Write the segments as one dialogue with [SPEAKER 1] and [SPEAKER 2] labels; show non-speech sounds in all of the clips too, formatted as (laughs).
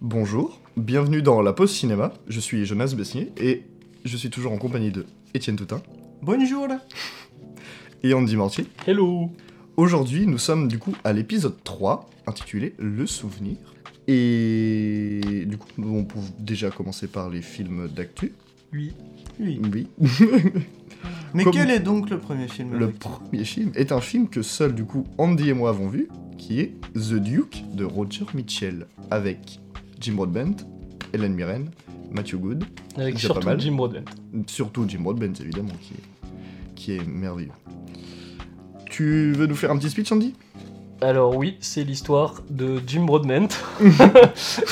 [SPEAKER 1] Bonjour, bienvenue dans La Pause Cinéma. Je suis Jonas Bessier et je suis toujours en compagnie de Étienne Toutin
[SPEAKER 2] Bonjour
[SPEAKER 1] et Andy Mortier.
[SPEAKER 3] Hello
[SPEAKER 1] Aujourd'hui, nous sommes du coup à l'épisode 3 intitulé Le souvenir. Et du coup, on peut déjà commencer par les films d'actu.
[SPEAKER 3] Oui.
[SPEAKER 2] Oui.
[SPEAKER 1] Oui, (laughs)
[SPEAKER 2] Mais
[SPEAKER 1] Comme-
[SPEAKER 2] quel est donc le premier film
[SPEAKER 1] le
[SPEAKER 2] avec-
[SPEAKER 1] premier film est un film que seul du coup Andy et moi avons vu, qui est The Duke de Roger Mitchell avec Jim Broadbent, Helen Mirren, Matthew Good,
[SPEAKER 3] Avec
[SPEAKER 1] Déjà pas
[SPEAKER 3] surtout
[SPEAKER 1] mal.
[SPEAKER 3] Jim Broadbent.
[SPEAKER 1] Surtout Jim Broadbent, évidemment, qui est, qui est merveilleux. Tu veux nous faire un petit speech, Andy
[SPEAKER 3] Alors oui, c'est l'histoire de Jim
[SPEAKER 1] (laughs)
[SPEAKER 3] Broadbent,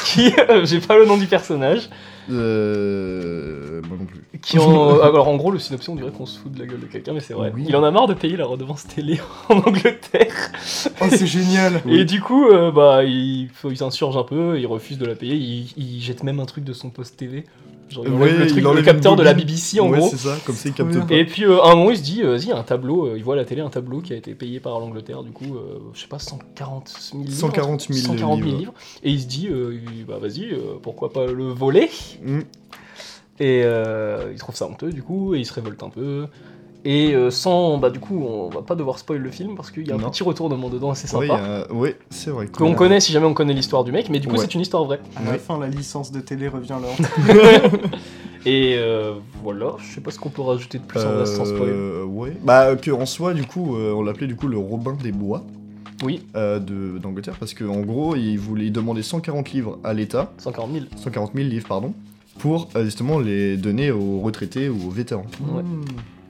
[SPEAKER 3] qui, euh, j'ai pas le nom du personnage,
[SPEAKER 1] Euh. Moi non plus. (laughs)
[SPEAKER 3] qui en... euh, Alors en gros, le synopsis, on dirait qu'on se fout de la gueule de quelqu'un, mais c'est vrai.
[SPEAKER 1] Oui.
[SPEAKER 3] Il en a marre de payer la redevance télé (laughs) en Angleterre,
[SPEAKER 2] Oh, c'est génial
[SPEAKER 1] Oui.
[SPEAKER 3] et du coup, euh, bah, il, faut- il s'insurge un peu, il refuse de la payer, il, il jette même un truc de son poste TV. Genre, il
[SPEAKER 1] Ouais,
[SPEAKER 3] enlève le,
[SPEAKER 1] il
[SPEAKER 3] truc, le
[SPEAKER 1] enlève une
[SPEAKER 3] capteur de la
[SPEAKER 1] bobine.
[SPEAKER 3] BBC en
[SPEAKER 1] ouais,
[SPEAKER 3] gros.
[SPEAKER 1] c'est ça, comme ça il
[SPEAKER 2] Trop
[SPEAKER 1] capte
[SPEAKER 2] bien.
[SPEAKER 1] pas.
[SPEAKER 3] Et puis euh, à un moment il se dit, euh, vas-y, un tableau, euh, il voit à la télé un tableau qui a été payé par l'Angleterre, du coup, euh, je sais pas, 140 000 livres.
[SPEAKER 1] 140 000
[SPEAKER 3] 140 000
[SPEAKER 1] livres.
[SPEAKER 3] livres. Et il se dit, euh, il- bah vas-y, euh, pourquoi pas le voler
[SPEAKER 1] Mm.
[SPEAKER 3] Et euh, il trouve ça honteux, du coup, et il se révolte un peu. Et euh, sans, bah du coup, on va pas devoir spoil le film parce qu'il y a un
[SPEAKER 1] Non.
[SPEAKER 3] petit retournement dedans assez
[SPEAKER 1] Ouais,
[SPEAKER 3] sympa.
[SPEAKER 1] il y a- ouais, c'est vrai.
[SPEAKER 3] Qu'on connaît si jamais on connaît l'histoire du mec, mais du coup
[SPEAKER 1] Ouais.
[SPEAKER 3] c'est une histoire
[SPEAKER 1] (laughs)
[SPEAKER 3] vraie.
[SPEAKER 2] À la
[SPEAKER 1] Ouais.
[SPEAKER 2] fin, la licence de télé revient là.
[SPEAKER 3] Et euh, voilà, je sais pas ce qu'on peut rajouter de plus en reste sans spoil.
[SPEAKER 1] Euh, ouais. Bah, que en soi, du coup, euh, on l'appelait du coup le Robin des Bois
[SPEAKER 3] Oui,
[SPEAKER 1] euh, de- d'Angleterre, parce qu'en gros, il voulait il demandait 140 livres à l'État,
[SPEAKER 3] 140 000.
[SPEAKER 1] 140 000 livres, pardon, pour euh, justement les donner aux retraités ou aux vétérans.
[SPEAKER 3] Ouais.
[SPEAKER 2] Hmm.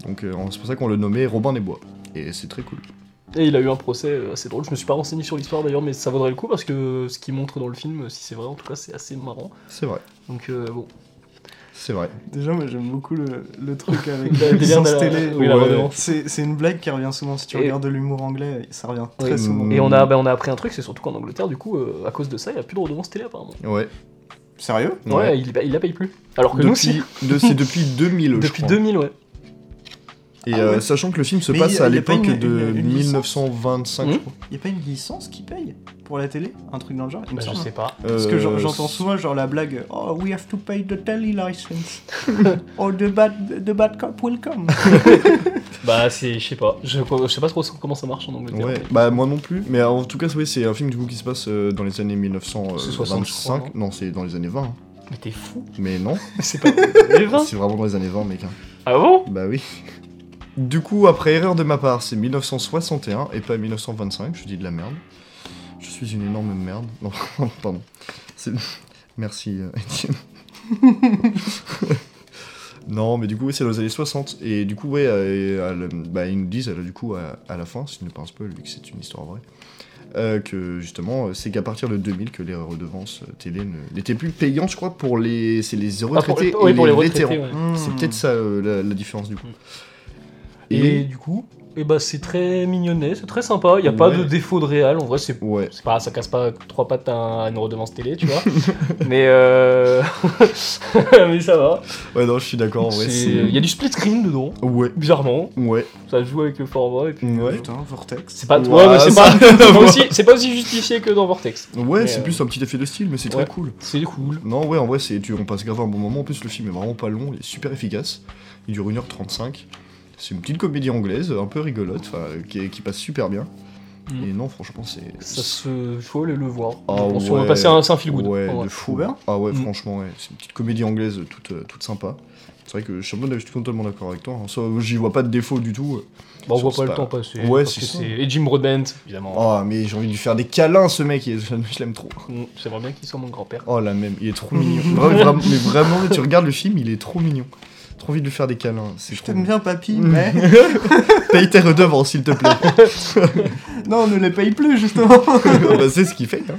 [SPEAKER 1] Donc, euh, c'est pour ça qu'on le nommait Robin des Bois. Et c'est très cool.
[SPEAKER 3] Et il a eu un procès euh, assez drôle. Je me suis pas renseigné sur l'histoire d'ailleurs, mais ça vaudrait le coup parce que euh, ce qu'il montre dans le film, si c'est vrai en tout cas, c'est assez marrant.
[SPEAKER 1] C'est vrai,
[SPEAKER 3] Donc euh,
[SPEAKER 1] (laughs)
[SPEAKER 3] bon,
[SPEAKER 1] c'est vrai.
[SPEAKER 2] Déjà, moi j'aime beaucoup le, le truc avec
[SPEAKER 3] Le
[SPEAKER 2] la
[SPEAKER 3] délire de
[SPEAKER 2] licence
[SPEAKER 3] la-
[SPEAKER 2] télé.
[SPEAKER 3] oui, la
[SPEAKER 1] Ouais.
[SPEAKER 3] redevance.
[SPEAKER 2] C'est c'est une blague qui revient souvent. Si tu
[SPEAKER 3] Et-
[SPEAKER 2] regardes de l'humour anglais, ça revient très
[SPEAKER 3] Oui.
[SPEAKER 2] souvent.
[SPEAKER 1] Mm.
[SPEAKER 3] Et on a, ben, on a appris un truc, c'est surtout qu'en Angleterre, du coup, euh, à cause de ça, il y a plus de redevance télé apparemment.
[SPEAKER 1] Ouais.
[SPEAKER 2] Sérieux
[SPEAKER 3] Ouais, il, bah, il la paye plus. Alors que nous, si.
[SPEAKER 1] Depuis, de- c'est depuis 2000, je
[SPEAKER 3] Depuis
[SPEAKER 1] crois.
[SPEAKER 3] 2000, ouais.
[SPEAKER 1] Et
[SPEAKER 2] Ah
[SPEAKER 1] euh,
[SPEAKER 2] ouais.
[SPEAKER 1] sachant que le film se
[SPEAKER 2] Mais
[SPEAKER 1] passe
[SPEAKER 2] il y a-
[SPEAKER 1] à
[SPEAKER 2] il y a pas
[SPEAKER 1] l'époque
[SPEAKER 2] une-
[SPEAKER 1] de
[SPEAKER 2] une- une licence
[SPEAKER 1] 1925, je
[SPEAKER 3] Hmm
[SPEAKER 1] crois. Euh,
[SPEAKER 2] Y a pas une licence qui paye pour la télé Un truc dans le genre il me
[SPEAKER 3] Bah, je
[SPEAKER 2] semble.
[SPEAKER 3] sais pas.
[SPEAKER 2] Parce que j'en-
[SPEAKER 1] Euh,
[SPEAKER 2] j'entends souvent genre la blague Oh, we have to pay the tele license. (laughs) oh, the bad, the bad cop will come.
[SPEAKER 3] (laughs) Bah, c'est. Je sais pas. Je, je sais pas trop comment ça marche en Angleterre.
[SPEAKER 1] Ouais,
[SPEAKER 3] mais-
[SPEAKER 1] bah moi non plus, mais en tout cas, oui, c'est un film du coup qui se passe euh, dans les années
[SPEAKER 3] C'est 60, je crois,
[SPEAKER 1] 1925. euh, Non, c'est dans les années 20. hein.
[SPEAKER 3] Mais
[SPEAKER 1] (laughs)
[SPEAKER 3] t'es fou.
[SPEAKER 1] Mais non,
[SPEAKER 3] C'est pas. (laughs) Les 20
[SPEAKER 1] c'est vraiment dans les années 20, mec. hein.
[SPEAKER 3] Ah bon
[SPEAKER 1] Bah oui. Du coup, après erreur de ma part, c'est 1961 et pas 1925. Je dis de la merde. Je suis une énorme merde. Non, (laughs) pardon. C'est- Merci, euh, Étienne. (laughs) non, mais du coup, oui, c'est dans les années 60. Et du coup, ouais, euh, et à la- bah, ils nous disent, euh, du coup, à, à la fin, s'ils ne pensent pas, vu que c'est une histoire vraie, euh, que justement, euh, c'est qu'à partir de 2000 que les redevances euh, télé ne- n'étaient plus payantes, je crois, pour les, c'est les
[SPEAKER 3] Ah, pour,
[SPEAKER 1] retraités
[SPEAKER 3] ouais,
[SPEAKER 1] et
[SPEAKER 3] pour les
[SPEAKER 1] les,
[SPEAKER 3] retraités,
[SPEAKER 1] vétérans.
[SPEAKER 3] ouais.
[SPEAKER 1] C'est
[SPEAKER 2] Hmm.
[SPEAKER 1] peut-être ça euh, la, la différence du coup.
[SPEAKER 3] Mm. Et,
[SPEAKER 1] Et,
[SPEAKER 3] du coup, et bah, c'est très mignonnet, c'est très sympa. Il y a pas
[SPEAKER 1] Ouais.
[SPEAKER 3] de défaut de réel. En vrai, c'est
[SPEAKER 1] ouais,
[SPEAKER 3] C'est pas, ça casse pas trois pattes à à une redevance télé,
[SPEAKER 1] (laughs)
[SPEAKER 3] tu vois. mais euh... (laughs) mais ça va.
[SPEAKER 1] ouais non, je suis d'accord.
[SPEAKER 3] C'est-
[SPEAKER 1] Ouais, c'est
[SPEAKER 3] Il y a du split screen dedans,
[SPEAKER 1] ouais,
[SPEAKER 3] bizarrement.
[SPEAKER 1] ouais,
[SPEAKER 3] Ça joue avec le format
[SPEAKER 1] (laughs)
[SPEAKER 3] et puis.
[SPEAKER 1] ouais,
[SPEAKER 2] Putain, Vortex.
[SPEAKER 3] C'est pas,
[SPEAKER 1] Ouah,
[SPEAKER 3] ouais, mais
[SPEAKER 1] (laughs)
[SPEAKER 3] c'est pas,
[SPEAKER 1] ça-
[SPEAKER 3] c'est pas aussi, c'est pas aussi justifié que dans Vortex.
[SPEAKER 1] ouais.
[SPEAKER 3] Mais,
[SPEAKER 1] C'est
[SPEAKER 3] euh,
[SPEAKER 1] plus un petit effet de style, mais c'est
[SPEAKER 3] ouais.
[SPEAKER 1] très cool.
[SPEAKER 3] C'est cool.
[SPEAKER 1] Non, ouais, en vrai, c'est tu, on passe grave un bon moment. En plus, le film est vraiment pas long, il est super efficace. Il dure 1h35. C'est une petite comédie anglaise, un peu rigolote, enfin, euh, qui, est- qui passe super bien.
[SPEAKER 3] Mm.
[SPEAKER 1] Et non, franchement, c'est
[SPEAKER 3] Ça se, faut aller le voir.
[SPEAKER 1] Ah
[SPEAKER 3] Je pense qu'on va
[SPEAKER 1] ouais.
[SPEAKER 3] passer un, c'est un feel good.
[SPEAKER 1] ouais,
[SPEAKER 3] en vrai.
[SPEAKER 1] de fou.
[SPEAKER 2] Trop bien.
[SPEAKER 1] Ah ouais,
[SPEAKER 3] Oh, Mm.
[SPEAKER 1] franchement, ouais. c'est une petite comédie anglaise toute, euh, toute sympa. C'est vrai que je suis, en mode- je suis totalement d'accord avec toi. En soi, j'y vois pas de défaut du tout.
[SPEAKER 3] Bah, on voit
[SPEAKER 1] c'est
[SPEAKER 3] pas le
[SPEAKER 1] pas-
[SPEAKER 3] temps passer.
[SPEAKER 1] Ouais,
[SPEAKER 3] parce
[SPEAKER 1] c'est
[SPEAKER 3] que
[SPEAKER 1] ça.
[SPEAKER 3] c'est et Jim Broadbent évidemment.
[SPEAKER 1] Oh, mais j'ai envie de lui faire des câlins, ce mec, il- (laughs) je, l'aime trop.
[SPEAKER 3] Mm, J'aimerais bien qu'il soit mon grand-père.
[SPEAKER 1] Oh, la même, il est trop
[SPEAKER 3] (laughs)
[SPEAKER 1] mignon. Vra- vra- mais vraiment, tu regardes le film, il est trop mignon. Trop envie de lui faire des câlins. C'est
[SPEAKER 2] Je
[SPEAKER 1] trop
[SPEAKER 2] t'aime
[SPEAKER 1] mignon.
[SPEAKER 2] bien, papy, mais.
[SPEAKER 1] Paye tes redevances, s'il te
[SPEAKER 2] (laughs)
[SPEAKER 1] plaît. (laughs)
[SPEAKER 2] Non, on ne les paye plus, justement.
[SPEAKER 1] bah, c'est ce qu'il fait. hein.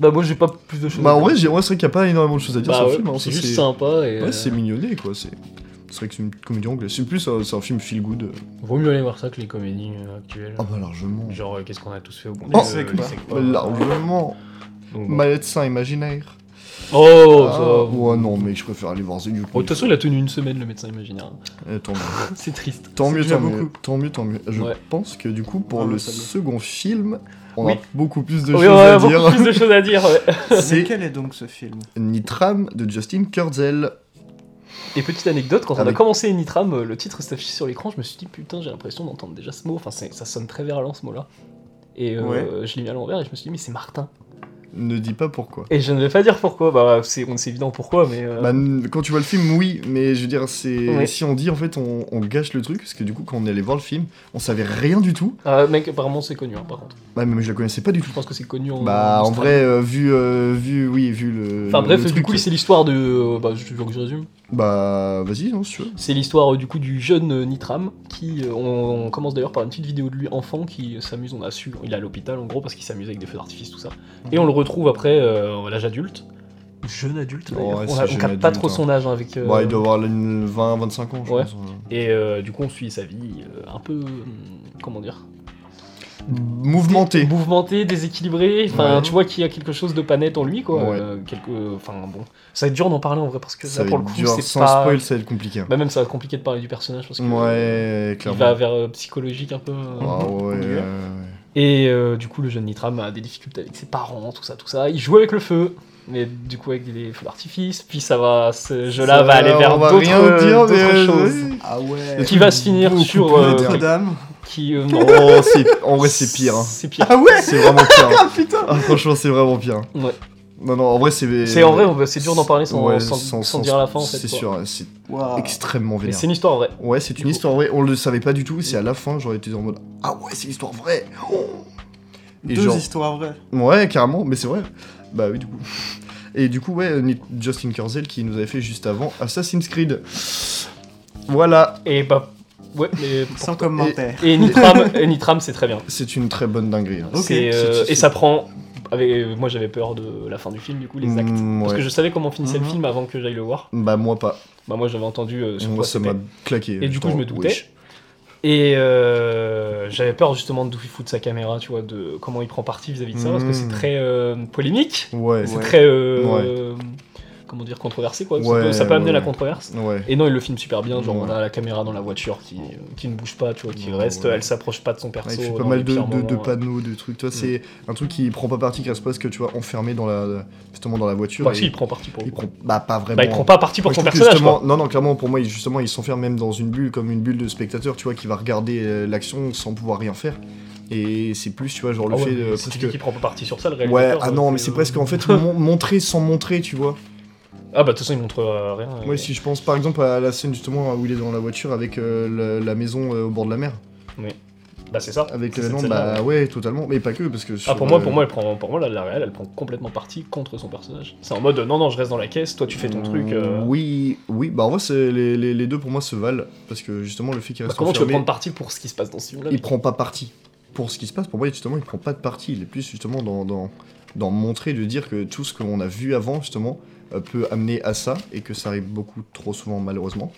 [SPEAKER 3] Bah moi j'ai pas plus de choses.
[SPEAKER 1] Bah,
[SPEAKER 3] à
[SPEAKER 1] en
[SPEAKER 3] dire.
[SPEAKER 1] vrai, j'ai- ouais, c'est vrai qu'il n'y a pas énormément de choses à dire
[SPEAKER 3] Bah,
[SPEAKER 1] sur le
[SPEAKER 3] ouais,
[SPEAKER 1] film. hein.
[SPEAKER 3] c'est
[SPEAKER 1] Ça,
[SPEAKER 3] juste sympa et.
[SPEAKER 1] Ouais,
[SPEAKER 3] euh,
[SPEAKER 1] c'est mignonné, quoi. C'est c'est vrai que c'est une comédie anglaise. C'est plus euh, c'est un film feel good.
[SPEAKER 3] Vaut mieux aller voir ça que les comédies euh, actuelles.
[SPEAKER 1] Ah, Oh, bah, largement.
[SPEAKER 3] Genre, euh, qu'est-ce qu'on a tous fait au euh, bon
[SPEAKER 2] Les secs, quoi.
[SPEAKER 3] secs, quoi.
[SPEAKER 1] Largement.
[SPEAKER 3] Donc, bon.
[SPEAKER 1] Malade sain imaginaire.
[SPEAKER 3] Oh, ça
[SPEAKER 1] Ah,
[SPEAKER 3] va. Oh,
[SPEAKER 1] ouais, non, mais je préfère aller voir The Duke.
[SPEAKER 3] Bon, de toute façon, il a tenu une semaine le médecin hein. imaginaire.
[SPEAKER 1] Eh, tant mieux.
[SPEAKER 3] (laughs) C'est triste.
[SPEAKER 1] Tant
[SPEAKER 2] C'est
[SPEAKER 1] mieux,
[SPEAKER 2] déjà
[SPEAKER 1] tant mieux,
[SPEAKER 2] beaucoup.
[SPEAKER 1] tant mieux, tant mieux. Je
[SPEAKER 3] Ouais.
[SPEAKER 1] pense que du coup, pour
[SPEAKER 2] Ah,
[SPEAKER 1] le
[SPEAKER 2] mais ça va.
[SPEAKER 1] second film, on a
[SPEAKER 3] Oui.
[SPEAKER 1] beaucoup plus de
[SPEAKER 3] Oui,
[SPEAKER 1] choses
[SPEAKER 3] on
[SPEAKER 1] à
[SPEAKER 3] a beaucoup
[SPEAKER 1] dire.
[SPEAKER 3] plus de choses à dire.
[SPEAKER 1] (laughs)
[SPEAKER 3] ouais.
[SPEAKER 1] C'est
[SPEAKER 2] quel est donc ce film
[SPEAKER 1] Nitram de Justin Kurzel.
[SPEAKER 3] (laughs) Et petite anecdote, quand on a
[SPEAKER 1] Avec-
[SPEAKER 3] commencé Nitram, euh, le titre s'affichait sur l'écran, je me suis dit putain, j'ai l'impression d'entendre déjà ce mot. Enfin, c'est- ça sonne très verlan ce mot-là. Et euh,
[SPEAKER 2] Ouais.
[SPEAKER 3] je l'ai mis à l'envers et je me suis dit, mais c'est Martin.
[SPEAKER 1] Ne dis pas pourquoi.
[SPEAKER 3] Et je ne vais pas dire pourquoi, bah c'est on sait évident pourquoi, mais. euh,
[SPEAKER 1] Bah, n- quand tu vois le film, oui, mais je veux dire, c'est
[SPEAKER 3] Ouais.
[SPEAKER 1] si on dit en fait, on, on gâche le truc parce que du coup, quand on est allé voir le film, on savait rien du tout.
[SPEAKER 3] ah, mec, apparemment c'est connu, hein, par contre.
[SPEAKER 1] Bah, mais je la connaissais pas du tout.
[SPEAKER 3] Je pense que Oh, c'est connu en.
[SPEAKER 1] Bah, en
[SPEAKER 3] Australie.
[SPEAKER 1] vrai, euh, vu, euh, vu, oui, vu le.
[SPEAKER 3] Enfin
[SPEAKER 1] le-
[SPEAKER 3] bref,
[SPEAKER 1] le
[SPEAKER 3] du
[SPEAKER 1] truc,
[SPEAKER 3] coup, c'est l'histoire de. euh, Bah, je tu veux que je résume.
[SPEAKER 1] Bah, vas-y, non, si tu veux.
[SPEAKER 3] C'est l'histoire euh, du coup du jeune euh, Nitram qui. euh, on, on commence d'ailleurs par une petite vidéo de lui enfant qui s'amuse, on a su. Il est à l'hôpital en gros parce qu'il s'amuse avec des feux d'artifice, tout ça. Et on le retrouve après euh, à l'âge adulte. Jeune adulte,
[SPEAKER 1] Ouais,
[SPEAKER 3] d'ailleurs.
[SPEAKER 1] c'est
[SPEAKER 3] on, a- on
[SPEAKER 1] jeune
[SPEAKER 3] capte pas
[SPEAKER 1] adulte,
[SPEAKER 3] trop
[SPEAKER 1] hein.
[SPEAKER 3] son âge hein, avec. euh,
[SPEAKER 1] Bah, il doit avoir là, une 20, 25 ans, je
[SPEAKER 3] Ouais.
[SPEAKER 1] pense. euh.
[SPEAKER 3] Et euh, du coup, on suit sa vie euh, un peu. hum, Comment dire
[SPEAKER 1] Mouvementé.
[SPEAKER 3] Mouvementé, déséquilibré. Enfin,
[SPEAKER 1] Ouais.
[SPEAKER 3] tu vois qu'il y a quelque chose de pas net en lui, quoi.
[SPEAKER 1] Ouais.
[SPEAKER 3] Euh, quelque... Enfin, bon. Ça va être dur d'en parler en vrai, parce que
[SPEAKER 1] Ça
[SPEAKER 3] là,
[SPEAKER 1] va
[SPEAKER 3] pour le
[SPEAKER 1] être
[SPEAKER 3] coup,
[SPEAKER 1] dur,
[SPEAKER 3] c'est
[SPEAKER 1] sans
[SPEAKER 3] pas.
[SPEAKER 1] spoil, ça va être compliqué. hein.
[SPEAKER 3] Bah, même ça va être compliqué de parler du personnage parce que.
[SPEAKER 1] Ouais,
[SPEAKER 3] Il
[SPEAKER 1] clairement.
[SPEAKER 3] va vers euh, psychologique un peu. euh,
[SPEAKER 1] Ah ouais,
[SPEAKER 2] Mhm.
[SPEAKER 1] ouais, ouais.
[SPEAKER 3] Et euh, du coup, le jeune Nitram a des difficultés avec ses parents, tout ça, tout ça. Il joue avec le feu, mais du coup, avec des feux d'artifice. Puis ça va, ce jeu-là
[SPEAKER 1] Ça
[SPEAKER 3] va aller vers
[SPEAKER 1] on va
[SPEAKER 3] d'autres
[SPEAKER 1] rien dire, mais,
[SPEAKER 3] d'autres
[SPEAKER 1] euh,
[SPEAKER 3] choses.
[SPEAKER 1] ouais.
[SPEAKER 2] Ah ouais.
[SPEAKER 3] Donc il va se finir
[SPEAKER 1] Beaucoup
[SPEAKER 3] sur.
[SPEAKER 1] plus
[SPEAKER 3] euh,
[SPEAKER 1] moderne.
[SPEAKER 3] (laughs)
[SPEAKER 2] Notre-Dame.
[SPEAKER 3] qui,
[SPEAKER 1] (laughs)
[SPEAKER 3] euh, non.
[SPEAKER 1] Oh, c'est- en vrai, c'est pire. hein.
[SPEAKER 3] C'est pire.
[SPEAKER 2] Ah ouais
[SPEAKER 1] C'est vraiment pire. hein.
[SPEAKER 2] Putain
[SPEAKER 1] Ah, franchement, c'est vraiment pire.
[SPEAKER 3] Ouais.
[SPEAKER 1] Non, non, en vrai, c'est.
[SPEAKER 3] C'est en vrai, on- c'est dur d'en parler sans,
[SPEAKER 1] Ouais,
[SPEAKER 3] sans, sans dire à la fin en fait.
[SPEAKER 1] C'est
[SPEAKER 3] quoi. Ah.
[SPEAKER 1] sûr, hein, c'est
[SPEAKER 2] Waouh.
[SPEAKER 1] extrêmement
[SPEAKER 3] Mais
[SPEAKER 1] vénère.
[SPEAKER 3] c'est une histoire vraie.
[SPEAKER 1] Ouais, c'est
[SPEAKER 3] Du
[SPEAKER 1] une
[SPEAKER 3] coup.
[SPEAKER 1] histoire vraie. On le savait pas du tout. C'est à la fin, j'aurais été en mode Ah ouais, c'est l'histoire vraie. Oh. Et
[SPEAKER 2] Deux
[SPEAKER 1] genre-
[SPEAKER 2] histoires vraies.
[SPEAKER 1] Ouais, carrément, mais c'est vrai. Bah oui, du coup. Et du coup, ouais, Ni- Justin Kurzel qui nous avait fait juste avant Assassin's Creed. Voilà,
[SPEAKER 3] Et bah. Ouais,
[SPEAKER 1] (laughs)
[SPEAKER 3] mais.
[SPEAKER 2] Sans commentaire.
[SPEAKER 3] Et Nitram, et Nitram c'est très bien.
[SPEAKER 1] c'est une très bonne dinguerie. hein.
[SPEAKER 2] Ok.
[SPEAKER 3] C'est, euh,
[SPEAKER 1] C'est- c'est-
[SPEAKER 3] et ça prend. avec- moi j'avais peur de la fin du film, du coup, les actes.
[SPEAKER 1] Mm,
[SPEAKER 3] Parce
[SPEAKER 1] ouais. Mm-hmm.
[SPEAKER 3] que je savais comment finissait le
[SPEAKER 2] Mhm.
[SPEAKER 3] film avant que j'aille le voir.
[SPEAKER 1] Bah moi pas.
[SPEAKER 3] Bah, moi j'avais entendu euh, sur
[SPEAKER 1] Moi
[SPEAKER 3] quoi
[SPEAKER 1] ça
[SPEAKER 3] c'était.
[SPEAKER 1] m'a claqué.
[SPEAKER 3] Et du coup,
[SPEAKER 1] Putain,
[SPEAKER 3] je me doutais.
[SPEAKER 1] wesh.
[SPEAKER 3] Et euh, j'avais peur justement de d'où il fout de sa caméra, tu vois, de comment il prend parti vis-à-vis de ça, parce que c'est
[SPEAKER 1] Mhm.
[SPEAKER 3] très euh, polémique,
[SPEAKER 1] Ouais.
[SPEAKER 3] c'est
[SPEAKER 2] Ouais.
[SPEAKER 3] très. euh, Comment dire, controversé quoi. Ça
[SPEAKER 1] Ouais,
[SPEAKER 3] peut- ça peut amener
[SPEAKER 1] ouais,
[SPEAKER 3] à la
[SPEAKER 1] ouais.
[SPEAKER 3] controverse.
[SPEAKER 1] Ouais.
[SPEAKER 3] Et non, il le filme super bien. Genre,
[SPEAKER 1] Ouais.
[SPEAKER 3] on a la caméra dans la voiture qui, euh, qui ne bouge pas, tu vois, qui
[SPEAKER 1] Ouais,
[SPEAKER 3] reste.
[SPEAKER 1] ouais.
[SPEAKER 3] Elle s'approche pas de son perso.
[SPEAKER 1] Ouais, il fait
[SPEAKER 3] dans
[SPEAKER 1] pas
[SPEAKER 3] les
[SPEAKER 1] mal de,
[SPEAKER 3] pires
[SPEAKER 1] de- de
[SPEAKER 3] moments. Mm.
[SPEAKER 1] panneaux, de trucs. Toi, c'est un truc qui prend pas parti, qui reste presque, tu vois, enfermé dans la, justement dans la voiture.
[SPEAKER 3] Bah,
[SPEAKER 1] et
[SPEAKER 3] si, il prend parti pour.
[SPEAKER 1] il prend- bah pas vraiment.
[SPEAKER 3] Bah, il prend pas parti pour
[SPEAKER 1] Moi, je
[SPEAKER 3] son
[SPEAKER 1] trouve que
[SPEAKER 3] personnage.
[SPEAKER 1] justement-
[SPEAKER 3] Quoi.
[SPEAKER 1] Non, non, clairement, pour moi, il- justement, il s'enferme même dans une bulle, comme une bulle de spectateur, tu vois, qui va regarder euh, l'action sans pouvoir rien faire. Et c'est plus, tu vois, genre le
[SPEAKER 3] Ah ouais,
[SPEAKER 1] fait. euh,
[SPEAKER 3] mais si
[SPEAKER 1] presque-
[SPEAKER 3] tu dis qu'il prend pas parti sur ça, le
[SPEAKER 1] Ouais,
[SPEAKER 3] réalisateur.
[SPEAKER 1] ah
[SPEAKER 3] euh,
[SPEAKER 1] non, mais c'est
[SPEAKER 3] euh,
[SPEAKER 1] presque en
[SPEAKER 3] (laughs)
[SPEAKER 1] fait mon- montrer sans montrer, tu vois.
[SPEAKER 3] Ah bah de toute façon, il montre euh, rien. euh,
[SPEAKER 1] Moi, si je pense par exemple à la scène justement où il est dans la voiture avec euh, la, la maison euh, au bord de la mer.
[SPEAKER 3] Bah, c'est ça.
[SPEAKER 1] Avec
[SPEAKER 3] C'est cette
[SPEAKER 1] l'événement,
[SPEAKER 3] scène-là,
[SPEAKER 1] bah
[SPEAKER 3] ouais.
[SPEAKER 1] ouais, totalement, mais pas que, parce que.
[SPEAKER 3] Ah,
[SPEAKER 1] sur,
[SPEAKER 3] pour moi,
[SPEAKER 1] euh,
[SPEAKER 3] pour moi, elle prend, pour moi la, la réelle, elle prend complètement parti contre son personnage. C'est en mode non, non, je reste dans la caisse, toi tu fais ton truc. euh,
[SPEAKER 1] Mm, Oui, oui, bah en vrai, c'est- les, les- les deux pour moi se valent, parce que justement, le fait qu'il
[SPEAKER 3] bah,
[SPEAKER 1] reste
[SPEAKER 3] comment tu veux
[SPEAKER 1] enfermé,
[SPEAKER 3] prendre parti pour ce qui se passe dans ce film-là
[SPEAKER 1] il prend pas parti. Pour ce qui se passe, pour moi, justement, il prend pas de parti. Il est plus justement dans, dans, dans montrer, de dire que tout ce qu'on a vu avant, justement, euh, peut amener à ça, et que ça arrive beaucoup trop souvent, malheureusement.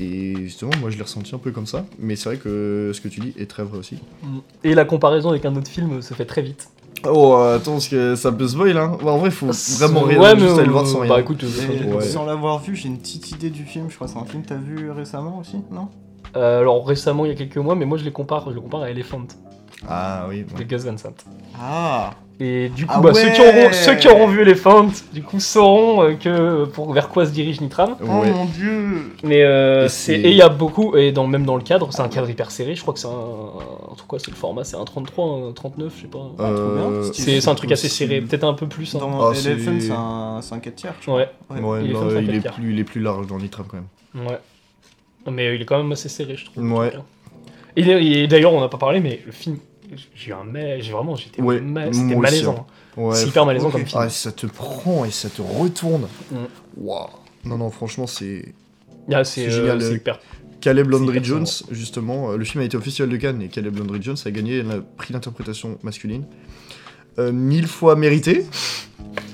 [SPEAKER 1] Et justement, moi, je l'ai ressenti un peu comme ça, mais c'est vrai que ce que tu dis est très vrai aussi.
[SPEAKER 3] Et la comparaison avec un autre film euh, se fait très vite.
[SPEAKER 1] Oh, euh, attends, parce que ça peut spoil, hein. Bah, en vrai, faut vraiment rien,
[SPEAKER 3] Ouais, mais,
[SPEAKER 1] juste aller le voir
[SPEAKER 3] euh,
[SPEAKER 1] sans rien.
[SPEAKER 3] Bah écoute, euh,
[SPEAKER 2] Et
[SPEAKER 1] Ouais.
[SPEAKER 2] Sans l'avoir vu, j'ai une petite idée du film. Je crois que c'est un film que t'as vu récemment aussi, non
[SPEAKER 3] Euh, alors récemment, il y a quelques mois, mais moi je les compare, je les compare à Elephant
[SPEAKER 1] Ah oui, ouais.
[SPEAKER 3] de Gus Van Sant.
[SPEAKER 2] Ah
[SPEAKER 3] Et du coup,
[SPEAKER 2] Ah
[SPEAKER 3] bah, ceux, qui
[SPEAKER 2] ouais
[SPEAKER 3] auront, ceux qui auront vu Elephant, du coup, sauront euh, que euh, pour, vers quoi se dirige Nitram.
[SPEAKER 2] Oh
[SPEAKER 1] Ouais.
[SPEAKER 2] mon dieu
[SPEAKER 3] Mais euh,
[SPEAKER 1] Et
[SPEAKER 3] c'est-
[SPEAKER 1] c'est-
[SPEAKER 3] et il y a beaucoup, et dans, même dans le cadre, c'est un cadre hyper serré. Je crois que c'est un, en tout cas, c'est le format, c'est un 33, un 39, je sais pas.
[SPEAKER 2] Euh,
[SPEAKER 1] Euh,
[SPEAKER 3] C'est c'est un truc assez
[SPEAKER 1] possible.
[SPEAKER 3] serré, peut-être un peu plus. hein.
[SPEAKER 2] Dans
[SPEAKER 1] Ah, c'est-
[SPEAKER 2] Elephant, c'est un, c'est un 4 tiers. je
[SPEAKER 3] Ouais,
[SPEAKER 2] crois.
[SPEAKER 1] Ouais,
[SPEAKER 2] Ouais.
[SPEAKER 3] Il est
[SPEAKER 1] non,
[SPEAKER 3] comme ça,
[SPEAKER 1] il, est
[SPEAKER 3] Pierre.
[SPEAKER 1] plus, il est plus large dans Nitram quand même.
[SPEAKER 3] ouais. Mais euh, il est quand même assez serré, je trouve.
[SPEAKER 1] Ouais.
[SPEAKER 3] Et, et d'ailleurs, on n'a pas parlé, mais le film, j'ai eu un mais, j'ai vraiment, j'étais
[SPEAKER 1] Ouais,
[SPEAKER 3] ma-
[SPEAKER 1] moi
[SPEAKER 3] c'était
[SPEAKER 1] aussi,
[SPEAKER 3] malaisant. hein.
[SPEAKER 1] Ouais.
[SPEAKER 3] c'est hyper malaisant
[SPEAKER 2] ok.
[SPEAKER 3] comme film.
[SPEAKER 1] Ah, ça te prend et ça te retourne.
[SPEAKER 3] Mm.
[SPEAKER 1] Waouh. Non, non, franchement, c'est.
[SPEAKER 3] Ah, c'est
[SPEAKER 1] c'est
[SPEAKER 3] euh,
[SPEAKER 1] génial,
[SPEAKER 3] c'est
[SPEAKER 1] euh,
[SPEAKER 3] hyper.
[SPEAKER 1] Caleb
[SPEAKER 3] C'est
[SPEAKER 1] Landry
[SPEAKER 3] hyper
[SPEAKER 1] Jones, justement. euh, Le film a été au Festival de Cannes et Caleb Landry Jones a gagné le prix d'interprétation masculine. Euh, mille fois mérité.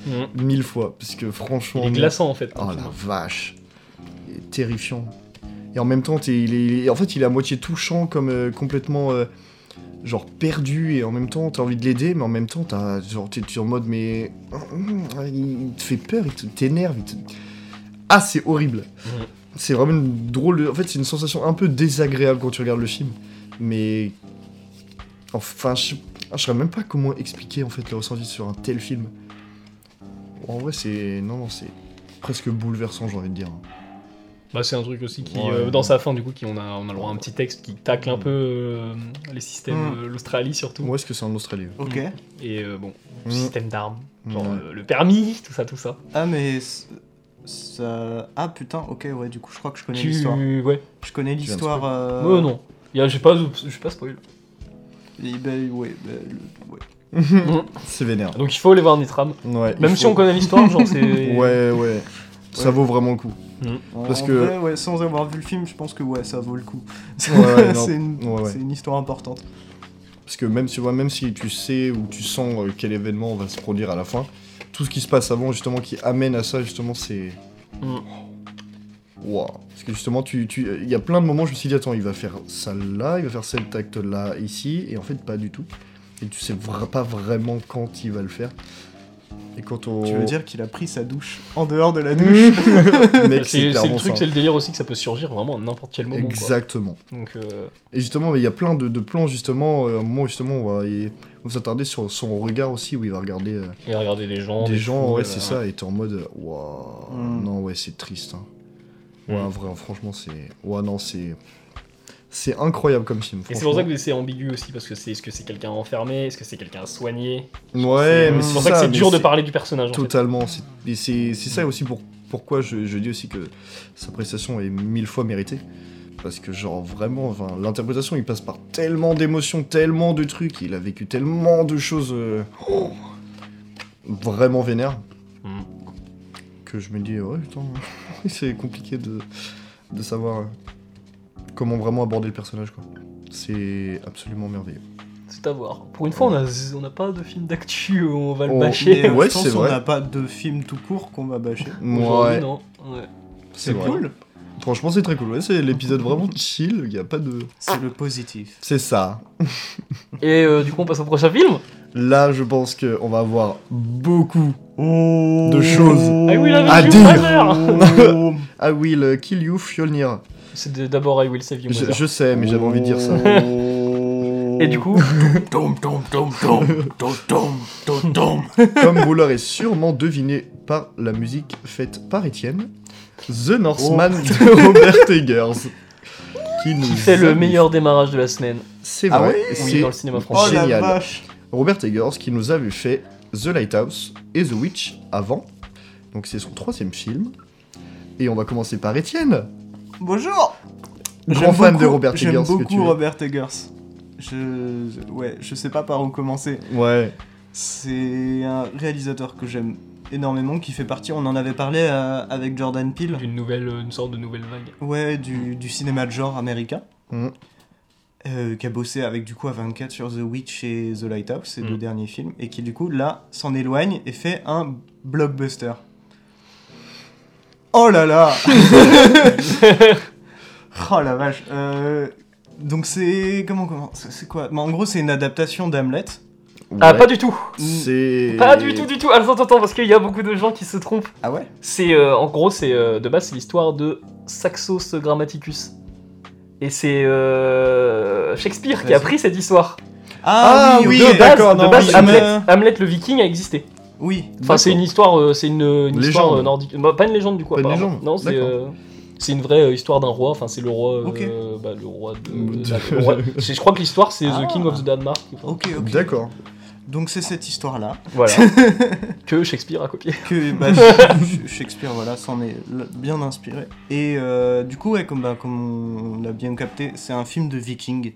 [SPEAKER 3] Mm.
[SPEAKER 1] Mille fois. Parce que franchement.
[SPEAKER 3] Il est glaçant en fait.
[SPEAKER 1] Oh
[SPEAKER 3] le film.
[SPEAKER 1] la vache. Il est terrifiant. Et en même temps, t'es- il est, il est- en fait, il est à moitié touchant, comme euh, complètement. euh, genre perdu et en même temps t'as envie de l'aider mais en même temps t'as genre t'es t'es en mode mais il te fait peur il te- t'énerve il te... ah c'est horrible
[SPEAKER 3] Mhm.
[SPEAKER 1] c'est vraiment une drôle de- en fait c'est une sensation un peu désagréable quand tu regardes le film mais enfin je ah, je saurais même pas comment expliquer en fait le ressenti sur un tel film en vrai c'est non non c'est presque bouleversant j'ai envie de dire
[SPEAKER 3] Bah, c'est un truc aussi qui,
[SPEAKER 1] Ouais.
[SPEAKER 3] euh, dans sa fin, du coup, qui, on, a, on a le droit à un petit texte qui tacle un peu euh, les systèmes,
[SPEAKER 2] Mm.
[SPEAKER 3] euh, l'Australie surtout.
[SPEAKER 1] où est-ce que c'est en Australie ouais.
[SPEAKER 2] Ok.
[SPEAKER 3] Et euh, bon, le
[SPEAKER 1] Mm.
[SPEAKER 3] système d'armes, genre
[SPEAKER 1] Ouais.
[SPEAKER 3] euh, le permis, tout ça, tout ça.
[SPEAKER 2] Ah, mais. c- Ça... Ah putain, ok, ouais, du coup, je crois que je connais
[SPEAKER 3] Tu.
[SPEAKER 2] l'histoire.
[SPEAKER 3] Ouais.
[SPEAKER 2] Je connais
[SPEAKER 1] viens de
[SPEAKER 2] l'histoire. euh,
[SPEAKER 3] Ouais, non. Y a- J'ai pas, j'ai pas spoil.
[SPEAKER 2] et ben, ouais, ben, le- ouais.
[SPEAKER 1] (laughs) c'est vénère
[SPEAKER 3] Ah, Donc il faut aller voir Nitram.
[SPEAKER 1] ouais il
[SPEAKER 3] Même si
[SPEAKER 1] faut-
[SPEAKER 3] on connaît l'histoire, genre c'est.
[SPEAKER 1] (laughs) ouais ouais ça
[SPEAKER 2] Ouais.
[SPEAKER 1] vaut vraiment le coup
[SPEAKER 2] En-
[SPEAKER 1] Parce
[SPEAKER 2] en
[SPEAKER 1] que-
[SPEAKER 2] vrai, ouais, sans avoir vu le film, je pense que ouais, ça vaut le coup. (laughs)
[SPEAKER 1] ouais, non.
[SPEAKER 2] c'est une...
[SPEAKER 1] Ouais, ouais.
[SPEAKER 2] c'est une histoire importante.
[SPEAKER 1] Parce que même si, ouais, même si tu sais ou tu sens euh, quel événement va se produire à la fin, tout ce qui se passe avant, justement, qui amène à ça, justement, c'est.
[SPEAKER 3] Mm.
[SPEAKER 1] Waouh! Parce que justement, tu, tu- euh, il y a plein de moments, je me suis dit, attends, il va faire ça là, il va faire cet acte-là ici, et en fait, pas du tout. Et tu sais vra- pas vraiment quand il va le faire. Et quand on.
[SPEAKER 2] Tu veux dire qu'il a pris sa douche en dehors de la
[SPEAKER 1] Mm.
[SPEAKER 2] douche
[SPEAKER 1] (laughs)
[SPEAKER 3] (laughs)
[SPEAKER 1] Mec, c'est
[SPEAKER 3] C'est c'est le
[SPEAKER 1] clairement
[SPEAKER 3] truc, c'est
[SPEAKER 1] ça.
[SPEAKER 3] le délire aussi que ça peut surgir vraiment à n'importe quel moment. quoi.
[SPEAKER 1] Exactement.
[SPEAKER 3] Donc euh,
[SPEAKER 1] Et justement, il y a plein de, de plans, justement, euh, à un moment, justement, on va, y- on va s'attarder sur son regard aussi, où il va regarder. euh,
[SPEAKER 3] et regarder les gens.
[SPEAKER 1] des
[SPEAKER 3] les
[SPEAKER 1] gens,
[SPEAKER 3] fous,
[SPEAKER 1] ouais,
[SPEAKER 3] euh,
[SPEAKER 1] c'est ça, et t'es en mode, waouh,
[SPEAKER 2] Mm.
[SPEAKER 1] non, ouais, c'est triste. hein.
[SPEAKER 3] Mm.
[SPEAKER 1] Ouais, vraiment, franchement, c'est. Ouais, non, c'est. C'est incroyable comme film.
[SPEAKER 3] Et c'est
[SPEAKER 1] franchement.
[SPEAKER 3] pour ça que c'est ambigu aussi parce que c'est est-ce que c'est quelqu'un enfermé, est-ce que c'est quelqu'un soigné.
[SPEAKER 1] Ouais, mais
[SPEAKER 3] c'est
[SPEAKER 1] c'est
[SPEAKER 3] pour ça, que c'est
[SPEAKER 1] mais
[SPEAKER 3] dur de parler du personnage. en fait.
[SPEAKER 1] Totalement. c'est- Et c'est c'est ça aussi pour, pourquoi je, je dis aussi que sa prestation est mille fois méritée. Parce que, genre, vraiment, enfin, l'interprétation, il passe par tellement d'émotions, tellement de trucs, il a vécu tellement de choses euh, oh, vraiment vénères
[SPEAKER 3] Mm.
[SPEAKER 1] que je me dis, ouais, putain, (laughs) c'est compliqué de, de savoir euh, comment vraiment aborder le personnage, quoi. C'est absolument merveilleux.
[SPEAKER 3] C'est à voir. Pour une fois, on a z- on n'a pas de film d'actu où on va le
[SPEAKER 1] On-
[SPEAKER 2] (laughs)
[SPEAKER 3] bâcher.
[SPEAKER 2] Mais, euh,
[SPEAKER 1] Ouais,
[SPEAKER 2] je pense
[SPEAKER 1] c'est
[SPEAKER 2] qu'on
[SPEAKER 1] vrai.
[SPEAKER 2] n'a pas de film tout court qu'on va bâcher.
[SPEAKER 3] (laughs) Aujourd'hui,
[SPEAKER 1] Ouais,
[SPEAKER 3] non. Ouais.
[SPEAKER 1] c'est vrai.
[SPEAKER 2] cool.
[SPEAKER 1] Franchement, c'est très cool. Ouais, c'est l'épisode vraiment chill, il n'y a pas de.
[SPEAKER 2] C'est le positif.
[SPEAKER 1] C'est ça.
[SPEAKER 3] Et euh, du coup, on passe au prochain film.
[SPEAKER 1] Là, je pense qu'on va avoir beaucoup.
[SPEAKER 2] De
[SPEAKER 1] choses.
[SPEAKER 3] I Will Have
[SPEAKER 1] Ah,
[SPEAKER 3] You,
[SPEAKER 1] dire.
[SPEAKER 3] Mother.
[SPEAKER 1] (laughs) I will euh, kill you, Fjolnir.
[SPEAKER 3] C'est de- d'abord I Will Save You,
[SPEAKER 1] Je,
[SPEAKER 3] Mother.
[SPEAKER 1] je sais, Eh, mais j'avais envie de dire ça.
[SPEAKER 3] Et du coup,
[SPEAKER 2] Tom, tom, tom, tom, tom, tom, tom, tom.
[SPEAKER 3] Oh.
[SPEAKER 1] Comme vous l'aurez sûrement deviné par la musique faite par Étienne, The Northman de Robert Eggers. Qui nous
[SPEAKER 3] Oh. c'est le
[SPEAKER 1] a-
[SPEAKER 3] meilleur démarrage de la semaine.
[SPEAKER 1] C'est
[SPEAKER 2] Ah
[SPEAKER 1] vrai.
[SPEAKER 2] ouais
[SPEAKER 1] c'est
[SPEAKER 3] Oui, dans le cinéma français.
[SPEAKER 2] Oh la
[SPEAKER 1] Génial.
[SPEAKER 2] vache.
[SPEAKER 1] Robert Eggers qui nous avait fait The Lighthouse et The Witch avant. Donc c'est son troisième film. Et on va commencer par Étienne.
[SPEAKER 2] Bonjour.
[SPEAKER 1] Grand
[SPEAKER 2] J'aime
[SPEAKER 1] fan
[SPEAKER 2] beaucoup-
[SPEAKER 1] de Robert Eggers.
[SPEAKER 2] J'aime
[SPEAKER 1] que tu
[SPEAKER 2] beaucoup
[SPEAKER 1] es.
[SPEAKER 2] Robert Eggers. Je... je- Ouais, je sais pas par où commencer.
[SPEAKER 1] Ouais.
[SPEAKER 2] C'est un réalisateur que j'aime énormément, qui fait partie, on en avait parlé euh, avec Jordan Peele,
[SPEAKER 3] D'une nouvelle, euh, une sorte de nouvelle vague.
[SPEAKER 2] ouais, du, du cinéma de genre américain,
[SPEAKER 1] Mhm.
[SPEAKER 2] euh, qui a bossé avec du coup A24 sur The Witch et The Lighthouse, ces
[SPEAKER 3] Mhm.
[SPEAKER 2] deux derniers films, et qui du coup là s'en éloigne et fait un blockbuster. Oh là là Oh la vache. Euh, donc c'est comment comment c'est c'est quoi Bah, En gros c'est une adaptation d'Hamlet.
[SPEAKER 3] (laughs) Ah,
[SPEAKER 1] Ouais.
[SPEAKER 3] pas du tout.
[SPEAKER 1] C'est.
[SPEAKER 3] Pas du tout, du tout. Attends, attends, attends, parce qu'il y a beaucoup de gens qui se trompent.
[SPEAKER 2] Ah ouais
[SPEAKER 3] C'est euh, en gros, c'est euh, de base, c'est l'histoire de Saxos Grammaticus. Et c'est euh, Shakespeare qui a
[SPEAKER 2] Vas-y.
[SPEAKER 3] pris cette histoire.
[SPEAKER 1] Ah oui,
[SPEAKER 3] de base,
[SPEAKER 1] d'accord,
[SPEAKER 3] de
[SPEAKER 1] non,
[SPEAKER 3] base,
[SPEAKER 1] oui,
[SPEAKER 3] Hamlet,
[SPEAKER 2] euh,
[SPEAKER 3] Hamlet le Viking a existé.
[SPEAKER 2] Oui.
[SPEAKER 3] Enfin, c'est une histoire, euh, c'est une, une histoire
[SPEAKER 1] Légende.
[SPEAKER 3] euh, nordique. Bah, pas une légende du coup.
[SPEAKER 1] Pas une
[SPEAKER 3] apparemment.
[SPEAKER 1] légende,
[SPEAKER 3] Non, c'est
[SPEAKER 1] d'accord.
[SPEAKER 3] euh, c'est une vraie euh, histoire d'un roi. Enfin, c'est le roi. euh,
[SPEAKER 2] Ok.
[SPEAKER 3] bah, le roi de.
[SPEAKER 1] De-
[SPEAKER 3] le roi- c'est- je crois que l'histoire, c'est
[SPEAKER 2] Ah.
[SPEAKER 3] The King of the Denmark. Enfin,
[SPEAKER 2] Ok ok.
[SPEAKER 3] (laughs)
[SPEAKER 1] D'accord.
[SPEAKER 2] Donc c'est cette histoire là
[SPEAKER 3] Voilà. que Shakespeare a copié. (laughs)
[SPEAKER 2] que bah, Sh- Sh- Shakespeare voilà s'en est l- bien inspiré. Et euh, du coup ouais comme bah, comme on l'a bien capté c'est un film de viking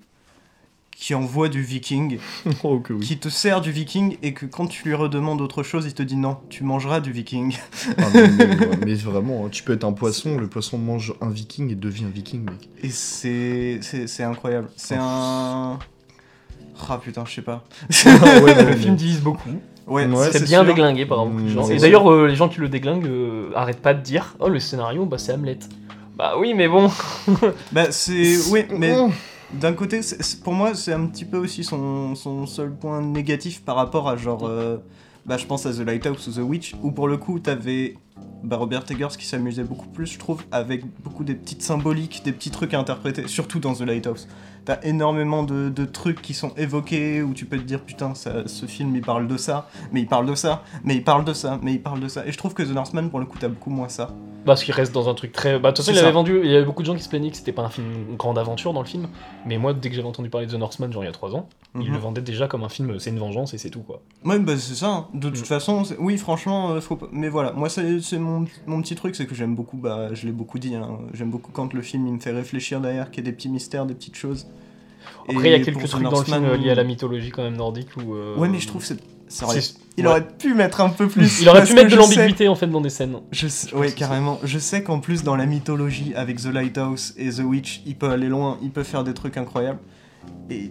[SPEAKER 2] qui envoie du viking,
[SPEAKER 1] Oh, que oui.
[SPEAKER 2] qui te sert du viking et que quand tu lui redemandes autre chose il te dit non tu mangeras du viking.
[SPEAKER 1] Ah, mais,
[SPEAKER 3] (laughs)
[SPEAKER 1] mais- mais vraiment, hein, tu peux être un poisson, le poisson mange un viking et devient viking, mec.
[SPEAKER 2] Et c'est c'est c'est incroyable. C'est
[SPEAKER 3] Oh.
[SPEAKER 2] un ah putain je sais
[SPEAKER 3] (laughs)
[SPEAKER 2] pas.
[SPEAKER 1] ouais, (laughs)
[SPEAKER 2] (laughs)
[SPEAKER 1] non,
[SPEAKER 3] le
[SPEAKER 1] mais-
[SPEAKER 3] film divise beaucoup.
[SPEAKER 2] Ouais,
[SPEAKER 1] Ouais,
[SPEAKER 3] c'est bien
[SPEAKER 2] sûr.
[SPEAKER 3] déglingué par beaucoup de
[SPEAKER 1] Mm,
[SPEAKER 3] gens.
[SPEAKER 1] c'est
[SPEAKER 3] Et
[SPEAKER 1] sûr.
[SPEAKER 3] d'ailleurs, euh, les gens qui le déglinguent euh, arrêtent pas de dire Oh, le scénario, bah, c'est Hamlet. Bah oui, mais bon.
[SPEAKER 2] Bah c'est oui mais d'un côté, c'est- c'est- pour moi, c'est un petit peu aussi son, son seul point négatif par rapport à genre. euh, bah, je pense à The Lighthouse ou The Witch, où pour le coup, t'avais bah, Robert Eggers qui s'amusait beaucoup plus, je trouve, avec beaucoup des petites symboliques, des petits trucs à interpréter, surtout dans The Lighthouse. T'as énormément de, de trucs qui sont évoqués, où tu peux te dire, putain, ça- ce film, il parle de ça, mais il parle de ça, mais il parle de ça, mais il parle de ça. Et je trouve que The Northman, pour le coup, t'as beaucoup moins ça.
[SPEAKER 3] (laughs) Parce qu'il reste dans un truc très. Bah, de toute façon,
[SPEAKER 2] C'est
[SPEAKER 3] il avait
[SPEAKER 2] ça.
[SPEAKER 3] vendu. Il y avait beaucoup de gens qui se plaignaient que c'était pas un film une grande aventure dans le film. Mais moi, dès que j'avais entendu parler de The Northman, genre il y a 3 ans, il
[SPEAKER 1] Mm-hmm.
[SPEAKER 2] Mhm.
[SPEAKER 3] le vendait déjà comme un film, euh, c'est une vengeance et c'est tout, quoi.
[SPEAKER 2] Ouais, bah c'est ça. hein. De toute
[SPEAKER 3] Mm.
[SPEAKER 2] façon, c'est- oui, franchement, euh, faut pas... Mais voilà, moi, c'est c'est mon, mon petit truc, c'est que j'aime beaucoup, bah, je l'ai beaucoup dit, hein, j'aime beaucoup quand le film il me fait réfléchir derrière, qu'il y a des petits mystères, des petites choses.
[SPEAKER 3] Après, il y a
[SPEAKER 2] Et
[SPEAKER 3] quelques
[SPEAKER 2] pour The
[SPEAKER 3] trucs dans le film
[SPEAKER 2] Northman,
[SPEAKER 3] euh, liés à la mythologie quand même nordique où. euh,
[SPEAKER 2] Ouais, mais je trouve que c'est- ça aurait-
[SPEAKER 3] c'est-
[SPEAKER 2] il
[SPEAKER 3] ouais.
[SPEAKER 2] aurait pu mettre un peu plus.
[SPEAKER 3] Il aurait
[SPEAKER 2] parce
[SPEAKER 3] pu
[SPEAKER 2] que
[SPEAKER 3] mettre de
[SPEAKER 2] je sais-
[SPEAKER 3] l'ambiguïté en fait dans des scènes.
[SPEAKER 2] Je sais-
[SPEAKER 3] Je pense
[SPEAKER 2] ouais,
[SPEAKER 3] que
[SPEAKER 2] carrément. Je sais qu'en plus, dans la mythologie, avec The Lighthouse et The Witch, il peut aller loin, il peut faire des trucs incroyables. Et.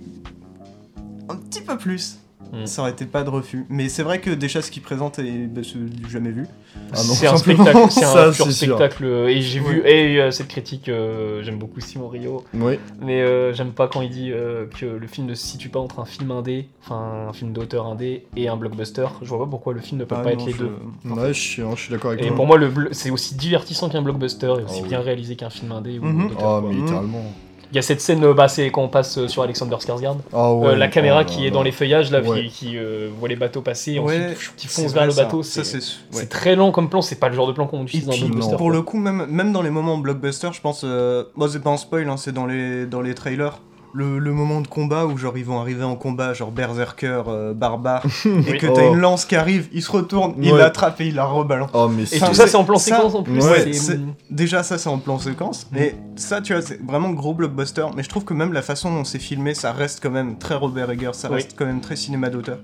[SPEAKER 2] Un petit peu plus.
[SPEAKER 3] Mm.
[SPEAKER 2] Ça aurait été pas de refus. Mais c'est vrai que déjà, ce qu'il présente est bah, c'est du jamais vu.
[SPEAKER 1] Ah non,
[SPEAKER 3] c'est un
[SPEAKER 1] simplement,
[SPEAKER 3] spectacle,
[SPEAKER 2] (laughs)
[SPEAKER 3] c'est un
[SPEAKER 1] ça,
[SPEAKER 3] pur
[SPEAKER 1] c'est sûr.
[SPEAKER 3] spectacle. euh, Et j'ai vu, et euh, cette critique, euh, j'aime beaucoup Simon Rio,
[SPEAKER 1] Oui.
[SPEAKER 3] mais euh, j'aime pas quand il dit euh, que le film ne se situe pas entre un film indé, enfin un film d'auteur indé et un blockbuster. Je vois pas pourquoi le film ne peut
[SPEAKER 2] Ah
[SPEAKER 3] pas
[SPEAKER 2] non,
[SPEAKER 3] être les
[SPEAKER 2] je-
[SPEAKER 3] deux.
[SPEAKER 1] Ouais, je suis, hein, je suis d'accord avec
[SPEAKER 3] Et
[SPEAKER 1] toi.
[SPEAKER 3] pour moi, le blo- c'est aussi divertissant qu'un blockbuster et aussi
[SPEAKER 1] Ah oui.
[SPEAKER 3] bien réalisé qu'un film indé. ou
[SPEAKER 2] Mhm.
[SPEAKER 3] d'auteur,
[SPEAKER 1] Ah,
[SPEAKER 3] quoi.
[SPEAKER 1] mais
[SPEAKER 2] Mhm.
[SPEAKER 1] littéralement.
[SPEAKER 3] Il y a cette scène, euh, bah, c'est quand on passe euh, sur Alexander Skarsgård,
[SPEAKER 1] Ah
[SPEAKER 3] euh,
[SPEAKER 1] ouais,
[SPEAKER 3] la caméra
[SPEAKER 1] oh
[SPEAKER 3] qui
[SPEAKER 1] là
[SPEAKER 3] est dans
[SPEAKER 1] là.
[SPEAKER 3] les feuillages, là,
[SPEAKER 1] Ouais.
[SPEAKER 3] qui, qui, euh, voit les bateaux passer, et
[SPEAKER 2] Ouais,
[SPEAKER 3] ensuite qui
[SPEAKER 2] c'est
[SPEAKER 3] fonce
[SPEAKER 2] vrai,
[SPEAKER 3] vers le
[SPEAKER 2] ça.
[SPEAKER 3] bateau.
[SPEAKER 2] Ça,
[SPEAKER 3] C'est
[SPEAKER 2] c'est. ouais.
[SPEAKER 3] c'est très lent comme plan, c'est pas le genre de plan qu'on
[SPEAKER 2] Et
[SPEAKER 3] utilise dans un
[SPEAKER 2] puis,
[SPEAKER 3] blockbuster.
[SPEAKER 2] pour
[SPEAKER 3] quoi.
[SPEAKER 2] le coup, même, même dans les moments blockbuster, je pense. Euh, bon, c'est pas un spoil, hein, c'est dans les, dans les trailers. Le, le moment de combat où genre ils vont arriver en combat, genre berserker,
[SPEAKER 1] (laughs)
[SPEAKER 2] euh, barbare, et
[SPEAKER 3] Oui.
[SPEAKER 2] que t'as
[SPEAKER 1] Oh.
[SPEAKER 2] une lance qui arrive, il se retourne, il
[SPEAKER 1] Ouais.
[SPEAKER 2] l'attrape et il la rebalance.
[SPEAKER 1] Oh, mais
[SPEAKER 3] Et
[SPEAKER 1] c'est.
[SPEAKER 3] tout ça, c'est en plan
[SPEAKER 2] ça-
[SPEAKER 3] séquence en plus.
[SPEAKER 1] ouais,
[SPEAKER 3] c'est-
[SPEAKER 2] c'est- Déjà, ça, c'est en plan séquence. Mais ça, tu vois, c'est vraiment gros blockbuster. Mais je trouve que même la façon dont c'est filmé, ça reste quand même très Robert Eggers, ça
[SPEAKER 3] Oui.
[SPEAKER 2] reste quand même très cinéma d'auteur.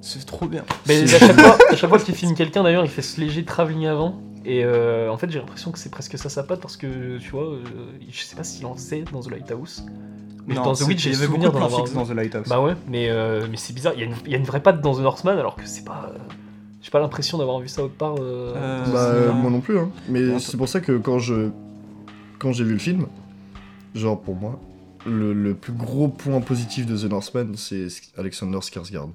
[SPEAKER 2] C'est trop bien.
[SPEAKER 3] Mais
[SPEAKER 1] C'est-
[SPEAKER 3] à
[SPEAKER 2] (laughs)
[SPEAKER 3] chaque fois, à chaque fois qu'il filme quelqu'un, d'ailleurs, il fait ce léger travelling avant. Et euh, en fait, j'ai l'impression que c'est presque ça sa patte parce que tu vois, euh, je sais pas s'il en faisait dans The Lighthouse. Mais dans The
[SPEAKER 2] c'est-
[SPEAKER 3] Witch, j'ai
[SPEAKER 2] il y avait beaucoup de
[SPEAKER 3] souvenir d'en
[SPEAKER 2] plans
[SPEAKER 3] avoir
[SPEAKER 2] fixes
[SPEAKER 3] vu.
[SPEAKER 2] dans The Lighthouse.
[SPEAKER 3] Bah ouais, mais, euh, mais c'est bizarre. Il y, a une- il y a une vraie patte dans The Northman alors que c'est pas. euh, j'ai pas l'impression d'avoir vu ça autre part. euh,
[SPEAKER 2] Euh,
[SPEAKER 3] dans
[SPEAKER 1] Bah,
[SPEAKER 3] ce
[SPEAKER 1] euh,
[SPEAKER 3] cinéma.
[SPEAKER 1] moi non plus, hein. Mais
[SPEAKER 2] Attends.
[SPEAKER 1] c'est pour ça que quand je. Quand j'ai vu le film, genre pour moi, le, le plus gros point positif de The Northman, c'est S- Alexander Skarsgård.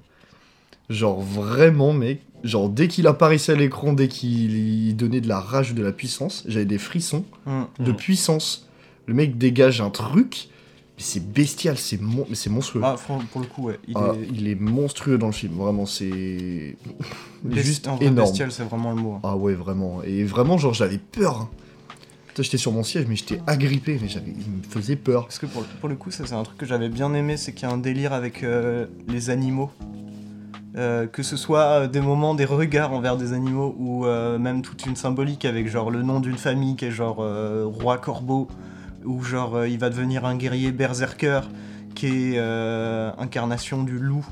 [SPEAKER 1] Genre vraiment, mec, genre dès qu'il apparaissait à l'écran, dès qu'il il donnait de la rage, de la puissance, j'avais des frissons
[SPEAKER 2] Mm.
[SPEAKER 1] de
[SPEAKER 3] Mhm.
[SPEAKER 1] puissance. Le mec dégage un truc, mais c'est bestial, c'est mon... mais c'est monstrueux.
[SPEAKER 2] Ah, fran- pour le coup, ouais. Il
[SPEAKER 1] Ah,
[SPEAKER 2] est...
[SPEAKER 1] il est monstrueux dans le film, vraiment, c'est (laughs)
[SPEAKER 2] besti-
[SPEAKER 1] juste
[SPEAKER 2] en vrai,
[SPEAKER 1] énorme.
[SPEAKER 2] bestial, c'est vraiment le mot. hein.
[SPEAKER 1] Ah ouais, vraiment. Et vraiment, genre, j'avais peur. hein. Putain, j'étais sur mon siège, mais j'étais agrippé, mais j'avais... il me faisait peur.
[SPEAKER 2] Parce que pour, pour le coup, ça c'est un truc que j'avais bien aimé, c'est qu'il y a un délire avec euh, les animaux. Euh, que ce soit euh, des moments, des regards envers des animaux, ou euh, même toute une symbolique avec genre le nom d'une famille qui est genre euh, roi corbeau, ou genre euh, il va devenir un guerrier berserker, qui est euh, incarnation du loup.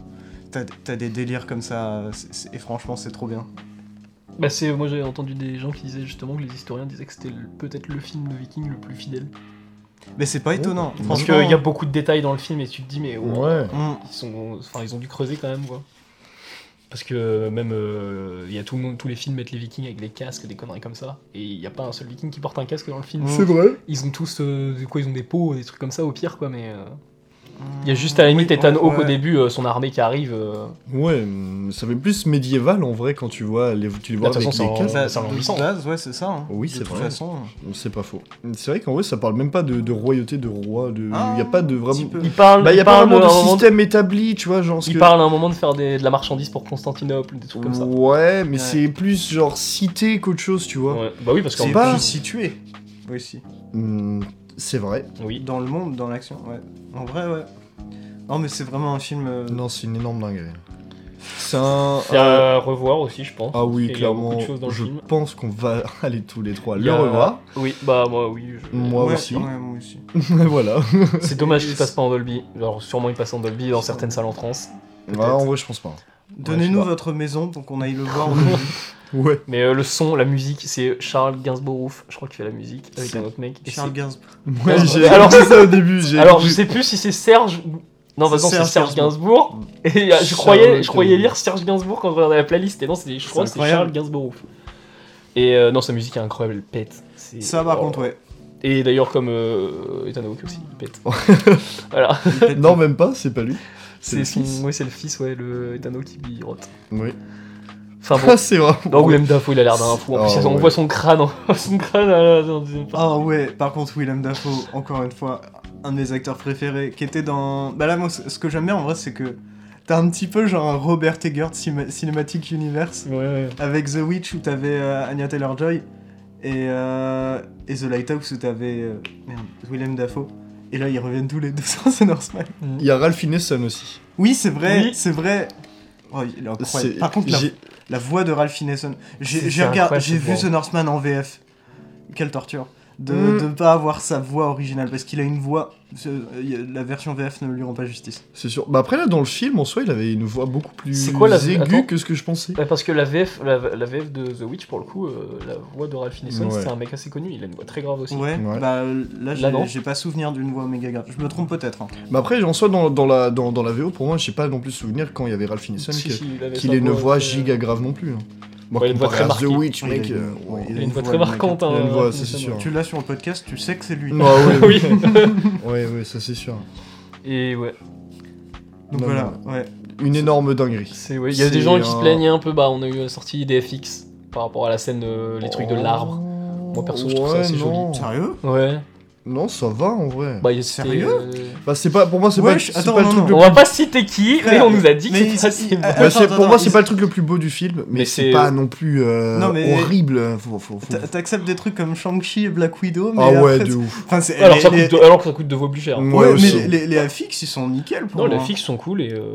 [SPEAKER 2] T'as t'as des délires comme ça, euh, c'est- c'est- et franchement c'est trop bien.
[SPEAKER 3] Bah, c'est- moi j'avais entendu des gens qui disaient justement que les historiens disaient que c'était le- peut-être le film de Viking le plus fidèle.
[SPEAKER 2] Mais c'est pas étonnant,
[SPEAKER 1] parce
[SPEAKER 3] Oh. Parce
[SPEAKER 2] franchement.
[SPEAKER 3] qu'il y a beaucoup de détails dans le film et tu te dis, mais oh,
[SPEAKER 2] Mm.
[SPEAKER 3] ils sont enfin ils ont dû creuser quand même quoi parce que même euh, il y a tout le monde tous les films mettent les vikings avec des casques des conneries comme ça et il n'y a pas un seul viking qui porte un casque dans le film
[SPEAKER 1] C'est vrai.
[SPEAKER 3] ils ont tous euh, quoi ils ont des peaux des trucs comme ça au pire quoi mais euh, il y a juste à la limite
[SPEAKER 2] Oui,
[SPEAKER 3] Ethan Hawke
[SPEAKER 2] ouais.
[SPEAKER 3] au début euh, son armée qui arrive euh,
[SPEAKER 1] Ouais, mm, ça fait plus médiéval en vrai quand tu vois les, tu les vois
[SPEAKER 3] De toute
[SPEAKER 1] avec
[SPEAKER 3] façon,
[SPEAKER 1] les
[SPEAKER 3] c'est en-
[SPEAKER 1] casques.
[SPEAKER 2] Ça,
[SPEAKER 3] Ça,
[SPEAKER 2] de
[SPEAKER 3] l'ambition.
[SPEAKER 2] base, ouais, c'est ça. hein.
[SPEAKER 1] Oui,
[SPEAKER 2] De
[SPEAKER 1] c'est
[SPEAKER 2] toute
[SPEAKER 1] vrai.
[SPEAKER 2] façon.
[SPEAKER 1] C'est pas faux. C'est vrai qu'en vrai, ça parle même pas de, de royauté, de roi, de. Il
[SPEAKER 2] Ah,
[SPEAKER 1] y a pas de
[SPEAKER 2] petit
[SPEAKER 1] vraiment.
[SPEAKER 2] peu.
[SPEAKER 3] il parle
[SPEAKER 1] Bah, il y
[SPEAKER 3] il
[SPEAKER 1] a pas
[SPEAKER 3] parle
[SPEAKER 1] vraiment
[SPEAKER 3] à
[SPEAKER 1] de
[SPEAKER 3] un moment
[SPEAKER 1] système établi, tu vois, genre. ce
[SPEAKER 3] il
[SPEAKER 1] que-
[SPEAKER 3] parle à un moment de faire des- de la marchandise pour Constantinople des trucs comme ça
[SPEAKER 1] Ouais, mais
[SPEAKER 2] Ouais.
[SPEAKER 1] c'est plus genre cité qu'autre chose, tu vois.
[SPEAKER 3] Ouais. bah oui parce
[SPEAKER 1] C'est
[SPEAKER 3] qu'en
[SPEAKER 1] pas-
[SPEAKER 2] plus situé aussi
[SPEAKER 1] Mm, c'est vrai.
[SPEAKER 3] oui
[SPEAKER 2] dans le monde, dans l'action. Ouais. En vrai, ouais. Non, mais c'est vraiment un film. euh,
[SPEAKER 1] Non, c'est une énorme dinguerie. C'est un.
[SPEAKER 3] c'est à revoir aussi je pense
[SPEAKER 1] Ah
[SPEAKER 3] Et
[SPEAKER 1] oui,
[SPEAKER 3] il y a
[SPEAKER 1] clairement.
[SPEAKER 3] beaucoup de choses dans le
[SPEAKER 1] Je
[SPEAKER 3] film.
[SPEAKER 1] pense qu'on va (laughs) aller tous les trois
[SPEAKER 3] Il
[SPEAKER 1] le
[SPEAKER 3] y a- (laughs)
[SPEAKER 1] revoir.
[SPEAKER 3] oui bah moi oui je-
[SPEAKER 1] Moi
[SPEAKER 2] ouais,
[SPEAKER 1] aussi.
[SPEAKER 2] ouais, moi aussi.
[SPEAKER 1] voilà.
[SPEAKER 3] (laughs) c'est dommage qu'il passe pas en Dolby alors sûrement il passe en Dolby dans certaines salles en France
[SPEAKER 1] Ah, en vrai, je pense pas.
[SPEAKER 2] Donnez-nous
[SPEAKER 1] je sais
[SPEAKER 2] votre maison pour qu'on aille le voir.
[SPEAKER 3] (laughs)
[SPEAKER 1] Ouais.
[SPEAKER 3] Mais euh, le son, la musique, c'est Charles Gainsborough, je crois qu'il fait la musique avec
[SPEAKER 1] C'est-
[SPEAKER 3] un autre mec. Et
[SPEAKER 2] Charles
[SPEAKER 3] c'est-
[SPEAKER 2] Gainsbourg.
[SPEAKER 1] Moi,
[SPEAKER 3] Ouais.
[SPEAKER 1] j'ai
[SPEAKER 3] (laughs) Alors-
[SPEAKER 1] alors c'est ça au début. j'ai-
[SPEAKER 3] Alors je sais plus si c'est Serge ou. Non, vas-y,
[SPEAKER 2] C'est
[SPEAKER 3] c'est
[SPEAKER 2] Serge
[SPEAKER 3] Serge Gainsbourg. Et euh,
[SPEAKER 1] Charles
[SPEAKER 3] je croyais, je croyais
[SPEAKER 1] Gainsbourg.
[SPEAKER 3] lire Serge Gainsbourg quand je regardais la playlist. Et non, c'est, je crois que
[SPEAKER 2] C'est
[SPEAKER 3] c'est
[SPEAKER 2] incroyable.
[SPEAKER 3] Charles Gainsborough. Et euh, non, sa musique est incroyable, elle pète. C'est-
[SPEAKER 2] Ça, par
[SPEAKER 1] (laughs)
[SPEAKER 3] oh.
[SPEAKER 2] contre, ouais.
[SPEAKER 3] Et d'ailleurs, comme euh, Ethan Hawke aussi, il pète. (laughs) voilà.
[SPEAKER 1] Non, même pas, c'est pas lui. C'est
[SPEAKER 3] C'est
[SPEAKER 1] le
[SPEAKER 3] son...
[SPEAKER 1] fils.
[SPEAKER 3] ouais, c'est le fils, ouais, le Ethan Hawke qui rote.
[SPEAKER 1] Oui.
[SPEAKER 3] Enfin bon.
[SPEAKER 1] Ah, (laughs) c'est vrai.
[SPEAKER 3] Non, Willem Dafoe, il a l'air d'un fou. En plus,
[SPEAKER 1] Ah,
[SPEAKER 3] on
[SPEAKER 1] ouais.
[SPEAKER 3] voit son crâne, en- (laughs) son crâne euh, dans la deuxième partie.
[SPEAKER 2] Ah ouais, par contre, Willem Dafoe, encore une fois, un de mes acteurs préférés, qui était dans. Bah là, moi, ce ce que j'aime bien en vrai, c'est que t'as un petit peu genre un Robert Eggert cima- Cinematic Universe
[SPEAKER 3] Ouais, ouais.
[SPEAKER 2] avec The Witch où t'avais euh, Anya Taylor Joy et, euh, et The Lighthouse où t'avais. euh, merde, Willem Dafoe. Et là, ils reviennent tous les deux sur The Northman.
[SPEAKER 1] Il y a Ralph Ineson aussi.
[SPEAKER 2] Oui, c'est vrai,
[SPEAKER 3] Oui.
[SPEAKER 2] c'est vrai. Oh, il est incroyable.
[SPEAKER 1] C'est-
[SPEAKER 2] Par contre, la,
[SPEAKER 1] j'ai-
[SPEAKER 2] la voix de Ralph Ineson.
[SPEAKER 3] C'est-
[SPEAKER 2] J'ai
[SPEAKER 3] c'est
[SPEAKER 2] j'ai regard-
[SPEAKER 3] incroyable,
[SPEAKER 2] j'ai
[SPEAKER 3] cette
[SPEAKER 2] vu
[SPEAKER 3] voix.
[SPEAKER 2] ce Northman en VF. Quelle torture de
[SPEAKER 1] Mm.
[SPEAKER 2] ne pas avoir sa voix originale parce qu'il a une voix. ce- euh, y a- la version VF ne lui rend pas justice.
[SPEAKER 1] c'est sûr. Bah après là, dans le film, en soi, il avait une voix beaucoup plus
[SPEAKER 3] C'est quoi la-
[SPEAKER 1] aiguë
[SPEAKER 3] Attends.
[SPEAKER 1] que ce que je pensais.
[SPEAKER 3] Ouais, Bah, parce que la VF, la, la VF de The Witch, pour le coup, euh, la voix de Ralph Ineson,
[SPEAKER 1] Ouais.
[SPEAKER 3] c'est un mec assez connu. Il a une voix très grave aussi.
[SPEAKER 2] Ouais,
[SPEAKER 1] Ouais.
[SPEAKER 2] bah là, j'ai-
[SPEAKER 3] non.
[SPEAKER 2] j'ai pas souvenir d'une voix méga grave. Je me trompe peut-être. hein.
[SPEAKER 1] Mais après, en soi, dans, dans la, dans, dans la VO, pour moi, je sais pas non plus souvenir quand il y avait Ralph Ineson
[SPEAKER 3] Si,
[SPEAKER 1] que-
[SPEAKER 3] si, il avait
[SPEAKER 1] qu'il
[SPEAKER 3] sa
[SPEAKER 1] ait une voix
[SPEAKER 3] très-
[SPEAKER 1] giga grave non plus. hein. Moi,
[SPEAKER 3] euh, Ouais, une voix
[SPEAKER 1] comparé à
[SPEAKER 3] très
[SPEAKER 1] The
[SPEAKER 3] marquée.
[SPEAKER 1] Witch,
[SPEAKER 2] Il a
[SPEAKER 1] mec.
[SPEAKER 2] une-
[SPEAKER 1] euh,
[SPEAKER 2] ouais,
[SPEAKER 1] il
[SPEAKER 3] Il
[SPEAKER 1] a
[SPEAKER 3] a une voix
[SPEAKER 2] voix,
[SPEAKER 3] très
[SPEAKER 2] le mec.
[SPEAKER 3] marquante. hein,
[SPEAKER 1] Il a une voix,
[SPEAKER 3] Ralph
[SPEAKER 1] ça, c'est
[SPEAKER 3] Ineson. (laughs)
[SPEAKER 1] sûr.
[SPEAKER 2] Tu l'as sur le podcast, tu sais que c'est lui.
[SPEAKER 1] Ah ouais,
[SPEAKER 3] Oui.
[SPEAKER 1] ouais, ouais, ça c'est sûr.
[SPEAKER 3] (laughs) Et ouais,
[SPEAKER 2] Donc
[SPEAKER 1] Non,
[SPEAKER 2] voilà, ouais.
[SPEAKER 1] Une énorme dinguerie.
[SPEAKER 3] c'est ouais. Il y a
[SPEAKER 1] C'est
[SPEAKER 3] des gens qui
[SPEAKER 1] un-
[SPEAKER 3] se plaignaient un peu. Bah, on a eu la sortie des FX par rapport à la scène, euh, les trucs de l'arbre. Moi, perso, je trouve ça
[SPEAKER 1] Ouais,
[SPEAKER 3] assez
[SPEAKER 1] non.
[SPEAKER 2] Sérieux
[SPEAKER 1] Oh.
[SPEAKER 3] Ouais.
[SPEAKER 1] Non, ça va en vrai.
[SPEAKER 3] Bah, il- c'était,
[SPEAKER 2] Sérieux
[SPEAKER 3] euh,
[SPEAKER 1] Bah, c'est pas, pour moi, c'est pas,
[SPEAKER 2] Wesh,
[SPEAKER 1] c'est
[SPEAKER 2] attends,
[SPEAKER 1] pas le
[SPEAKER 2] non,
[SPEAKER 1] truc
[SPEAKER 2] non.
[SPEAKER 1] le
[SPEAKER 3] On va pas citer qui, mais on nous a dit que
[SPEAKER 2] Mais
[SPEAKER 3] c'était
[SPEAKER 2] il-
[SPEAKER 3] assez
[SPEAKER 2] il-
[SPEAKER 3] bon.
[SPEAKER 1] Bah, c'est- pour
[SPEAKER 2] Attends,
[SPEAKER 1] moi,
[SPEAKER 2] attends,
[SPEAKER 1] c'est
[SPEAKER 2] il-
[SPEAKER 1] pas le truc le plus beau du film, mais,
[SPEAKER 3] Mais
[SPEAKER 1] c'est
[SPEAKER 3] c'est-
[SPEAKER 1] pas non plus euh,
[SPEAKER 2] Non, mais-
[SPEAKER 1] horrible. Faut- faut- faut-
[SPEAKER 2] T'a- T'acceptes des trucs comme Shang-Chi et Black Widow, mais.
[SPEAKER 1] Ah ouais,
[SPEAKER 2] après,
[SPEAKER 1] de
[SPEAKER 2] c'est-
[SPEAKER 1] ouf.
[SPEAKER 2] Enfin, c'est.
[SPEAKER 3] Ah, Alors,
[SPEAKER 2] les-
[SPEAKER 3] ça
[SPEAKER 2] les-
[SPEAKER 3] coûte deux- alors que ça coûte de vos plus cher.
[SPEAKER 1] Moi
[SPEAKER 2] Ouais,
[SPEAKER 1] aussi.
[SPEAKER 2] mais les, les AFX, ils sont nickel pour
[SPEAKER 3] Non, les
[SPEAKER 2] moi.
[SPEAKER 3] fixes sont cool et. euh,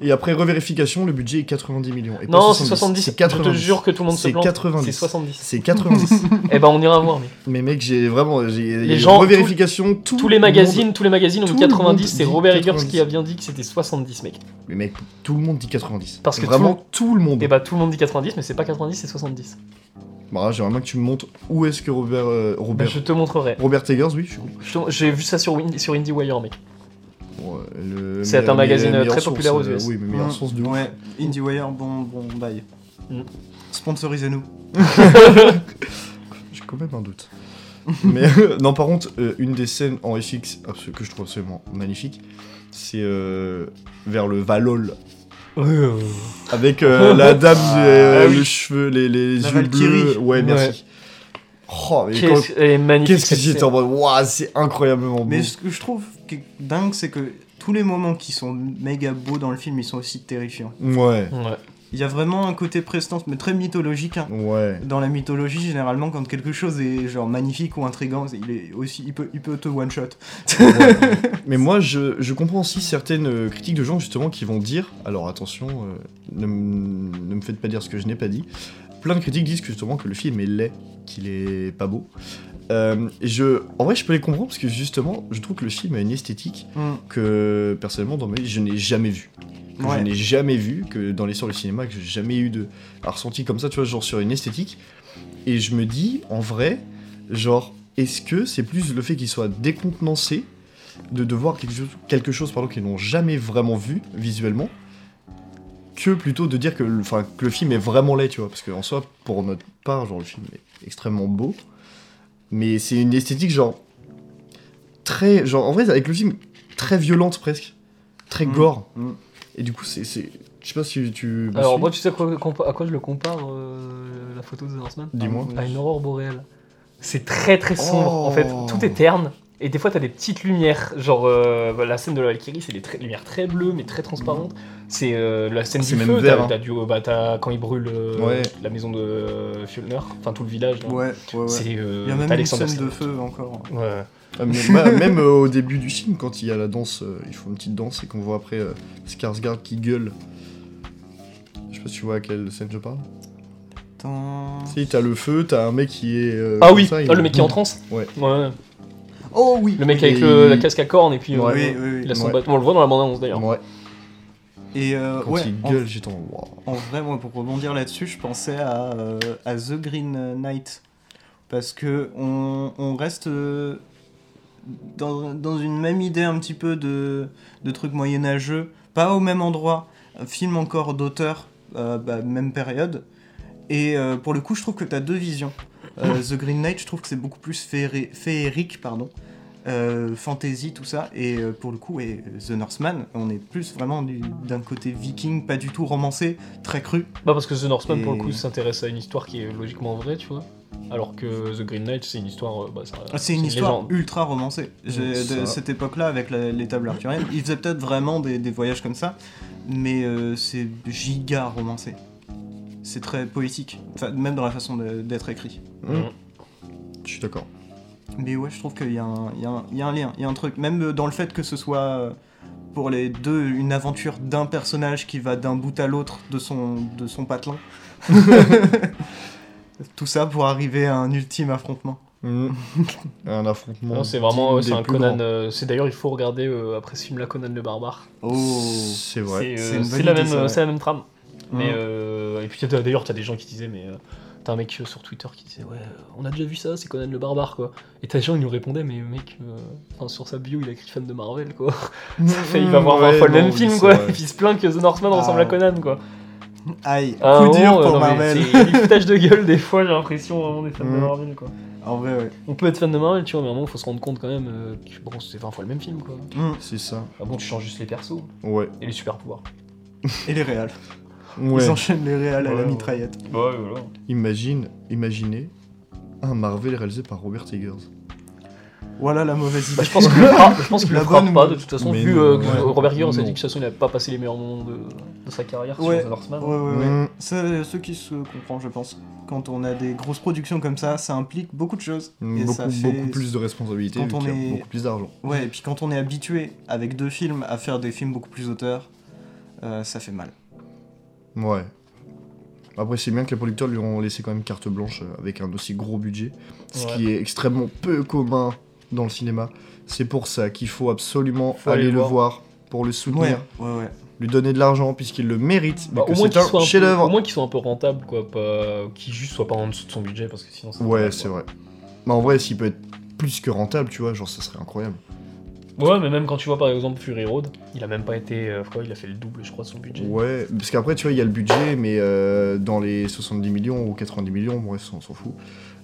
[SPEAKER 1] Et après revérification, le budget est 90 millions. Et pas
[SPEAKER 3] Non, c'est 70.
[SPEAKER 1] C'est 90.
[SPEAKER 3] Je te jure que tout le monde se
[SPEAKER 1] C'est
[SPEAKER 3] plante.
[SPEAKER 1] 90.
[SPEAKER 3] C'est 70.
[SPEAKER 1] C'est
[SPEAKER 2] (laughs)
[SPEAKER 1] 90.
[SPEAKER 3] Eh ben, on ira voir. Mais.
[SPEAKER 1] mais mec, j'ai vraiment. J'ai, il y a eu
[SPEAKER 3] gens,
[SPEAKER 1] Revérification, tout
[SPEAKER 3] Tous les
[SPEAKER 1] le monde-
[SPEAKER 3] magazines, tous les magazines ont
[SPEAKER 1] tout
[SPEAKER 3] mis
[SPEAKER 1] le monde
[SPEAKER 3] 90. C'est
[SPEAKER 1] dit
[SPEAKER 3] Robert Eggers
[SPEAKER 1] 90.
[SPEAKER 3] qui a bien dit que c'était 70, mec.
[SPEAKER 1] Mais mec, tout le monde dit 90.
[SPEAKER 3] Parce que
[SPEAKER 1] vraiment tout le monde.
[SPEAKER 3] Et bah, tout le monde dit 90, mais c'est pas 90, c'est 70.
[SPEAKER 1] Bah, j'aimerais bien que tu me montres où est-ce que Robert. euh,
[SPEAKER 3] Bah,
[SPEAKER 1] Robert.
[SPEAKER 3] je te montrerai.
[SPEAKER 1] Robert Eggers, oui, je suis con.
[SPEAKER 3] Je te- J'ai vu ça sur, Win- sur IndieWire, mec.
[SPEAKER 1] Bon, euh, le-
[SPEAKER 3] C'est
[SPEAKER 1] mais-
[SPEAKER 3] un
[SPEAKER 1] mais-
[SPEAKER 3] magazine
[SPEAKER 1] meilleure
[SPEAKER 3] très
[SPEAKER 1] source,
[SPEAKER 3] populaire aux
[SPEAKER 1] euh,
[SPEAKER 3] US.
[SPEAKER 1] Oui, mais meilleure source de ouf.
[SPEAKER 2] Ah. Ouais, IndieWire, bon, bon, bye.
[SPEAKER 3] Mm.
[SPEAKER 2] Sponsorisez-nous.
[SPEAKER 1] J'ai quand même un
[SPEAKER 3] (laughs)
[SPEAKER 1] doute. Mais euh, non, par contre, euh, une des scènes en FX abso- que je trouve absolument magnifique, c'est euh, vers le Valhalla Avec
[SPEAKER 3] (laughs)
[SPEAKER 1] euh, la dame, du- euh,
[SPEAKER 3] Ah oui.
[SPEAKER 1] le cheveu, les, les
[SPEAKER 2] La
[SPEAKER 1] yeux
[SPEAKER 2] Valkyrie.
[SPEAKER 1] bleus. Ouais, merci. Oh, mais quand-
[SPEAKER 3] Qu'est-ce elle est magnifique.
[SPEAKER 1] qu'est-ce que
[SPEAKER 3] cette
[SPEAKER 1] j'étais en
[SPEAKER 3] scène.
[SPEAKER 1] mode, waouh, c'est incroyablement beau.
[SPEAKER 2] Mais ce que je trouve qui est dingue, c'est que tous les moments qui sont méga beaux dans le film, ils sont aussi terrifiants.
[SPEAKER 1] Ouais,
[SPEAKER 3] Ouais.
[SPEAKER 2] Il y a vraiment un côté prestance, mais très mythologique. hein.
[SPEAKER 1] ouais.
[SPEAKER 2] Dans la mythologie, généralement, quand quelque chose est genre magnifique ou intrigant, il est aussi, il peut, il peut te one shot.
[SPEAKER 1] Ouais. Mais moi, je, je comprends aussi certaines euh, critiques de gens justement qui vont dire, alors attention, euh, ne, m- ne me faites pas dire ce que je n'ai pas dit. Plein de critiques disent que, justement que le film est laid, qu'il est pas beau. Euh, et je, en vrai, je peux les comprendre parce que justement, je trouve que le film a une esthétique
[SPEAKER 2] Mm.
[SPEAKER 1] que personnellement dans ma vie, je n'ai jamais vue. Que
[SPEAKER 2] Ouais.
[SPEAKER 1] Je n'ai jamais vu que dans l'histoire du cinéma, que j'ai jamais eu de un ressenti comme ça, tu vois, genre sur une esthétique. Et je me dis, en vrai, genre, est-ce que c'est plus le fait qu'ils soient décontenancés de, de voir quelque chose, quelque chose pardon, qu'ils n'ont jamais vraiment vu visuellement, que plutôt de dire que, le- enfin, que le film est vraiment laid, tu vois, parce qu'en soi, pour notre part, genre, le film est extrêmement beau, mais c'est une esthétique, genre, très, genre, en vrai, avec le film, très violente presque, très
[SPEAKER 2] Mm.
[SPEAKER 1] gore,
[SPEAKER 2] Mm.
[SPEAKER 1] et du coup, c'est, c'est- je sais pas si tu me
[SPEAKER 3] Alors,
[SPEAKER 1] suis.
[SPEAKER 3] moi, tu sais à quoi, compa- à quoi je le compare, euh, la photo de The Northman
[SPEAKER 1] Ah, dis-moi.
[SPEAKER 3] à Ah, une aurore boréale. C'est très très sombre
[SPEAKER 1] Oh.
[SPEAKER 3] en fait, tout est terne. Et des fois, t'as des petites lumières, genre euh, bah, la scène de la Valkyrie, c'est des très- lumières très bleues mais très transparentes. C'est euh, la scène
[SPEAKER 1] C'est
[SPEAKER 3] du
[SPEAKER 1] même
[SPEAKER 3] feu,
[SPEAKER 1] vert,
[SPEAKER 3] t'as-
[SPEAKER 1] hein.
[SPEAKER 3] t'as du- bah, t'as- quand il brûle euh,
[SPEAKER 1] Ouais.
[SPEAKER 3] la maison de euh, Fjölnir, enfin tout le village. là.
[SPEAKER 2] Ouais, ouais, ouais.
[SPEAKER 3] C'est euh,
[SPEAKER 2] Il y a même
[SPEAKER 3] t'as
[SPEAKER 2] une
[SPEAKER 3] Alexander
[SPEAKER 2] scène de
[SPEAKER 3] Skarsgård.
[SPEAKER 2] feu encore.
[SPEAKER 3] Ouais.
[SPEAKER 1] Ah, mais ma- (laughs) même euh, au début du film, quand il y a la danse, euh, ils font une petite danse et qu'on voit après euh, Skarsgård qui gueule. Je sais pas si tu vois à quelle scène je parle.
[SPEAKER 2] Attends.
[SPEAKER 1] Si t'as le feu, t'as un mec qui est. euh,
[SPEAKER 3] Ah
[SPEAKER 1] comme
[SPEAKER 3] oui,
[SPEAKER 1] ça, il-
[SPEAKER 3] ah, le mec qui est en transe.
[SPEAKER 1] Ouais.
[SPEAKER 2] Oh oui.
[SPEAKER 3] Le mec
[SPEAKER 1] Et
[SPEAKER 3] avec le- la
[SPEAKER 1] il-
[SPEAKER 3] casque à cornes et puis euh,
[SPEAKER 2] Oui, oui, oui.
[SPEAKER 3] il a son
[SPEAKER 1] Ouais.
[SPEAKER 3] bâton. On le voit dans la bande annonce d'ailleurs.
[SPEAKER 1] Ouais,
[SPEAKER 2] Et euh,
[SPEAKER 1] quand
[SPEAKER 2] ouais,
[SPEAKER 1] il
[SPEAKER 2] en-
[SPEAKER 1] gueule, j'étais en. Waouh.
[SPEAKER 2] En vrai, moi, pour rebondir là-dessus, je pensais à, euh, à The Green Knight. Parce que on, on reste euh, dans, dans une même idée un petit peu de, de trucs moyenâgeux. Pas au même endroit. Un film encore d'auteur, euh, bah, même période. Et euh, pour le coup, je trouve que tu as deux visions. Euh, The Green Knight, je trouve que c'est beaucoup plus féeri- féerique, pardon, euh, fantasy, tout ça. Et euh, pour le coup, et euh, The Northman, on est plus vraiment du- d'un côté viking, pas du tout romancé, très cru.
[SPEAKER 3] Bah parce que The Northman pour le coup
[SPEAKER 2] Et-
[SPEAKER 3] s'intéresse à une histoire qui est logiquement vraie, tu vois. Alors que The Green Knight c'est une histoire, euh, bah, ça-
[SPEAKER 2] Ah, C'est une histoire
[SPEAKER 3] légende.
[SPEAKER 2] ultra romancée. J'ai-
[SPEAKER 1] Ça.
[SPEAKER 2] De cette époque-là, avec la- les tables arthuriennes, ils faisaient peut-être vraiment des, des voyages comme ça, mais euh, c'est giga romancé. C'est très poétique, enfin, même dans la façon de- d'être écrit.
[SPEAKER 3] Mm.
[SPEAKER 1] Hum, Je suis d'accord.
[SPEAKER 2] Mais ouais, je trouve qu'il y, a un- il y a un il y a un lien, il y a un truc. Même euh, dans le fait que ce soit euh, pour les deux une aventure d'un personnage qui va d'un bout à l'autre de son, de son patelin. Tout ça pour arriver à un ultime affrontement.
[SPEAKER 1] Hum. (laughs) un affrontement.
[SPEAKER 3] Non, c'est
[SPEAKER 1] digne
[SPEAKER 3] vraiment ouais, c'est
[SPEAKER 1] des
[SPEAKER 3] un
[SPEAKER 1] plus
[SPEAKER 3] Conan.
[SPEAKER 1] grands.
[SPEAKER 3] euh, c'est d'ailleurs il faut regarder euh, après ce film là Conan le barbare.
[SPEAKER 1] Oh. C'est vrai.
[SPEAKER 3] C'est, euh,
[SPEAKER 2] c'est une
[SPEAKER 3] c'est
[SPEAKER 2] bonne
[SPEAKER 3] la
[SPEAKER 2] idée,
[SPEAKER 3] même
[SPEAKER 2] ça, ouais.
[SPEAKER 3] c'est la même trame. Mais
[SPEAKER 2] Mmh.
[SPEAKER 3] euh, et puis t'as- d'ailleurs t'as des gens qui disaient mais euh, t'as un mec euh, sur Twitter qui disait ouais euh, on a déjà vu ça c'est Conan le barbare quoi. Et t'as des gens qui nous répondaient mais mec euh, enfin, sur sa bio il a écrit fan de Marvel quoi. (laughs) Ça fait,
[SPEAKER 2] Mmh,
[SPEAKER 3] il va voir 20
[SPEAKER 1] Ouais,
[SPEAKER 3] fois le
[SPEAKER 1] non,
[SPEAKER 3] même
[SPEAKER 1] oui,
[SPEAKER 3] film
[SPEAKER 1] c'est
[SPEAKER 3] quoi.
[SPEAKER 1] vrai.
[SPEAKER 3] Et puis (laughs) il se plaint que The Northman
[SPEAKER 2] Ah.
[SPEAKER 3] ressemble à Conan quoi.
[SPEAKER 2] Aïe,
[SPEAKER 3] Ah,
[SPEAKER 2] coup dur
[SPEAKER 3] non,
[SPEAKER 2] pour
[SPEAKER 3] non, mais
[SPEAKER 2] Marvel.
[SPEAKER 1] (laughs)
[SPEAKER 3] c'est- Il y a des foutages de gueule des fois, j'ai l'impression vraiment des fans de
[SPEAKER 1] Mm.
[SPEAKER 3] Marvel quoi.
[SPEAKER 2] (laughs) En vrai, ouais.
[SPEAKER 3] On peut être fan de Marvel, tu vois, mais à un moment faut se rendre compte quand même euh, que bon, c'est 20 fois le même film quoi.
[SPEAKER 2] Hum,
[SPEAKER 1] C'est ça.
[SPEAKER 3] Ah bon, tu changes juste les persos
[SPEAKER 1] Ouais.
[SPEAKER 3] et les super pouvoirs.
[SPEAKER 2] Et les réals.
[SPEAKER 1] Ouais.
[SPEAKER 2] Ils enchaînent les réals à
[SPEAKER 3] Ouais,
[SPEAKER 2] la
[SPEAKER 3] ouais.
[SPEAKER 2] mitraillette.
[SPEAKER 3] Ouais, voilà.
[SPEAKER 1] Imagine, imaginez un Marvel réalisé par Robert Eggers.
[SPEAKER 2] Voilà la mauvaise idée.
[SPEAKER 3] Bah, je
[SPEAKER 1] (laughs)
[SPEAKER 3] pense qu'il le fera, je pense qu'il
[SPEAKER 2] La
[SPEAKER 3] le fera
[SPEAKER 2] bonne-
[SPEAKER 3] pas de toute façon,
[SPEAKER 1] Mais
[SPEAKER 3] vu
[SPEAKER 1] non,
[SPEAKER 3] euh, que
[SPEAKER 1] ouais.
[SPEAKER 3] Robert Gere s'est
[SPEAKER 1] Non.
[SPEAKER 3] dit que de toute façon il n'avait pas passé les meilleurs moments de, de sa carrière
[SPEAKER 2] Ouais.
[SPEAKER 3] sur The
[SPEAKER 2] (laughs)
[SPEAKER 3] Northman.
[SPEAKER 2] Ouais, ouais, ouais.
[SPEAKER 1] Hum,
[SPEAKER 2] C'est ce qui se comprend, je pense. Quand on a des grosses productions comme ça, ça implique beaucoup de choses. et ça
[SPEAKER 1] Mm. Beaucoup,
[SPEAKER 2] fait-
[SPEAKER 1] beaucoup plus de responsabilités, vu
[SPEAKER 2] Quand on
[SPEAKER 1] qu'il y
[SPEAKER 2] est-
[SPEAKER 1] a beaucoup plus d'argent.
[SPEAKER 2] Ouais, et puis quand on est habitué avec deux films à faire des films beaucoup plus auteurs, euh, ça fait mal.
[SPEAKER 1] Ouais. Après, c'est bien que les producteurs lui ont laissé quand même carte blanche euh, avec un aussi gros budget, ce
[SPEAKER 3] Ouais.
[SPEAKER 1] qui est extrêmement peu commun dans le cinéma. C'est pour ça qu'il faut absolument
[SPEAKER 3] Faut
[SPEAKER 1] aller,
[SPEAKER 3] aller
[SPEAKER 1] le
[SPEAKER 3] voir.
[SPEAKER 1] voir pour le soutenir,
[SPEAKER 2] ouais, ouais.
[SPEAKER 1] lui donner de l'argent puisqu'il le mérite, mais
[SPEAKER 3] Bah,
[SPEAKER 1] que
[SPEAKER 3] au moins
[SPEAKER 1] c'est
[SPEAKER 3] qu'il
[SPEAKER 1] un
[SPEAKER 3] soit un peu- au
[SPEAKER 1] chef-d'œuvre.
[SPEAKER 3] moins qu'il soit un peu rentable quoi, pas qu'il juste soit pas en dessous de son budget parce que sinon ça
[SPEAKER 1] Ouais,
[SPEAKER 3] va,
[SPEAKER 1] c'est
[SPEAKER 3] quoi.
[SPEAKER 1] vrai. Mais en vrai, s'il peut être plus que rentable, tu vois, genre ça serait incroyable.
[SPEAKER 3] Ouais, mais même quand tu vois par exemple Fury Road, il a même pas été euh, quoi, il a fait le double je crois de son budget.
[SPEAKER 1] Ouais, parce qu'après, tu vois, il y a le budget, mais euh, dans les 70 millions ou 90 millions, bref, on s'en fout,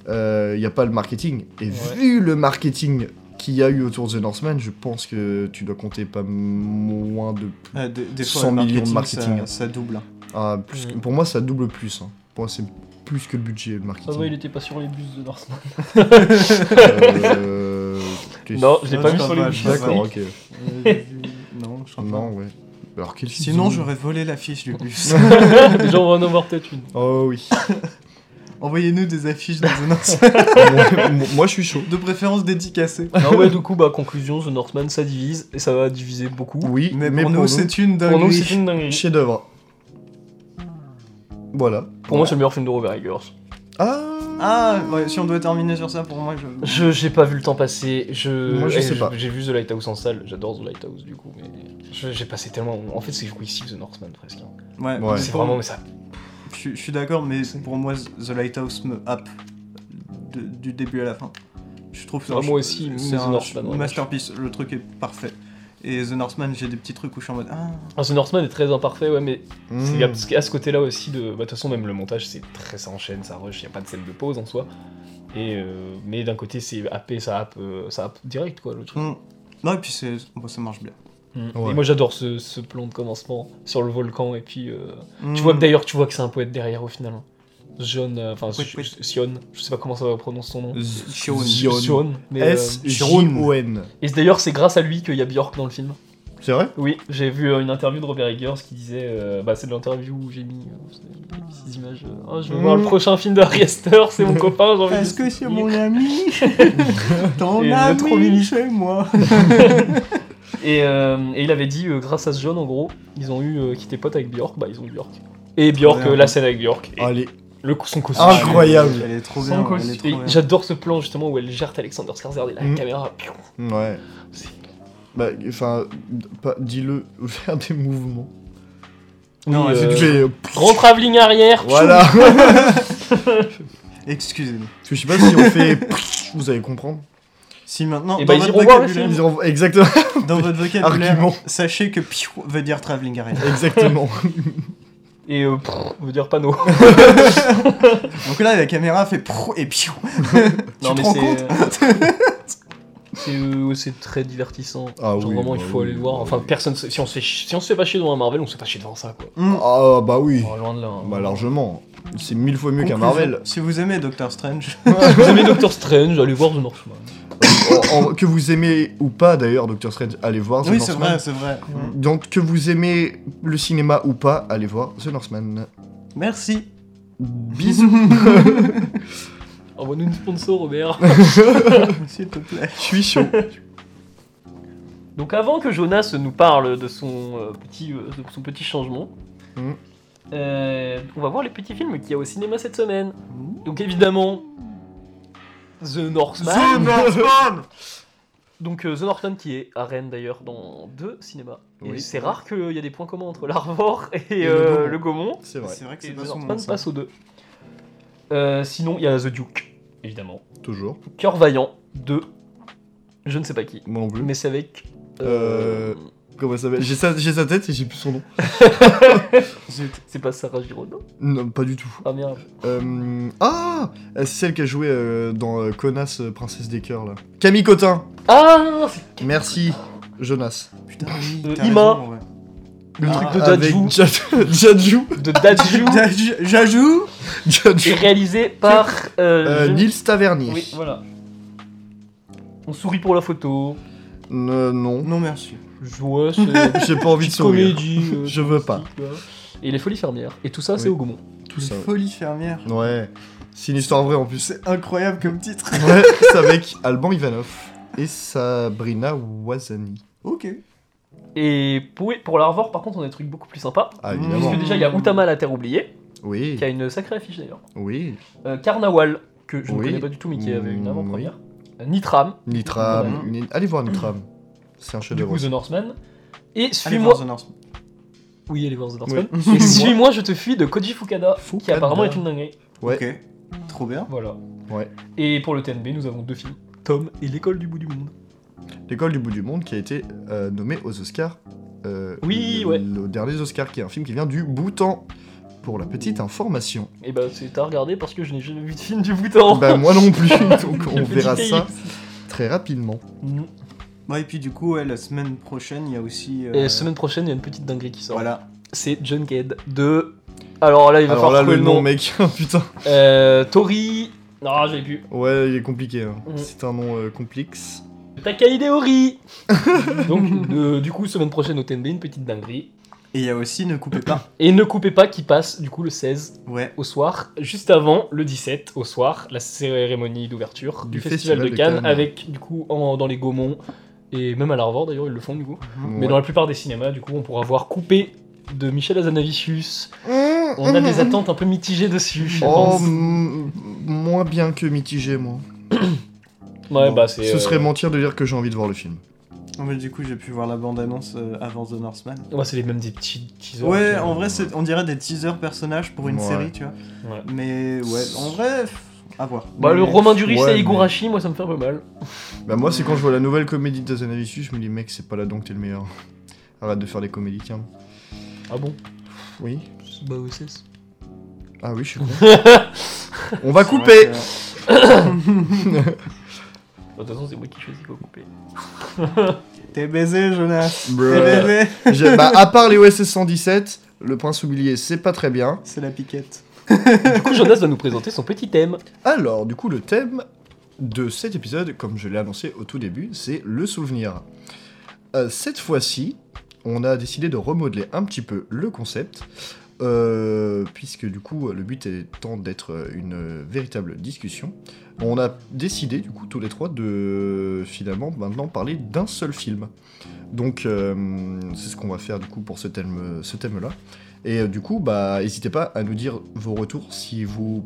[SPEAKER 1] euh, il n'y a pas le marketing. Et
[SPEAKER 3] Ouais.
[SPEAKER 1] vu le marketing qu'il y a eu autour de The Northman, je pense que tu dois compter pas moins de...
[SPEAKER 2] Euh, des, des
[SPEAKER 1] 100
[SPEAKER 2] fois, le
[SPEAKER 1] millions
[SPEAKER 2] marketing,
[SPEAKER 1] de marketing.
[SPEAKER 2] Ça, ça double.
[SPEAKER 3] (laughs)
[SPEAKER 2] hein.
[SPEAKER 1] Ah, plus que-
[SPEAKER 3] Mhm.
[SPEAKER 1] Pour moi, ça double plus. hein. Pour moi, c'est plus que le budget, le
[SPEAKER 3] Ça se voit, il
[SPEAKER 1] marketing.
[SPEAKER 3] était pas sur les bus de Northman.
[SPEAKER 1] Euh, (laughs) qu'est-ce-
[SPEAKER 3] Non, je l'ai
[SPEAKER 2] Non,
[SPEAKER 3] pas
[SPEAKER 2] c'est
[SPEAKER 3] mis
[SPEAKER 2] pas
[SPEAKER 3] sur les
[SPEAKER 2] mal,
[SPEAKER 3] bus.
[SPEAKER 2] c'est pas
[SPEAKER 1] Ah, D'accord,
[SPEAKER 2] mal.
[SPEAKER 1] ok.
[SPEAKER 2] Euh, non, je crois pas.
[SPEAKER 1] Non, ouais. Alors, quel film
[SPEAKER 2] Sinon,
[SPEAKER 1] ils ont-
[SPEAKER 2] j'aurais volé l'affiche
[SPEAKER 3] (laughs)
[SPEAKER 2] du bus.
[SPEAKER 3] Déjà, on va en avoir peut-être une.
[SPEAKER 1] Oh oui. (laughs)
[SPEAKER 2] Envoyez-nous des affiches dans un ancien-
[SPEAKER 1] moi,
[SPEAKER 3] (laughs)
[SPEAKER 1] moi, moi, je suis chaud.
[SPEAKER 2] de préférence dédicacées.
[SPEAKER 3] Non, ouais, du coup, bah, conclusion, The Northman, ça divise, et ça va diviser beaucoup.
[SPEAKER 1] Oui,
[SPEAKER 2] Mais, pour, nous, c'est une
[SPEAKER 3] Pour nous,
[SPEAKER 2] dinguerie.
[SPEAKER 3] c'est une dinguerie.
[SPEAKER 1] Chef-d'œuvre. Voilà.
[SPEAKER 3] Pour moi, c'est le meilleur film de Robert Eggers.
[SPEAKER 1] Ah
[SPEAKER 2] Ah, ouais, si on doit terminer sur ça, pour moi, je...
[SPEAKER 3] Je, j'ai pas vu le temps passer, je...
[SPEAKER 1] Moi, je
[SPEAKER 3] eh,
[SPEAKER 1] sais pas.
[SPEAKER 3] J'ai vu The Lighthouse en salle, j'adore The Lighthouse, du coup, mais... je- j'ai passé tellement... En fait, c'est jouissif, The Northman, presque. hein.
[SPEAKER 2] Ouais,
[SPEAKER 1] Ouais.
[SPEAKER 3] C'est
[SPEAKER 2] pour-
[SPEAKER 3] vraiment... mais ça...
[SPEAKER 2] Je suis- je suis d'accord, mais pour moi, The Lighthouse me happe de- du début à la fin. Je trouve ça
[SPEAKER 3] Ouais, moi aussi, mais
[SPEAKER 2] c'est
[SPEAKER 3] The
[SPEAKER 2] un
[SPEAKER 3] Northman, ouais.
[SPEAKER 2] masterpiece. Le truc est parfait. Et The Northman, j'ai des petits trucs où je suis en mode ah.
[SPEAKER 3] Ah, The Northman est très imparfait, ouais, mais... c'est-
[SPEAKER 2] Hmm.
[SPEAKER 1] Mm.
[SPEAKER 3] parce qu'à ce côté-là aussi, de bah, de toute façon, même le montage, c'est très... Ça enchaîne, ça rush, y a pas de scène de pause, en soi. Et euh, Mais d'un côté, c'est happé, ça happe, euh, ça happe direct, quoi, le truc.
[SPEAKER 2] hmm. Non et puis c'est bon, ça marche bien.
[SPEAKER 1] Ouais.
[SPEAKER 3] Et moi, j'adore ce, ce plan de commencement sur le volcan, et puis... euh,
[SPEAKER 2] Hmm.
[SPEAKER 3] Tu vois que d'ailleurs, tu vois que c'est un poète derrière au final. hein. John, euh, enfin
[SPEAKER 2] Poète,
[SPEAKER 3] Sh-
[SPEAKER 2] poète.
[SPEAKER 3] Sh- Sion, je sais pas comment ça prononce son nom.
[SPEAKER 1] Zion.
[SPEAKER 2] Zion.
[SPEAKER 3] Sion, mais, euh,
[SPEAKER 1] S-J-O-N.
[SPEAKER 3] Et d'ailleurs, c'est grâce à lui qu'il y a Bjork dans le film.
[SPEAKER 1] C'est vrai
[SPEAKER 3] Oui, j'ai vu euh, une interview de Robert Eggers qui disait, euh, bah c'est de l'interview où j'ai mis euh, ces images. euh, Ah, je veux
[SPEAKER 1] Mhm.
[SPEAKER 3] voir le prochain film de Ari Aster, (laughs) c'est mon copain. j'ai envie de
[SPEAKER 2] Est-ce que
[SPEAKER 3] le
[SPEAKER 2] c'est
[SPEAKER 3] (laughs) soutenir.
[SPEAKER 2] mon ami Ton
[SPEAKER 3] Et le trop
[SPEAKER 2] ami
[SPEAKER 3] mimi.
[SPEAKER 2] chez moi.
[SPEAKER 3] Et, euh, et il avait dit, euh, grâce à ce John, en gros, ils ont eu euh, qui étaient potes avec Bjork, bah ils ont Bjork. Et Bjork,
[SPEAKER 2] bien.
[SPEAKER 3] euh, la scène avec Bjork. Et
[SPEAKER 1] Allez.
[SPEAKER 3] le son costume.
[SPEAKER 1] Incroyable.
[SPEAKER 2] Elle est trop
[SPEAKER 3] Son
[SPEAKER 2] bien.
[SPEAKER 3] costume.
[SPEAKER 2] Elle est trop
[SPEAKER 3] Et
[SPEAKER 2] bien.
[SPEAKER 3] J'adore ce plan justement où elle jette Alexander Skarsgård et la
[SPEAKER 1] Mhm.
[SPEAKER 3] caméra. piou,
[SPEAKER 1] Ouais.
[SPEAKER 3] c'est-
[SPEAKER 1] Bah, enfin, pas- dis-le, (laughs) faire des mouvements.
[SPEAKER 2] Non,
[SPEAKER 3] Oui,
[SPEAKER 2] elle
[SPEAKER 3] euh,
[SPEAKER 1] Tu fais, euh,
[SPEAKER 3] Grand travelling arrière.
[SPEAKER 1] Voilà.
[SPEAKER 2] Excusez-moi.
[SPEAKER 1] Parce que je sais pas si on fait. (laughs) Vous allez comprendre.
[SPEAKER 2] Si maintenant
[SPEAKER 3] Et
[SPEAKER 2] dans,
[SPEAKER 3] bah, ils
[SPEAKER 2] votre
[SPEAKER 3] iront voir le
[SPEAKER 2] vocabulaire,
[SPEAKER 1] Ils ont- Exactement. (laughs)
[SPEAKER 2] dans votre vocabulaire,
[SPEAKER 1] Argument.
[SPEAKER 2] sachez que piou veut dire travelling arena.
[SPEAKER 1] Exactement.
[SPEAKER 3] Et euh, pff, veut dire panneau.
[SPEAKER 2] Donc là, la caméra fait prou et piou. (laughs) tu te rends
[SPEAKER 3] euh,
[SPEAKER 2] compte (laughs)
[SPEAKER 3] c'est euh, c'est très divertissant.
[SPEAKER 1] Ah
[SPEAKER 3] Genre
[SPEAKER 1] oui,
[SPEAKER 3] vraiment,
[SPEAKER 1] bah
[SPEAKER 3] il faut
[SPEAKER 1] oui,
[SPEAKER 3] aller le voir.
[SPEAKER 1] bah
[SPEAKER 3] Enfin,
[SPEAKER 1] oui.
[SPEAKER 3] personne. se- Si on se fait, chi- si on se fait pas chier devant un Marvel, on se fait pas chier devant ça, quoi.
[SPEAKER 2] Hmm.
[SPEAKER 1] Ah bah oui.
[SPEAKER 3] Oh, loin de là. hein.
[SPEAKER 1] Bah
[SPEAKER 3] (laughs)
[SPEAKER 1] largement. C'est mille fois mieux qu'un
[SPEAKER 2] Conclusion.
[SPEAKER 1] Marvel.
[SPEAKER 2] Si vous aimez Doctor Strange,
[SPEAKER 3] Vous aimez Doctor Strange, allez voir The Northman.
[SPEAKER 1] En- en- Oh, que vous aimez ou pas d'ailleurs, Oh, Doctor Strange, Mm. allez voir The
[SPEAKER 2] oui, c'est
[SPEAKER 1] Northman.
[SPEAKER 2] vrai, c'est vrai. Hmm.
[SPEAKER 1] Donc que vous aimez le cinéma ou pas, allez voir The Northman.
[SPEAKER 2] Merci.
[SPEAKER 1] Bisous.
[SPEAKER 3] (laughs) Envoie-nous une sponsor, Robert.
[SPEAKER 2] S'il te plaît.
[SPEAKER 1] Je suis chaud.
[SPEAKER 3] (laughs) Donc avant que Jonas nous parle de son, euh, petit, euh, de son petit changement,
[SPEAKER 1] Mhm.
[SPEAKER 3] euh, on va voir les petits films qu'il y a au cinéma cette semaine. Donc évidemment, The Northman. Donc euh, The Northman qui est à Rennes d'ailleurs dans deux cinémas. Et
[SPEAKER 1] Oui.
[SPEAKER 3] c'est rare qu'il y a des points communs entre l'Arvor et,
[SPEAKER 1] Et le
[SPEAKER 3] euh,
[SPEAKER 1] Gaumont.
[SPEAKER 3] le Gaumont.
[SPEAKER 1] C'est vrai.
[SPEAKER 2] C'est vrai que
[SPEAKER 3] Et
[SPEAKER 2] c'est
[SPEAKER 3] The
[SPEAKER 2] pas son
[SPEAKER 3] Northman
[SPEAKER 2] nom. ça.
[SPEAKER 3] passe aux deux. Euh, sinon, il y a The Duke, évidemment.
[SPEAKER 1] Toujours.
[SPEAKER 3] Cœur vaillant de je ne sais pas qui.
[SPEAKER 1] Moi non plus.
[SPEAKER 3] Mais c'est avec...
[SPEAKER 1] Euh, Comment ça s'appelle J'ai sa, j'ai sa tête et j'ai plus son nom.
[SPEAKER 2] Zut.
[SPEAKER 3] C'est pas Sarah Giraudot
[SPEAKER 1] Non, pas du tout.
[SPEAKER 3] Ah merde.
[SPEAKER 1] Euh, ah C'est celle qui a joué euh, dans euh, Connasse euh, Princesse des Cœurs là. Camille Cotin
[SPEAKER 3] Ah c'est
[SPEAKER 1] Merci, Jonas.
[SPEAKER 2] Putain, oui,
[SPEAKER 3] Euh,
[SPEAKER 2] t'as
[SPEAKER 3] Ima.
[SPEAKER 2] raison, en vrai.
[SPEAKER 1] Le
[SPEAKER 2] Ah,
[SPEAKER 1] truc
[SPEAKER 3] de
[SPEAKER 1] avec
[SPEAKER 3] Dadju.
[SPEAKER 1] Jad- (laughs) Jadju. (laughs)
[SPEAKER 3] de Dadju
[SPEAKER 2] J'aj- J'ajoute.
[SPEAKER 3] et
[SPEAKER 1] Jadju.
[SPEAKER 3] réalisé par euh,
[SPEAKER 1] Euh,
[SPEAKER 3] je-
[SPEAKER 1] Nils Tavernier.
[SPEAKER 3] Oui, voilà. On sourit pour la photo.
[SPEAKER 1] Euh, non.
[SPEAKER 2] Non, merci.
[SPEAKER 3] Joie,
[SPEAKER 1] (laughs)
[SPEAKER 3] c'est
[SPEAKER 1] J'ai pas envie de
[SPEAKER 3] petite
[SPEAKER 1] sourire.
[SPEAKER 3] comédie. euh,
[SPEAKER 1] Je veux pas.
[SPEAKER 3] quoi. Et les folies fermières. Et tout ça, c'est
[SPEAKER 1] Oui.
[SPEAKER 3] au Gaumont.
[SPEAKER 1] Tout ça. ouais.
[SPEAKER 2] Folie fermière.
[SPEAKER 1] Ouais. C'est une histoire vraie en plus.
[SPEAKER 2] C'est incroyable comme titre. (laughs)
[SPEAKER 1] Ouais, c'est avec Alban Ivanov et Sabrina Wazani.
[SPEAKER 2] Ok.
[SPEAKER 3] Et pour, pour l'Arvor, par contre, on a des trucs beaucoup plus sympas.
[SPEAKER 1] Ah,
[SPEAKER 2] Mmh.
[SPEAKER 1] évidemment.
[SPEAKER 3] Puisque déjà, il y a Outama la Terre oubliée,
[SPEAKER 1] Oui,
[SPEAKER 3] qui a une sacrée affiche d'ailleurs.
[SPEAKER 1] oui.
[SPEAKER 3] Euh, Carnawal, que je ne
[SPEAKER 1] Oui.
[SPEAKER 3] connais pas du tout, mais qui avait une
[SPEAKER 1] Mm,
[SPEAKER 3] avant-première. Euh, Nitram,
[SPEAKER 1] Nitram.
[SPEAKER 2] Mmh.
[SPEAKER 1] Ni- Allez voir Nitram. C'est un chef
[SPEAKER 3] du
[SPEAKER 1] de
[SPEAKER 3] coup The Northman. Et
[SPEAKER 2] Allez
[SPEAKER 3] suis-moi.
[SPEAKER 2] voir The Northman.
[SPEAKER 3] Oui, allez voir The
[SPEAKER 1] Oui.
[SPEAKER 3] Northman. Et suis-moi, je te fuis de Koji Fukada, qui
[SPEAKER 1] Fukada.
[SPEAKER 3] apparemment est une dinguerie.
[SPEAKER 1] Ouais.
[SPEAKER 2] Ok. Trop bien.
[SPEAKER 3] Voilà.
[SPEAKER 1] Ouais.
[SPEAKER 3] Et pour le TNB, nous avons deux films Tom et l'école du bout du monde.
[SPEAKER 1] L'école du bout du monde qui a été euh, nommée aux Oscars. euh,
[SPEAKER 3] Oui,
[SPEAKER 1] le-
[SPEAKER 3] ouais.
[SPEAKER 1] Le dernier Oscar qui est un film qui vient du Bhoutan. Pour la petite information.
[SPEAKER 3] Et bah, c'est à regarder parce que je n'ai jamais vu de film du Bhoutan.
[SPEAKER 1] Bah moi non
[SPEAKER 3] (laughs)
[SPEAKER 1] plus, donc on
[SPEAKER 3] Quel petit
[SPEAKER 1] verra
[SPEAKER 3] pays.
[SPEAKER 1] ça très rapidement.
[SPEAKER 3] Mm.
[SPEAKER 2] Bon, Bah, et puis du coup, ouais, la semaine prochaine, il y a aussi. euh,
[SPEAKER 3] Et semaine prochaine, il y a une petite dinguerie qui sort.
[SPEAKER 2] Voilà.
[SPEAKER 3] C'est Junkhead de. Alors là, il va
[SPEAKER 1] Alors
[SPEAKER 3] falloir
[SPEAKER 1] là le
[SPEAKER 3] trouver
[SPEAKER 1] nom mec, (laughs) Oh, putain.
[SPEAKER 3] Euh, Tori. Non, j'ai plus.
[SPEAKER 1] Ouais, il est compliqué. hein.
[SPEAKER 3] Mm.
[SPEAKER 1] C'est un nom euh, complexe. (laughs)
[SPEAKER 3] Takaïde Ori. Donc, euh, du coup, semaine prochaine au TNB, une petite dinguerie.
[SPEAKER 2] Et il y a aussi Ne coupez pas.
[SPEAKER 3] Et ne coupez pas qui passe, du coup, le 16
[SPEAKER 2] Ouais.
[SPEAKER 3] au soir, juste avant le 17 au soir, la cérémonie d'ouverture du, Festival, de, Cannes, avec du coup en- dans les Gaumont et même à l'Arvor d'ailleurs ils le font du coup. Mais
[SPEAKER 1] Ouais.
[SPEAKER 3] dans la plupart des cinémas du coup on pourra voir coupé de Michel Azanavicius. On
[SPEAKER 1] (laughs)
[SPEAKER 3] a des attentes un peu mitigées dessus. je
[SPEAKER 1] Oh,
[SPEAKER 3] pense.
[SPEAKER 1] m- moins bien que mitigé, moi.
[SPEAKER 3] ouais,
[SPEAKER 2] bon,
[SPEAKER 3] bah, c'est,
[SPEAKER 1] Ce
[SPEAKER 3] euh,
[SPEAKER 1] serait mentir de dire que j'ai envie de voir le film.
[SPEAKER 2] Non, mais du coup, j'ai pu voir la bande-annonce euh, avant The Northman.
[SPEAKER 3] ouais, c'est les mêmes des petits teasers.
[SPEAKER 2] Ouais,
[SPEAKER 3] euh,
[SPEAKER 2] en vrai, c'est- on dirait des teasers personnages pour une
[SPEAKER 1] Ouais.
[SPEAKER 2] série, tu vois.
[SPEAKER 3] ouais.
[SPEAKER 2] Mais ouais, en vrai, pff, à voir.
[SPEAKER 3] Bah, le
[SPEAKER 2] Mais-
[SPEAKER 3] Romain Duris
[SPEAKER 1] Ouais,
[SPEAKER 3] et
[SPEAKER 1] mais-
[SPEAKER 3] Igorashi, moi ça me fait un peu mal.
[SPEAKER 1] Bah, moi, c'est quand je vois la nouvelle comédie de Tazanavicius, je me dis, mec, c'est pas là donc t'es le meilleur. Arrête de faire des comédies, tiens.
[SPEAKER 3] Ah bon
[SPEAKER 1] Oui.
[SPEAKER 3] Bah, OSS.
[SPEAKER 1] Ah oui, je suis
[SPEAKER 2] (laughs)
[SPEAKER 1] con. On va
[SPEAKER 2] C'est vrai
[SPEAKER 1] couper
[SPEAKER 2] que- euh,
[SPEAKER 3] Bah, De toute façon, c'est moi qui choisis quoi couper. (laughs)
[SPEAKER 2] T'es baisé, Jonas. T'es
[SPEAKER 1] Bruh.
[SPEAKER 2] baisé.
[SPEAKER 1] J'ai- Bah, à part les OSS 117, le prince oublié, c'est pas très bien.
[SPEAKER 2] C'est la piquette.
[SPEAKER 3] Du coup, Jonas va nous présenter son petit thème.
[SPEAKER 1] Alors, du coup, le thème de cet épisode, comme je l'ai annoncé au tout début, c'est le souvenir. Euh, cette fois-ci, on a décidé de remodeler un petit peu le concept, euh, puisque du coup, le but étant d'être une euh, véritable discussion. On a décidé, du coup, tous les trois, de euh, finalement maintenant parler d'un seul film. Donc, euh, c'est ce qu'on va faire, du coup, pour ce thème- ce thème-là. Et euh, du coup, bah, n'hésitez pas à nous dire vos retours si vous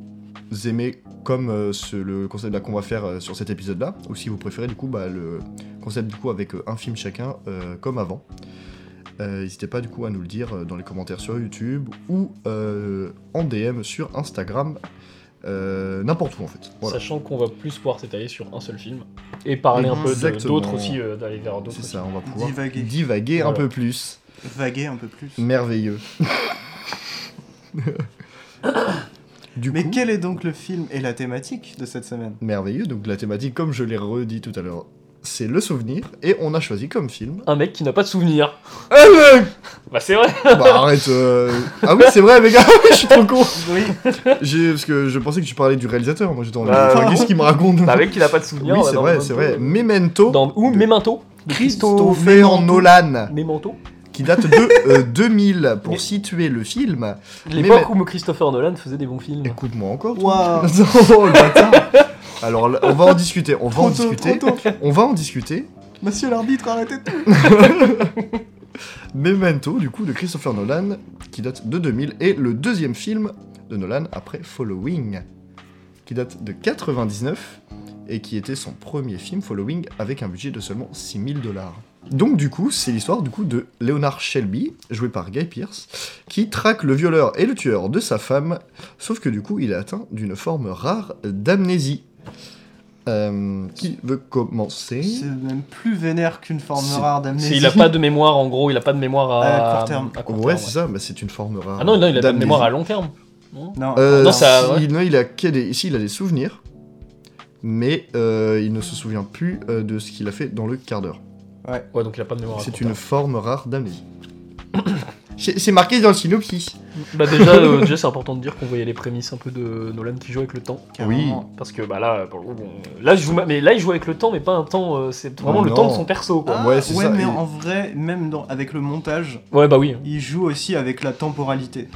[SPEAKER 1] aimez comme euh, ce- le concept là qu'on va faire euh, sur cet épisode là ou si vous préférez du coup bah, le concept du coup avec euh, un film chacun euh, comme avant. Euh, N'hésitez pas du coup à nous le dire euh, dans les commentaires sur YouTube ou euh, en DM sur Instagram, euh, n'importe où en fait. Voilà.
[SPEAKER 3] Sachant qu'on va plus pouvoir s'étaler sur un seul film et parler un peu de-
[SPEAKER 1] Exactement.
[SPEAKER 3] d'autres aussi, euh, d'aller vers d'autres.
[SPEAKER 1] C'est
[SPEAKER 3] aussi.
[SPEAKER 1] ça, on va pouvoir
[SPEAKER 2] Divaguer.
[SPEAKER 1] divaguer un
[SPEAKER 3] Voilà.
[SPEAKER 1] peu plus.
[SPEAKER 3] (laughs)
[SPEAKER 2] Vaguer un peu plus.
[SPEAKER 1] Merveilleux. Du
[SPEAKER 2] Mais
[SPEAKER 1] coup,
[SPEAKER 2] quel est donc le film et la thématique de cette semaine
[SPEAKER 1] merveilleux. Donc la thématique, comme je l'ai redit tout à l'heure, c'est le souvenir. Et on a choisi comme
[SPEAKER 3] (laughs)
[SPEAKER 1] film.
[SPEAKER 3] Un mec qui n'a pas de souvenir.
[SPEAKER 1] Ah,
[SPEAKER 3] (laughs)
[SPEAKER 1] mec
[SPEAKER 3] Bah c'est vrai.
[SPEAKER 1] Bah arrête. euh, Ah oui, c'est vrai, les gars. (laughs) je suis trop con.
[SPEAKER 2] Oui,
[SPEAKER 1] J'ai- Parce que je pensais que tu parlais du réalisateur. Moi, j'étais en mode,
[SPEAKER 3] Bah,
[SPEAKER 1] enfin,
[SPEAKER 2] non.
[SPEAKER 1] qu'est-ce qu'il me raconte
[SPEAKER 3] Un mec qui n'a pas de souvenir.
[SPEAKER 1] Oui,
[SPEAKER 3] bah,
[SPEAKER 1] c'est
[SPEAKER 3] dans
[SPEAKER 1] vrai,
[SPEAKER 3] Memento,
[SPEAKER 1] c'est vrai.
[SPEAKER 3] euh,
[SPEAKER 1] Memento.
[SPEAKER 3] Dans, ou
[SPEAKER 1] de
[SPEAKER 3] Memento.
[SPEAKER 1] Christopher Nolan,
[SPEAKER 3] Memento.
[SPEAKER 1] qui date de euh, 2000 pour
[SPEAKER 3] Mais-
[SPEAKER 1] situer le film.
[SPEAKER 3] L'époque où Christopher Nolan faisait des bons films.
[SPEAKER 1] Écoute-moi encore. toi.
[SPEAKER 2] waouh
[SPEAKER 1] (laughs) Oh, le bâtard. Alors, là, on va en discuter. On va en
[SPEAKER 2] Trop tôt,
[SPEAKER 1] discuter.
[SPEAKER 2] trop tôt.
[SPEAKER 1] On va en discuter.
[SPEAKER 2] Monsieur l'arbitre, arrêtez tout
[SPEAKER 1] Memento, du coup, de Christopher Nolan, qui date de 2000, et le deuxième film de Nolan après Following, qui date de 99, et qui était son premier film Following avec un budget de seulement 6000 dollars. Donc du coup, c'est l'histoire du coup de Leonard Shelby, joué par Guy Pearce, qui traque le violeur et le tueur de sa femme, sauf que du coup, il est atteint d'une forme rare d'amnésie. Euh, qui veut commencer
[SPEAKER 2] C'est même plus vénère qu'une forme
[SPEAKER 1] C'est-
[SPEAKER 2] rare
[SPEAKER 3] C'est-
[SPEAKER 2] d'amnésie.
[SPEAKER 3] Il a pas de mémoire en gros, il a pas de mémoire à,
[SPEAKER 2] À court terme.
[SPEAKER 3] à court
[SPEAKER 1] Ouais,
[SPEAKER 3] terme,
[SPEAKER 1] c'est ça, mais c'est une forme rare.
[SPEAKER 3] Ah non, non, il a pas de
[SPEAKER 1] d'amnésie.
[SPEAKER 3] mémoire à long terme. Non
[SPEAKER 2] Non,
[SPEAKER 1] Euh,
[SPEAKER 3] Non, ça-
[SPEAKER 1] si-
[SPEAKER 3] ouais.
[SPEAKER 1] il, non, il a que des, si, il a des souvenirs, mais euh, il ne se souvient plus euh, de ce qu'il a fait dans le quart d'heure.
[SPEAKER 3] Ouais, donc il a pas de mémoire. à
[SPEAKER 1] C'est
[SPEAKER 3] court
[SPEAKER 1] une
[SPEAKER 3] terme.
[SPEAKER 1] forme rare d'amnésie. (coughs) C'est c'est marqué dans le synopsis.
[SPEAKER 3] Bah déjà, euh, déjà c'est important de dire qu'on voyait les prémices un peu de Nolan qui joue avec le temps.
[SPEAKER 2] carrément.
[SPEAKER 3] Parce que bah là, pour le coup, on- là, je joue, ma- mais là il joue avec le temps, mais pas un temps. euh, c'est vraiment le
[SPEAKER 1] Non.
[SPEAKER 3] temps de son perso. Quoi.
[SPEAKER 2] Ah,
[SPEAKER 1] Ouais, c'est ça,
[SPEAKER 2] mais
[SPEAKER 1] et-
[SPEAKER 2] en vrai, même dans- avec le montage,
[SPEAKER 3] Ouais, bah oui.
[SPEAKER 2] il joue aussi avec la temporalité.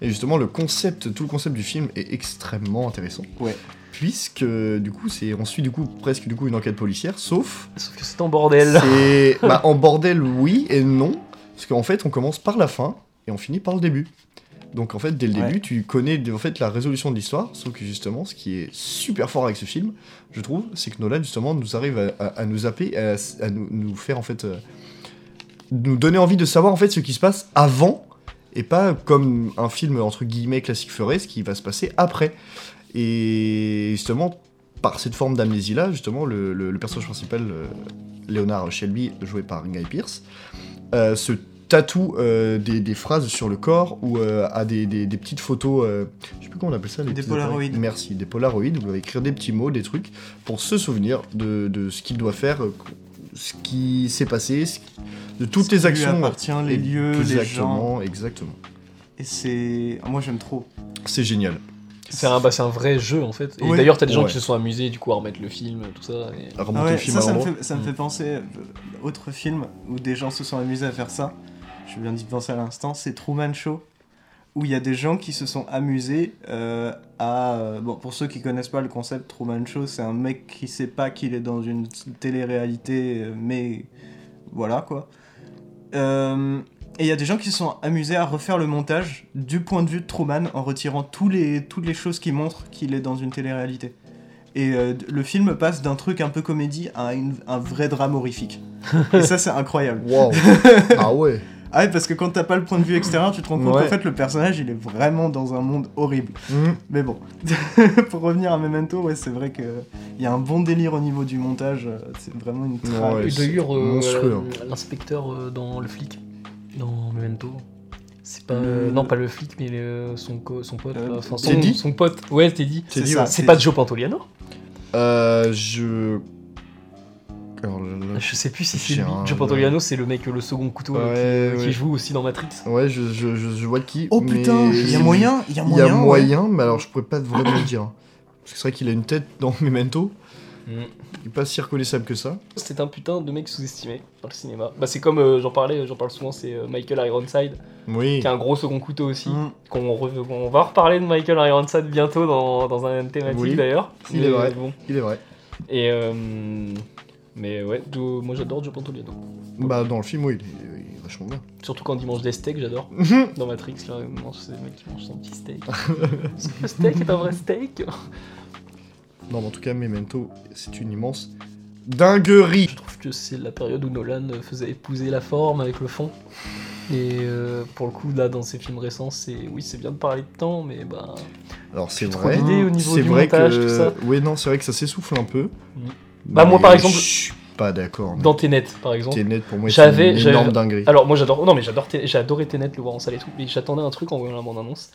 [SPEAKER 1] Et justement, le concept, tout le concept du film est extrêmement intéressant.
[SPEAKER 2] Ouais.
[SPEAKER 1] Puisque du coup, c'est on suit du coup presque du coup une enquête policière, sauf
[SPEAKER 3] Sauf que c'est en bordel.
[SPEAKER 1] c'est bah, en bordel oui et non, parce qu'en fait, on commence par la fin et on finit par le début. Donc en fait, dès le
[SPEAKER 2] Ouais.
[SPEAKER 1] début, tu connais en fait la résolution de l'histoire, sauf que justement, ce qui est super fort avec ce film, je trouve, c'est que Nolan justement nous arrive à, à- à nous zapper, à, à nous, nous faire en fait, euh, nous donner envie de savoir en fait ce qui se passe avant et pas comme un film entre guillemets classique ferait, ce qui va se passer après. Et justement, par cette forme d'amnésie là, justement, le, le- le personnage principal, euh, Leonard Shelby, joué par Guy Pearce, euh, se tatoue euh, des, des phrases sur le corps ou euh, a des, des- des petites photos, euh, je sais plus comment on appelle ça, les
[SPEAKER 2] Des
[SPEAKER 1] petits
[SPEAKER 2] Polaroids.
[SPEAKER 1] appareils- Merci, des polaroïdes, vous va écrire des petits mots, des trucs, pour se souvenir de, de ce qu'il doit faire, euh, ce qui s'est passé, ce- de toutes
[SPEAKER 2] Ce
[SPEAKER 1] les
[SPEAKER 2] qui lui
[SPEAKER 1] actions.
[SPEAKER 2] appartient, les lieux, les gens.
[SPEAKER 1] Exactement, exactement.
[SPEAKER 2] Et c'est. Moi j'aime trop.
[SPEAKER 1] C'est génial.
[SPEAKER 3] C'est un, bah, c'est un vrai jeu en fait. Et
[SPEAKER 2] Ouais.
[SPEAKER 3] d'ailleurs, t'as des gens
[SPEAKER 1] Ouais.
[SPEAKER 3] qui se sont amusés du coup à remettre le film, tout ça. et-
[SPEAKER 1] Remonter
[SPEAKER 2] Ah ouais,
[SPEAKER 1] le film
[SPEAKER 2] ça,
[SPEAKER 1] à
[SPEAKER 2] ça me,
[SPEAKER 1] l'endroit.
[SPEAKER 2] fait, ça me fait penser euh, autre film où des gens se sont amusés à faire ça. Je viens d'y penser à l'instant, c'est Truman Show où il y a des gens qui se sont amusés euh, à euh, bon pour ceux qui connaissent pas le concept Truman Show, c'est un mec qui sait pas qu'il est dans une télé-réalité euh, mais voilà quoi. Euh, et il y a des gens qui se sont amusés à refaire le montage du point de vue de Truman en retirant tous les, toutes les choses qui montrent qu'il est dans une télé-réalité. Et euh, d- le film passe d'un truc un peu comédie à une- un vrai drame horrifique. Et ça,
[SPEAKER 1] (laughs)
[SPEAKER 2] c'est incroyable.
[SPEAKER 1] Waouh.
[SPEAKER 2] (laughs)
[SPEAKER 1] ah ouais.
[SPEAKER 2] Ah ouais, parce que quand t'as pas le point de vue extérieur, tu te rends compte
[SPEAKER 1] Ouais.
[SPEAKER 2] qu'en fait, le personnage, il est vraiment dans un monde horrible.
[SPEAKER 1] Mhm.
[SPEAKER 2] Mais bon, (laughs) pour revenir à Memento, ouais, c'est vrai qu'il y a un bon délire au niveau du montage. euh, C'est vraiment une trame.
[SPEAKER 1] Ouais,
[SPEAKER 3] Et
[SPEAKER 1] c'est
[SPEAKER 3] d'ailleurs, euh,
[SPEAKER 1] monstrueux, hein.
[SPEAKER 3] euh, l'inspecteur euh, dans le flic, dans Memento. C'est pas. euh,
[SPEAKER 2] Le-
[SPEAKER 3] Non, pas le flic, mais le- son, co- son pote.
[SPEAKER 2] Euh,
[SPEAKER 3] là, enfin, son,
[SPEAKER 1] Teddy
[SPEAKER 3] son pote. Ouais, Teddy.
[SPEAKER 1] C'est
[SPEAKER 2] C'est
[SPEAKER 1] dit,
[SPEAKER 2] ça,
[SPEAKER 1] ouais.
[SPEAKER 3] C'est pas Joe Pantoliano
[SPEAKER 1] Euh, je. Alors là, là,
[SPEAKER 3] Ah, Je sais plus si c'est
[SPEAKER 1] J'ai
[SPEAKER 3] lui.
[SPEAKER 1] un-
[SPEAKER 3] Joe Pantoliano, c'est le mec, le second couteau euh,
[SPEAKER 1] Ouais,
[SPEAKER 3] qui,
[SPEAKER 1] ouais.
[SPEAKER 3] qui joue aussi dans Matrix.
[SPEAKER 1] Ouais, je, je, je, je vois qui.
[SPEAKER 2] Oh putain,
[SPEAKER 1] mais-
[SPEAKER 2] il y a moyen, il y a
[SPEAKER 1] Il y
[SPEAKER 2] moyen.
[SPEAKER 1] a
[SPEAKER 2] ouais.
[SPEAKER 1] moyen, mais alors je pourrais pas vraiment le dire. hein. Parce que c'est vrai qu'il a une tête dans (laughs) Memento, il est pas si reconnaissable que ça.
[SPEAKER 3] C'est un putain de mec sous-estimé dans le cinéma. Bah, c'est comme euh, j'en parlais, j'en parle souvent, c'est euh, Michael Ironside,
[SPEAKER 1] Oui.
[SPEAKER 3] qui a un gros second couteau aussi.
[SPEAKER 2] Mm.
[SPEAKER 3] Qu'on re- On va reparler de Michael Ironside bientôt dans, dans un thématique
[SPEAKER 1] Oui,
[SPEAKER 3] d'ailleurs.
[SPEAKER 1] il
[SPEAKER 3] Mais
[SPEAKER 1] est vrai.
[SPEAKER 3] bon.
[SPEAKER 1] Il est vrai.
[SPEAKER 3] Et euh, mais ouais, Joe- moi j'adore Joe Pantoliano.
[SPEAKER 1] Bah dans le film, oui, il est, il est vachement bien.
[SPEAKER 3] Surtout quand il mange des
[SPEAKER 1] (laughs)
[SPEAKER 3] steaks, j'adore.
[SPEAKER 1] Mhm.
[SPEAKER 3] Dans Matrix, là, il mange, c'est le mec qui mange son petit
[SPEAKER 1] (laughs)
[SPEAKER 3] steak. Ce steak est un vrai steak.
[SPEAKER 1] non, mais en tout cas, Memento, c'est une immense dinguerie.
[SPEAKER 3] Je trouve que c'est la période où Nolan faisait épouser la forme avec le fond. Et euh, pour le coup, là, dans ses films récents, c'est oui, c'est bien de parler de temps, mais bah,
[SPEAKER 1] Alors c'est
[SPEAKER 3] plus trop
[SPEAKER 1] vrai.
[SPEAKER 3] d'idées au niveau
[SPEAKER 1] C'est
[SPEAKER 3] du
[SPEAKER 1] vrai
[SPEAKER 3] montage,
[SPEAKER 1] que.
[SPEAKER 3] tout ça.
[SPEAKER 1] Oui, non, c'est vrai que ça s'essouffle un peu.
[SPEAKER 3] Mm. Bah, moi,
[SPEAKER 1] Mais
[SPEAKER 3] par exemple-
[SPEAKER 1] Je suis pas d'accord.
[SPEAKER 3] Dans Tenet, par exemple.
[SPEAKER 1] T'es net pour moi, c'est
[SPEAKER 3] J'avais-
[SPEAKER 1] une
[SPEAKER 3] j'avais-
[SPEAKER 1] énorme dinguerie.
[SPEAKER 3] Alors moi j'adore, non mais j'adore, Té- j'ai adoré Tenet le voir en salle et tout, mais j'attendais un truc en voyant la bande annonce,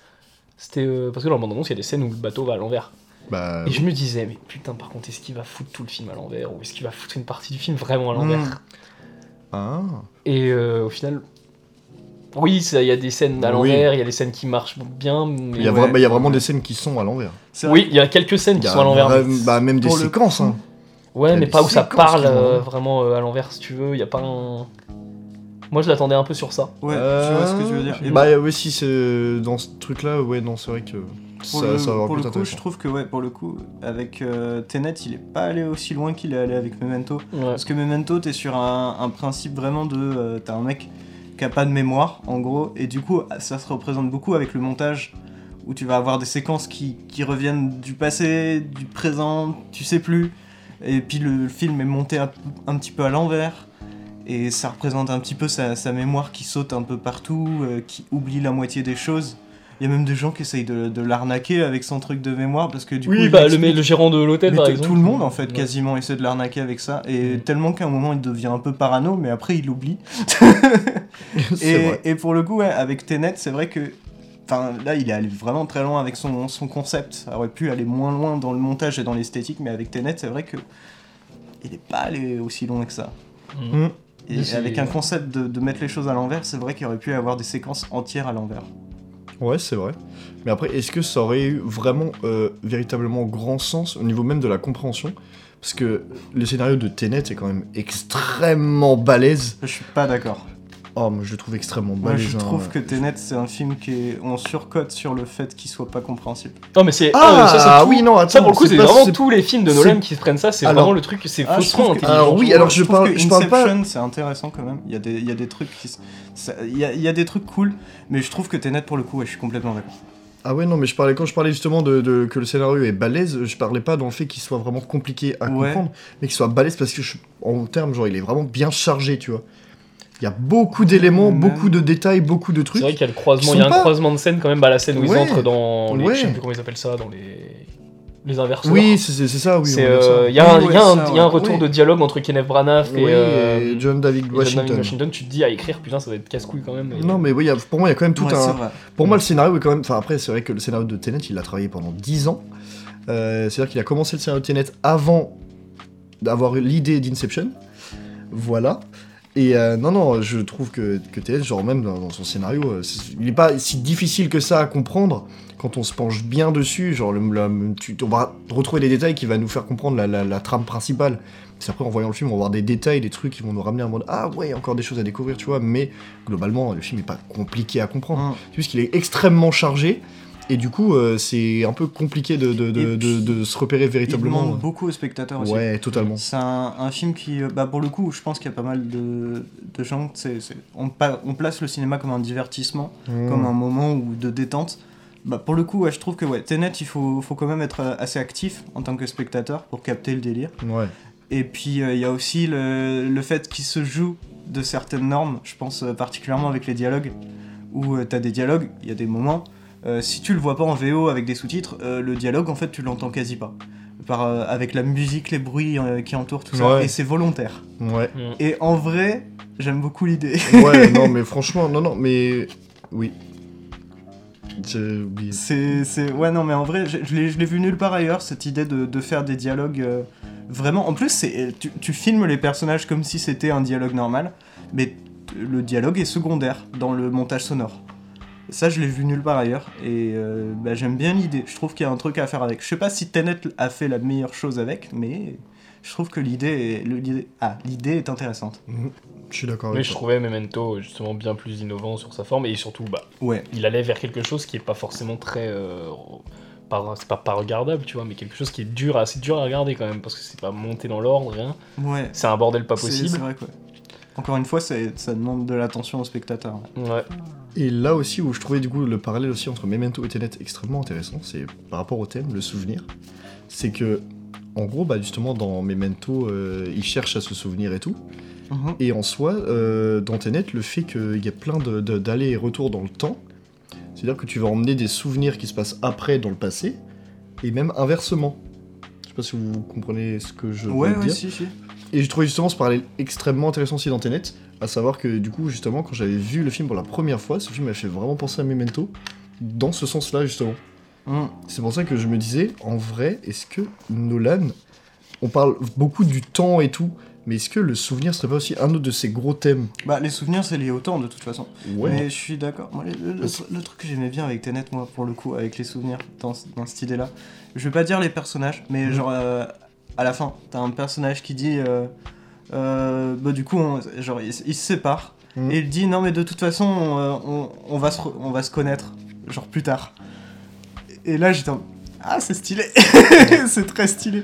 [SPEAKER 3] C'était euh, parce que dans le bande-annonce, il y a des scènes où le bateau va à l'envers.
[SPEAKER 1] Bah,
[SPEAKER 3] Et je me disais, mais putain, par contre, est-ce qu'il va foutre tout le film à l'envers ou est-ce qu'il va foutre une partie du film vraiment à
[SPEAKER 1] Hmm.
[SPEAKER 3] l'envers
[SPEAKER 2] Mm.
[SPEAKER 1] ah.
[SPEAKER 3] Et euh, au final, oui, ça, il y a des scènes à
[SPEAKER 1] Oui.
[SPEAKER 3] l'envers, il y a des scènes qui marchent bien, mais
[SPEAKER 1] Il y, a
[SPEAKER 2] Ouais.
[SPEAKER 1] vra- bah, il y a vraiment des scènes qui sont à l'envers.
[SPEAKER 2] C'est
[SPEAKER 3] oui, il y a quelques scènes
[SPEAKER 1] Il y
[SPEAKER 3] qui
[SPEAKER 1] a
[SPEAKER 3] sont à l'envers.
[SPEAKER 1] vra-
[SPEAKER 3] mais-
[SPEAKER 1] bah, même des
[SPEAKER 2] Pour le
[SPEAKER 1] séquences. hein. il y
[SPEAKER 3] ouais,
[SPEAKER 1] a
[SPEAKER 3] mais
[SPEAKER 1] des
[SPEAKER 3] pas où ça
[SPEAKER 1] séquences
[SPEAKER 3] parle
[SPEAKER 1] qui vont- hein.
[SPEAKER 3] euh, vraiment euh, à l'envers, si tu veux. Il y a pas un. Moi, je l'attendais un peu sur ça.
[SPEAKER 2] Ouais, tu
[SPEAKER 1] Euh,
[SPEAKER 2] vois ce que je veux dire. Et
[SPEAKER 1] Bah, oui, si c'est euh, dans ce truc-là, ouais, non, c'est vrai que
[SPEAKER 2] pour
[SPEAKER 1] ça,
[SPEAKER 2] le,
[SPEAKER 1] ça va
[SPEAKER 2] pour
[SPEAKER 1] avoir
[SPEAKER 2] le
[SPEAKER 1] plus
[SPEAKER 2] coup, je
[SPEAKER 1] intéressant.
[SPEAKER 2] trouve que ouais, pour le coup, avec euh, Tenet, il est pas allé aussi loin qu'il est allé avec Memento.
[SPEAKER 3] Ouais.
[SPEAKER 2] Parce que Memento, t'es sur un, un principe vraiment de. euh, T'as un mec qui a pas de mémoire, en gros, et du coup, ça se représente beaucoup avec le montage où tu vas avoir des séquences qui, qui reviennent du passé, du présent, tu sais plus. Et puis le film est monté un, un petit peu à l'envers. Et ça représente un petit peu sa, sa mémoire qui saute un peu partout, euh, qui oublie la moitié des choses. Il y a même des gens qui essayent de, de l'arnaquer avec son truc de mémoire parce que du coup.
[SPEAKER 3] Oui,
[SPEAKER 2] il
[SPEAKER 3] bah, le,
[SPEAKER 2] explique-
[SPEAKER 3] mais le gérant de l'hôtel,
[SPEAKER 2] mais
[SPEAKER 3] par
[SPEAKER 2] t-
[SPEAKER 3] exemple. euh,
[SPEAKER 2] tout le monde en fait
[SPEAKER 3] Ouais.
[SPEAKER 2] quasiment essaie de l'arnaquer avec ça et
[SPEAKER 3] Mm.
[SPEAKER 2] tellement qu'à un moment il devient un peu parano mais après il
[SPEAKER 3] (laughs)
[SPEAKER 2] l'oublie.
[SPEAKER 1] (laughs) C'est
[SPEAKER 2] et,
[SPEAKER 1] vrai.
[SPEAKER 2] et pour le coup ouais, avec Tenet c'est vrai que enfin là il est allé vraiment très loin avec son, son concept. Ça aurait pu aller moins loin dans le montage et dans l'esthétique mais avec Tenet c'est vrai que il n'est pas allé aussi loin que ça.
[SPEAKER 3] Mm. Mais
[SPEAKER 2] Et
[SPEAKER 3] c'est-
[SPEAKER 2] avec un concept de, de mettre les choses à l'envers c'est vrai qu'il aurait pu y avoir des séquences entières à l'envers.
[SPEAKER 1] Ouais, c'est vrai. Mais après, est-ce que ça aurait eu vraiment, euh, véritablement grand sens au niveau même de la compréhension Parce que le scénario de Tenet est quand même extrêmement balèze.
[SPEAKER 2] Je suis pas d'accord.
[SPEAKER 1] Oh, moi je le trouve extrêmement
[SPEAKER 3] Bah,
[SPEAKER 2] Moi
[SPEAKER 1] balèze.
[SPEAKER 2] je
[SPEAKER 1] hein.
[SPEAKER 2] trouve que Tenet c'est un film qui est... on surcote sur le fait qu'il soit pas compréhensible.
[SPEAKER 3] Non, mais c'est.
[SPEAKER 1] Ah,
[SPEAKER 3] ah, ça, c'est tout.
[SPEAKER 1] oui, non, attends.
[SPEAKER 3] Ça, pour le coup, c'est
[SPEAKER 1] pas-
[SPEAKER 3] vraiment
[SPEAKER 1] c'est-
[SPEAKER 3] tous les films de
[SPEAKER 1] c'est-
[SPEAKER 3] Nolan qui prennent ça. C'est
[SPEAKER 1] Alors-
[SPEAKER 3] vraiment le truc, c'est
[SPEAKER 2] Ah, je
[SPEAKER 3] faussement
[SPEAKER 2] trouve que-
[SPEAKER 3] intelligent.
[SPEAKER 1] Alors oui, alors je
[SPEAKER 2] trouve
[SPEAKER 1] parle-
[SPEAKER 2] que
[SPEAKER 1] je parle pas-
[SPEAKER 2] Inception, c'est intéressant quand même. Il y a des, il y a des trucs qui, s- ça- il y a, il y a des trucs cool, mais je trouve que Tenet pour le coup, ouais, je suis complètement d'accord.
[SPEAKER 1] Ah ouais, non, mais je parlais, quand je parlais justement de, de- que le scénario est balèze, je parlais pas dans le fait qu'il soit vraiment compliqué à
[SPEAKER 2] Ouais.
[SPEAKER 1] comprendre, mais qu'il soit balèze parce que, je- en termes, genre, il est vraiment bien chargé, tu vois. Il y a beaucoup d'éléments,
[SPEAKER 2] Même-
[SPEAKER 1] beaucoup de détails, beaucoup de
[SPEAKER 3] C'est
[SPEAKER 1] trucs.
[SPEAKER 3] vrai qu'il y a le croisement,
[SPEAKER 1] Ils
[SPEAKER 3] il y a
[SPEAKER 1] sont
[SPEAKER 3] un
[SPEAKER 1] pas-
[SPEAKER 3] croisement de scène quand même, bah, la scène où ils
[SPEAKER 1] Ouais.
[SPEAKER 3] entrent dans les,
[SPEAKER 1] Ouais.
[SPEAKER 3] je sais plus comment ils appellent ça, dans les, les inverseurs.
[SPEAKER 1] Oui, c'est c'est- c'est ça, oui.
[SPEAKER 3] C'est,
[SPEAKER 1] on va dire ça.
[SPEAKER 3] euh, il y a un,
[SPEAKER 2] Oui,
[SPEAKER 3] il y a
[SPEAKER 2] ouais, ça,
[SPEAKER 3] un- il y a un
[SPEAKER 2] ouais.
[SPEAKER 3] retour
[SPEAKER 1] Oui.
[SPEAKER 3] de dialogue entre Kenneth Branagh et,
[SPEAKER 1] Oui,
[SPEAKER 3] euh,
[SPEAKER 1] et John David
[SPEAKER 3] et
[SPEAKER 1] Washington.
[SPEAKER 3] Washington. Washington. Tu te dis, à écrire, putain, ça va être casse-couille quand même. et-
[SPEAKER 1] Non, mais oui, il y a- pour moi, il y a quand même tout
[SPEAKER 2] Ouais, c'est
[SPEAKER 1] un.
[SPEAKER 2] vrai.
[SPEAKER 1] Pour moi, le scénario est quand même. Enfin, après, c'est vrai que le scénario de Tenet, il l'a travaillé pendant 10 ans. Euh, C'est-à-dire qu'il a commencé le scénario de Tenet avant d'avoir eu l'idée d'Inception. Voilà. Et euh, non, non, je trouve que, que Tenet, genre, même dans, dans son scénario, euh, c'est- il n'est pas si difficile que ça à comprendre quand on se penche bien dessus. Genre, le, la- tu, on va retrouver des détails qui va nous faire comprendre la, la- la trame principale. C'est après, en voyant le film, on va voir des détails, des trucs qui vont nous ramener à un monde. Ah ouais, encore des choses à découvrir, tu vois. Mais globalement, le film n'est pas compliqué à comprendre
[SPEAKER 2] Hum.
[SPEAKER 1] puisqu'il est extrêmement chargé. Et du coup, euh, c'est un peu compliqué de, de, de,
[SPEAKER 2] Et
[SPEAKER 1] de-
[SPEAKER 2] puis,
[SPEAKER 1] de se repérer
[SPEAKER 2] Il
[SPEAKER 1] véritablement.
[SPEAKER 2] demande beaucoup aux spectateurs aussi.
[SPEAKER 1] Ouais, totalement.
[SPEAKER 2] C'est un, un film qui, euh, bah pour le coup, je pense qu'il y a pas mal de, de gens. c'est- c'est- on, pa- on place le cinéma comme un divertissement,
[SPEAKER 1] Mm.
[SPEAKER 2] comme un moment où, de détente. Bah pour le coup, ouais, je trouve que ouais, Tenet, il faut, faut quand même être euh, assez actif en tant que spectateur pour capter le délire.
[SPEAKER 1] Mmh. Ouais.
[SPEAKER 2] Et puis euh, il y a aussi le, le fait qu'il se joue de certaines normes, je pense euh, particulièrement avec les dialogues, où tu as des dialogues, il y a des moments, euh, si tu le vois pas en VO avec des sous-titres, euh, le dialogue en fait tu l'entends quasi pas. Par, euh, avec la musique, les bruits euh, qui entourent tout ça,
[SPEAKER 1] Ouais.
[SPEAKER 2] et c'est volontaire. (laughs)
[SPEAKER 1] Ouais.
[SPEAKER 3] Mm.
[SPEAKER 2] Et en vrai, j'aime beaucoup l'idée.
[SPEAKER 1] ouais, non, mais franchement, non, non, mais. Oui. J'ai oublié.
[SPEAKER 2] C'est, c'est- Ouais, non, mais en vrai, je, je l'ai, je l'ai vu nulle part ailleurs, cette idée de, de faire des dialogues euh, vraiment. En plus, c'est, euh, tu, tu filmes les personnages comme si c'était un dialogue normal, mais t- le dialogue est secondaire dans le montage sonore. Ça, je l'ai vu nulle part ailleurs, et euh, bah, j'aime bien l'idée. Je trouve qu'il y a un truc à faire avec. Je sais pas si Tenet a fait la meilleure chose avec, mais je trouve que l'idée est, le- l'idée... Ah, l'idée est intéressante.
[SPEAKER 1] Je suis d'accord
[SPEAKER 3] Mais
[SPEAKER 1] avec
[SPEAKER 3] je
[SPEAKER 1] toi.
[SPEAKER 3] trouvais Memento justement bien plus innovant sur sa forme et surtout, bah,
[SPEAKER 2] Ouais.
[SPEAKER 3] il allait vers quelque chose qui est pas forcément très. euh, par- c'est pas pas regardable, tu vois, mais quelque chose qui est dur, à- assez dur à regarder quand même parce que c'est pas monté dans l'ordre, rien.
[SPEAKER 2] Ouais.
[SPEAKER 3] C'est un bordel pas
[SPEAKER 2] C'est- C'est
[SPEAKER 3] possible.
[SPEAKER 2] vrai, quoi. Encore une fois, c'est- ça demande de l'attention au spectateur. ouais.
[SPEAKER 3] Ouais.
[SPEAKER 1] Et là aussi, où je trouvais du coup le parallèle aussi entre Memento et Tenet extrêmement intéressant, c'est par rapport au thème, le souvenir. C'est que, en gros, bah justement, dans Memento, euh, il cherche à se souvenir et tout.
[SPEAKER 3] Mm-hmm.
[SPEAKER 2] Mhm.
[SPEAKER 1] Et en soi, euh, dans Tenet, le fait qu'il y a plein de- de- d'allers et retours dans le temps, c'est-à-dire que tu vas emmener des souvenirs qui se passent après dans le passé, et même inversement. Je sais pas si vous comprenez ce que je
[SPEAKER 2] Ouais,
[SPEAKER 1] veux
[SPEAKER 2] ouais,
[SPEAKER 1] dire.
[SPEAKER 2] si, si.
[SPEAKER 1] Et je trouvais justement ce parallèle extrêmement intéressant aussi dans Tenet, à savoir que du coup, justement, quand j'avais vu le film pour la première fois, ce film m'a fait vraiment penser à Memento, dans ce sens-là, justement.
[SPEAKER 2] Mm.
[SPEAKER 1] C'est pour ça que je me disais, en vrai, est-ce que Nolan, on parle beaucoup du temps et tout, mais est-ce que le souvenir serait pas aussi un autre de ses gros thèmes
[SPEAKER 2] Bah, les souvenirs, c'est lié au temps de toute façon.
[SPEAKER 1] Ouais.
[SPEAKER 2] Mais je suis d'accord. Moi, le, le- le truc que j'aimais bien avec Tenet, moi, pour le coup, avec les souvenirs dans, ce- dans cette idée-là, je vais pas dire les personnages, mais
[SPEAKER 1] Mhm.
[SPEAKER 2] genre euh, à la fin, t'as un personnage qui dit, euh, euh, bah du coup, on- genre il, s- il se sépare
[SPEAKER 1] Mhm.
[SPEAKER 2] et il dit non mais de toute façon, on, euh, on- on va se, re- on va se connaître, genre plus tard. Et là, j'étais en- ah c'est stylé, (laughs) c'est très stylé.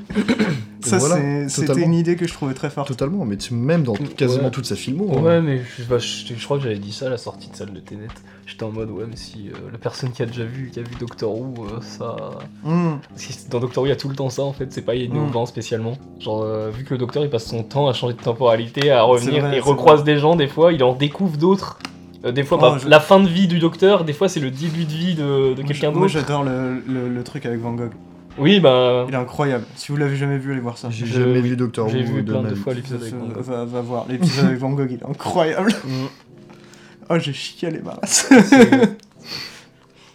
[SPEAKER 2] Ça
[SPEAKER 1] Voilà,
[SPEAKER 2] c'est- c'était
[SPEAKER 1] totalement.
[SPEAKER 2] une idée que je trouvais très forte.
[SPEAKER 1] ah, Totalement, mais tu- même dans
[SPEAKER 3] Ouais.
[SPEAKER 1] quasiment toute sa filmo. hein.
[SPEAKER 3] Ouais, mais je, sais pas, je, je crois que j'avais dit ça à la sortie de salle de Ténet. J'étais en mode, ouais, mais si euh, la personne qui a déjà vu, qui a vu Doctor Who, euh, ça.
[SPEAKER 2] Mhm.
[SPEAKER 3] Parce que dans Doctor Who, il y a tout le temps ça en fait, c'est pas
[SPEAKER 2] Mm.
[SPEAKER 3] innovant spécialement. Genre, euh, vu que le docteur il passe son temps à changer de temporalité, à revenir,
[SPEAKER 2] vrai,
[SPEAKER 3] il
[SPEAKER 2] c'est
[SPEAKER 3] recroise des gens des fois, il en découvre d'autres. Euh, des fois,
[SPEAKER 2] Oh,
[SPEAKER 3] bah,
[SPEAKER 2] je-
[SPEAKER 3] la fin de vie du docteur, des fois c'est le début de vie de, de
[SPEAKER 2] Moi,
[SPEAKER 3] quelqu'un
[SPEAKER 2] je- Moi
[SPEAKER 3] d'autre.
[SPEAKER 2] j'adore le, le- le truc avec Van Gogh.
[SPEAKER 3] Oui, bah.
[SPEAKER 2] Il est incroyable. Si vous l'avez jamais vu, allez voir ça.
[SPEAKER 1] J'ai
[SPEAKER 3] Je-
[SPEAKER 1] jamais vu Doctor Who.
[SPEAKER 3] J'ai vu
[SPEAKER 1] de
[SPEAKER 3] plein
[SPEAKER 1] ma
[SPEAKER 3] de
[SPEAKER 1] vie.
[SPEAKER 3] fois l'épisode avec Van
[SPEAKER 2] Euh,
[SPEAKER 3] Gogh.
[SPEAKER 2] va, va voir l'épisode avec Van Gogh, il est incroyable. Oh, j'ai chialé ma (laughs) race.
[SPEAKER 3] (laughs)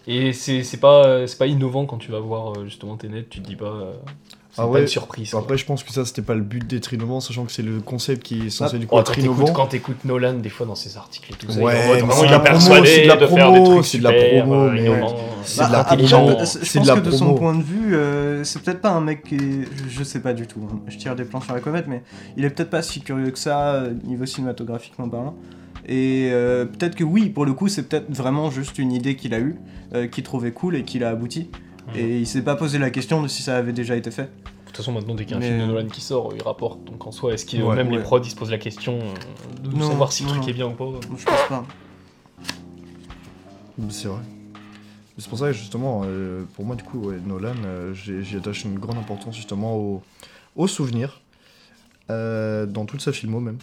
[SPEAKER 3] Et c'est c'est pas, euh, c'est pas innovant quand tu vas voir euh, justement Tenet, tu te dis pas. euh, c'est
[SPEAKER 1] Ah
[SPEAKER 3] pas
[SPEAKER 1] ouais.
[SPEAKER 3] une
[SPEAKER 2] Bah,
[SPEAKER 3] surprise. quoi.
[SPEAKER 1] Après, je pense que ça, c'était pas le but d'être innovant, sachant que c'est le concept qui est censé
[SPEAKER 2] Ah,
[SPEAKER 1] du coup
[SPEAKER 3] Oh,
[SPEAKER 1] être
[SPEAKER 3] quand
[SPEAKER 1] innovant.
[SPEAKER 3] t'écoutes- quand t'écoutes Nolan, des fois dans ses articles et tout ça,
[SPEAKER 1] Ouais,
[SPEAKER 3] il est en
[SPEAKER 1] mais
[SPEAKER 3] mode, vraiment,
[SPEAKER 1] c'est
[SPEAKER 3] il
[SPEAKER 1] de
[SPEAKER 3] a
[SPEAKER 1] la promo,
[SPEAKER 3] persuadé
[SPEAKER 1] c'est de la
[SPEAKER 3] de faire des
[SPEAKER 1] promo,
[SPEAKER 3] trucs
[SPEAKER 1] c'est de la
[SPEAKER 3] super,
[SPEAKER 1] promo,
[SPEAKER 3] euh,
[SPEAKER 1] mais-
[SPEAKER 3] innovants.
[SPEAKER 1] C'est de
[SPEAKER 2] Bah, après,
[SPEAKER 1] l'intelligent,
[SPEAKER 2] euh, Je
[SPEAKER 1] c'est
[SPEAKER 2] pense
[SPEAKER 1] de la
[SPEAKER 2] que de son
[SPEAKER 1] promo.
[SPEAKER 2] point de vue, euh, c'est peut-être pas un mec qui. est- Je, je sais pas du tout. hein. Je tire des plans sur la comète, mais il est peut-être pas si curieux que ça, euh, niveau cinématographiquement parlant. Et euh, peut-être que oui, pour le coup, c'est peut-être vraiment juste une idée qu'il a eue, euh, qu'il trouvait cool et qu'il a abouti.
[SPEAKER 3] Mhm.
[SPEAKER 2] Et il s'est pas posé la question de si ça avait déjà été fait.
[SPEAKER 3] De toute façon, maintenant, dès qu'il y a un
[SPEAKER 2] Mais-
[SPEAKER 3] film de Nolan qui sort, il rapporte. Donc en soi, est-ce que
[SPEAKER 1] Ouais,
[SPEAKER 3] même les
[SPEAKER 2] ouais.
[SPEAKER 3] prods ils se posent la question euh, de
[SPEAKER 2] Non,
[SPEAKER 3] savoir si le
[SPEAKER 2] non,
[SPEAKER 3] truc
[SPEAKER 2] non.
[SPEAKER 3] est bien ou pas
[SPEAKER 2] Moi, Je pense pas.
[SPEAKER 1] C'est vrai. Mais C'est pour ça que justement, euh, pour moi du coup, ouais, Nolan, euh, j'ai- j'y attache une grande importance justement au, au souvenir, euh, dans toute sa filmo même.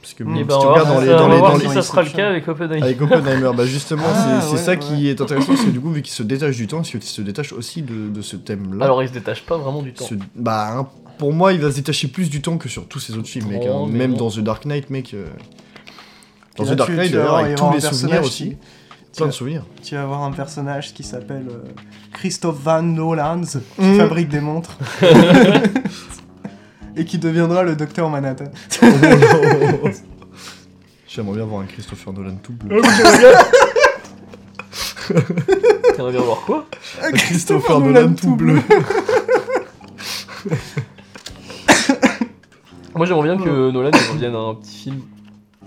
[SPEAKER 1] Parce que
[SPEAKER 2] Mm.
[SPEAKER 1] même
[SPEAKER 2] Eh
[SPEAKER 1] si
[SPEAKER 2] ben,
[SPEAKER 1] tu
[SPEAKER 2] on va
[SPEAKER 1] regardes
[SPEAKER 2] voir
[SPEAKER 1] dans
[SPEAKER 2] si
[SPEAKER 1] les,
[SPEAKER 2] ça-
[SPEAKER 1] dans
[SPEAKER 2] on va
[SPEAKER 1] les,
[SPEAKER 2] voir
[SPEAKER 1] dans
[SPEAKER 2] si
[SPEAKER 1] les-
[SPEAKER 2] ça sera le cas
[SPEAKER 3] avec Oppenheimer.
[SPEAKER 1] avec Oppenheimer, bah justement,
[SPEAKER 2] Ah,
[SPEAKER 1] c'est c'est
[SPEAKER 2] ouais,
[SPEAKER 1] ça
[SPEAKER 2] ouais.
[SPEAKER 1] qui est intéressant, parce que du coup, vu qu'il se détache du temps, parce qu'il se détache aussi de, de ce thème-là.
[SPEAKER 3] Alors, il se détache pas vraiment du temps.
[SPEAKER 1] Ce- bah, hein, pour moi, il va se détacher plus du temps que sur tous ses autres films, mec. hein.
[SPEAKER 3] Oh, mais
[SPEAKER 1] Même
[SPEAKER 3] non.
[SPEAKER 1] dans The Dark Knight, mec. euh, Dans
[SPEAKER 2] Et là,
[SPEAKER 1] The Dark
[SPEAKER 2] tu-
[SPEAKER 1] Knight,
[SPEAKER 2] tu vas
[SPEAKER 1] d'ailleurs,
[SPEAKER 2] avoir- il
[SPEAKER 1] avec
[SPEAKER 2] va y
[SPEAKER 1] tous
[SPEAKER 2] avoir
[SPEAKER 1] les
[SPEAKER 2] un
[SPEAKER 1] souvenirs
[SPEAKER 2] personnage
[SPEAKER 1] aussi.
[SPEAKER 2] qui-
[SPEAKER 1] Plein de
[SPEAKER 2] qui-
[SPEAKER 1] souvenirs.
[SPEAKER 2] Tu vas avoir un personnage qui s'appelle euh, Christophe Van Nolans, qui
[SPEAKER 1] Mm.
[SPEAKER 2] fabrique des (laughs) montres. Et qui deviendra le docteur Manhattan.
[SPEAKER 1] J'aimerais bien voir un Christopher Nolan tout bleu.
[SPEAKER 3] T'aimerais bien voir quoi
[SPEAKER 2] Euh,
[SPEAKER 1] Un Christopher Nolan tout bleu.
[SPEAKER 3] Moi, j'aimerais bien que Nolan il revienne à un petit film.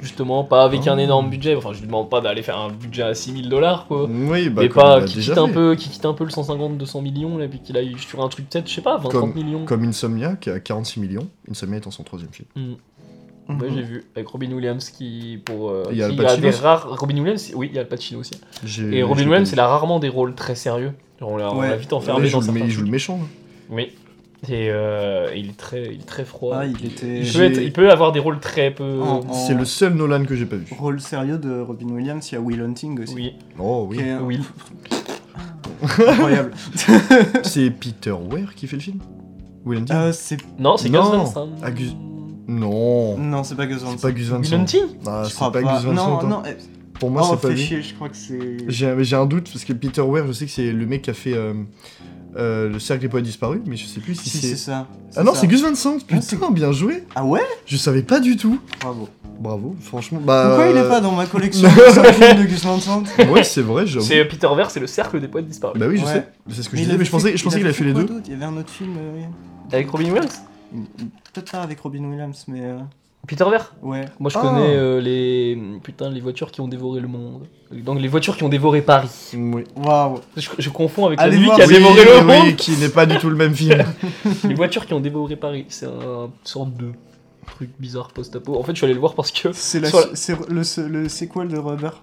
[SPEAKER 3] Justement, pas avec un énorme budget. Enfin, je lui demande pas d'aller faire un budget à 6000 dollars quoi.
[SPEAKER 1] (laughs) Oui, bah,
[SPEAKER 3] mais
[SPEAKER 1] comme on
[SPEAKER 3] pas
[SPEAKER 1] l'a
[SPEAKER 3] qui
[SPEAKER 1] déjà
[SPEAKER 3] quitte, un
[SPEAKER 1] fait.
[SPEAKER 3] peu, qui quitte un peu le 150-200 millions là, et puis qu'il aille sur un truc peut-être, je sais pas, 20-30 millions.
[SPEAKER 1] Comme Insomnia, qui a 46 millions. Insomnia étant son troisième film.
[SPEAKER 3] Moi
[SPEAKER 2] Mhm.
[SPEAKER 3] j'ai vu avec Robin Williams qui pour euh,
[SPEAKER 1] Il y a
[SPEAKER 3] qui
[SPEAKER 1] Al Pacino
[SPEAKER 3] des
[SPEAKER 1] aussi.
[SPEAKER 3] rares Robin Williams oui il y a Al Pacino aussi
[SPEAKER 1] J'ai-
[SPEAKER 3] et Robin
[SPEAKER 1] j'ai-
[SPEAKER 3] Williams il a rarement des rôles très sérieux Genre, on l'a on
[SPEAKER 2] Ouais.
[SPEAKER 3] l'a vite
[SPEAKER 1] Ouais,
[SPEAKER 3] enfermé
[SPEAKER 1] il joue
[SPEAKER 3] dans
[SPEAKER 1] le- mais
[SPEAKER 3] certains
[SPEAKER 1] il joue le
[SPEAKER 3] trucs
[SPEAKER 1] méchant. hein.
[SPEAKER 3] oui et euh, il est très il est très froid
[SPEAKER 2] Ah, il Ah, était.
[SPEAKER 3] il,
[SPEAKER 1] J'ai-
[SPEAKER 3] peut être- il peut avoir des rôles très peu
[SPEAKER 2] En- en
[SPEAKER 1] C'est le seul Nolan que j'ai pas vu.
[SPEAKER 2] rôle sérieux de Robin Williams, il y a Will Hunting aussi.
[SPEAKER 3] oui
[SPEAKER 1] Oh
[SPEAKER 2] Qui
[SPEAKER 1] oui.
[SPEAKER 2] est
[SPEAKER 3] Will
[SPEAKER 1] (laughs)
[SPEAKER 2] incroyable.
[SPEAKER 1] C'est Peter Weir qui fait le film Will Hunting
[SPEAKER 2] Euh, c'est...
[SPEAKER 3] non c'est
[SPEAKER 1] Non,
[SPEAKER 3] Gus Van Sant.
[SPEAKER 1] ah, Gus- Non.
[SPEAKER 2] Non, c'est pas Gus Van
[SPEAKER 1] C'est
[SPEAKER 2] Sant.
[SPEAKER 1] pas Gus Van
[SPEAKER 3] Will
[SPEAKER 1] Sant.
[SPEAKER 3] Hunting
[SPEAKER 1] Ah,
[SPEAKER 2] Je
[SPEAKER 1] c'est
[SPEAKER 2] crois
[SPEAKER 1] pas Gus Van Sant,
[SPEAKER 2] Non,
[SPEAKER 1] hein.
[SPEAKER 2] non, eh,
[SPEAKER 1] Pour moi,
[SPEAKER 2] oh,
[SPEAKER 1] c'est pas
[SPEAKER 2] fais
[SPEAKER 1] lui.
[SPEAKER 2] chier, je crois que c'est.
[SPEAKER 1] J'ai j'ai un doute parce que Peter Weir, je sais que c'est le mec qui a fait euh, euh, le cercle des poètes disparus, mais je sais plus si,
[SPEAKER 2] Si,
[SPEAKER 1] c'est.
[SPEAKER 2] c'est ça.
[SPEAKER 1] Ah non,
[SPEAKER 2] ça.
[SPEAKER 1] c'est Gus Van Sant.
[SPEAKER 2] Ah, c'est-
[SPEAKER 1] Putain, bien joué.
[SPEAKER 2] Ah ouais
[SPEAKER 1] Je savais pas du tout.
[SPEAKER 2] Bravo.
[SPEAKER 1] Bravo, franchement. Bah.
[SPEAKER 2] Pourquoi il
[SPEAKER 1] euh,
[SPEAKER 2] est Ah pas dans ma collection
[SPEAKER 1] (laughs)
[SPEAKER 2] de cinq films de Gus Van Sant
[SPEAKER 1] Ouais, c'est vrai. j'avoue.
[SPEAKER 3] c'est euh, Peter Ver c'est le cercle des poètes disparus
[SPEAKER 1] Bah oui, je
[SPEAKER 2] Ouais.
[SPEAKER 1] sais. C'est ce que je
[SPEAKER 2] Mais il
[SPEAKER 1] disais, mais je pensais, je pensais qu'il a fait les
[SPEAKER 2] quoi
[SPEAKER 1] deux.
[SPEAKER 2] d'autre Il y avait un autre film, euh, oui.
[SPEAKER 3] avec Robin Williams
[SPEAKER 2] peut-être pas avec Robin Williams, mais euh,
[SPEAKER 3] Peter Ver
[SPEAKER 2] ouais.
[SPEAKER 3] Moi je
[SPEAKER 1] Ah.
[SPEAKER 3] connais euh, les putain les voitures qui ont dévoré le monde. Donc les voitures qui ont dévoré Paris.
[SPEAKER 1] Oui. Ah
[SPEAKER 2] Waouh.
[SPEAKER 3] Je, je confonds avec
[SPEAKER 2] Allez
[SPEAKER 3] la nuit
[SPEAKER 2] voir
[SPEAKER 3] qui a hein.
[SPEAKER 2] oui,
[SPEAKER 3] dévoré le
[SPEAKER 1] oui,
[SPEAKER 3] monde.
[SPEAKER 1] qui n'est pas du tout le même film.
[SPEAKER 3] Les voitures qui ont dévoré Paris, c'est un une sorte de truc bizarre post-apo. En fait, je suis allé le voir parce que
[SPEAKER 2] C'est la,
[SPEAKER 3] Sur
[SPEAKER 2] c'est le, c'est le sequel de Rubber.
[SPEAKER 3] (laughs)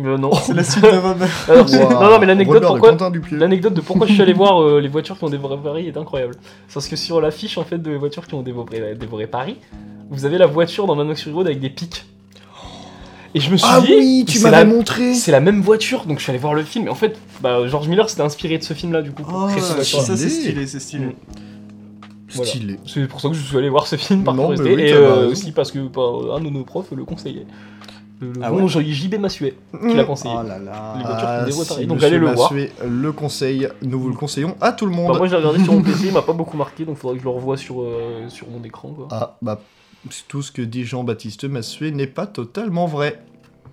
[SPEAKER 3] Euh,
[SPEAKER 1] Oh
[SPEAKER 3] non.
[SPEAKER 2] C'est la suite
[SPEAKER 1] (laughs)
[SPEAKER 2] de Rubber.
[SPEAKER 3] (laughs) Alors, c'est-
[SPEAKER 1] Waouh.
[SPEAKER 3] (laughs) Non non, mais l'anecdote
[SPEAKER 1] Robert de
[SPEAKER 3] pourquoi
[SPEAKER 1] Quentin Dupieux.
[SPEAKER 3] L'anecdote de pourquoi je suis allé voir euh, les voitures qui ont dévoré Paris est incroyable. C'est Parce que sur l'affiche en fait de les voitures qui ont dévoré, dévoré Paris, vous avez la voiture dans Manox sur Road avec des pics. Et je me suis
[SPEAKER 1] Ah
[SPEAKER 3] dit,
[SPEAKER 1] oui, tu
[SPEAKER 3] c'est la
[SPEAKER 1] m'avais montré.
[SPEAKER 3] C'est la même voiture, donc je suis allé voir le film. Et en fait, bah, George Miller s'était inspiré de ce film-là, du coup. pour
[SPEAKER 2] Oh,
[SPEAKER 3] créer ce
[SPEAKER 2] ça,
[SPEAKER 1] c'est
[SPEAKER 3] voiture-là.
[SPEAKER 2] ça, c'est
[SPEAKER 1] stylé.
[SPEAKER 2] stylé,
[SPEAKER 1] (laughs)
[SPEAKER 2] c'est stylé.
[SPEAKER 3] voilà.
[SPEAKER 1] Stylé.
[SPEAKER 3] c'est pour ça que je suis allé voir ce film par
[SPEAKER 1] Non, mais
[SPEAKER 3] curiosité.
[SPEAKER 1] oui,
[SPEAKER 3] et
[SPEAKER 1] t'as
[SPEAKER 3] euh,
[SPEAKER 1] raison.
[SPEAKER 3] aussi parce que bah, un de nos profs le conseillait. Le, le
[SPEAKER 2] Ah
[SPEAKER 3] bon
[SPEAKER 2] ouais
[SPEAKER 3] J- JB Massuet qui l'a conseillé.
[SPEAKER 2] Oh là là.
[SPEAKER 3] Les voitures font des voix pareilles, donc
[SPEAKER 1] Ah, monsieur
[SPEAKER 3] allez le voir.
[SPEAKER 1] Massuet le conseil, nous vous le conseillons à tout le monde.
[SPEAKER 3] Bah, moi, je l'ai regardé sur mon PC,
[SPEAKER 1] (laughs)
[SPEAKER 3] il m'a pas beaucoup marqué, donc faudrait que je le revoie sur, euh, sur mon écran. Quoi.
[SPEAKER 1] Ah, bah, tout ce que dit Jean-Baptiste Massuet n'est pas totalement vrai.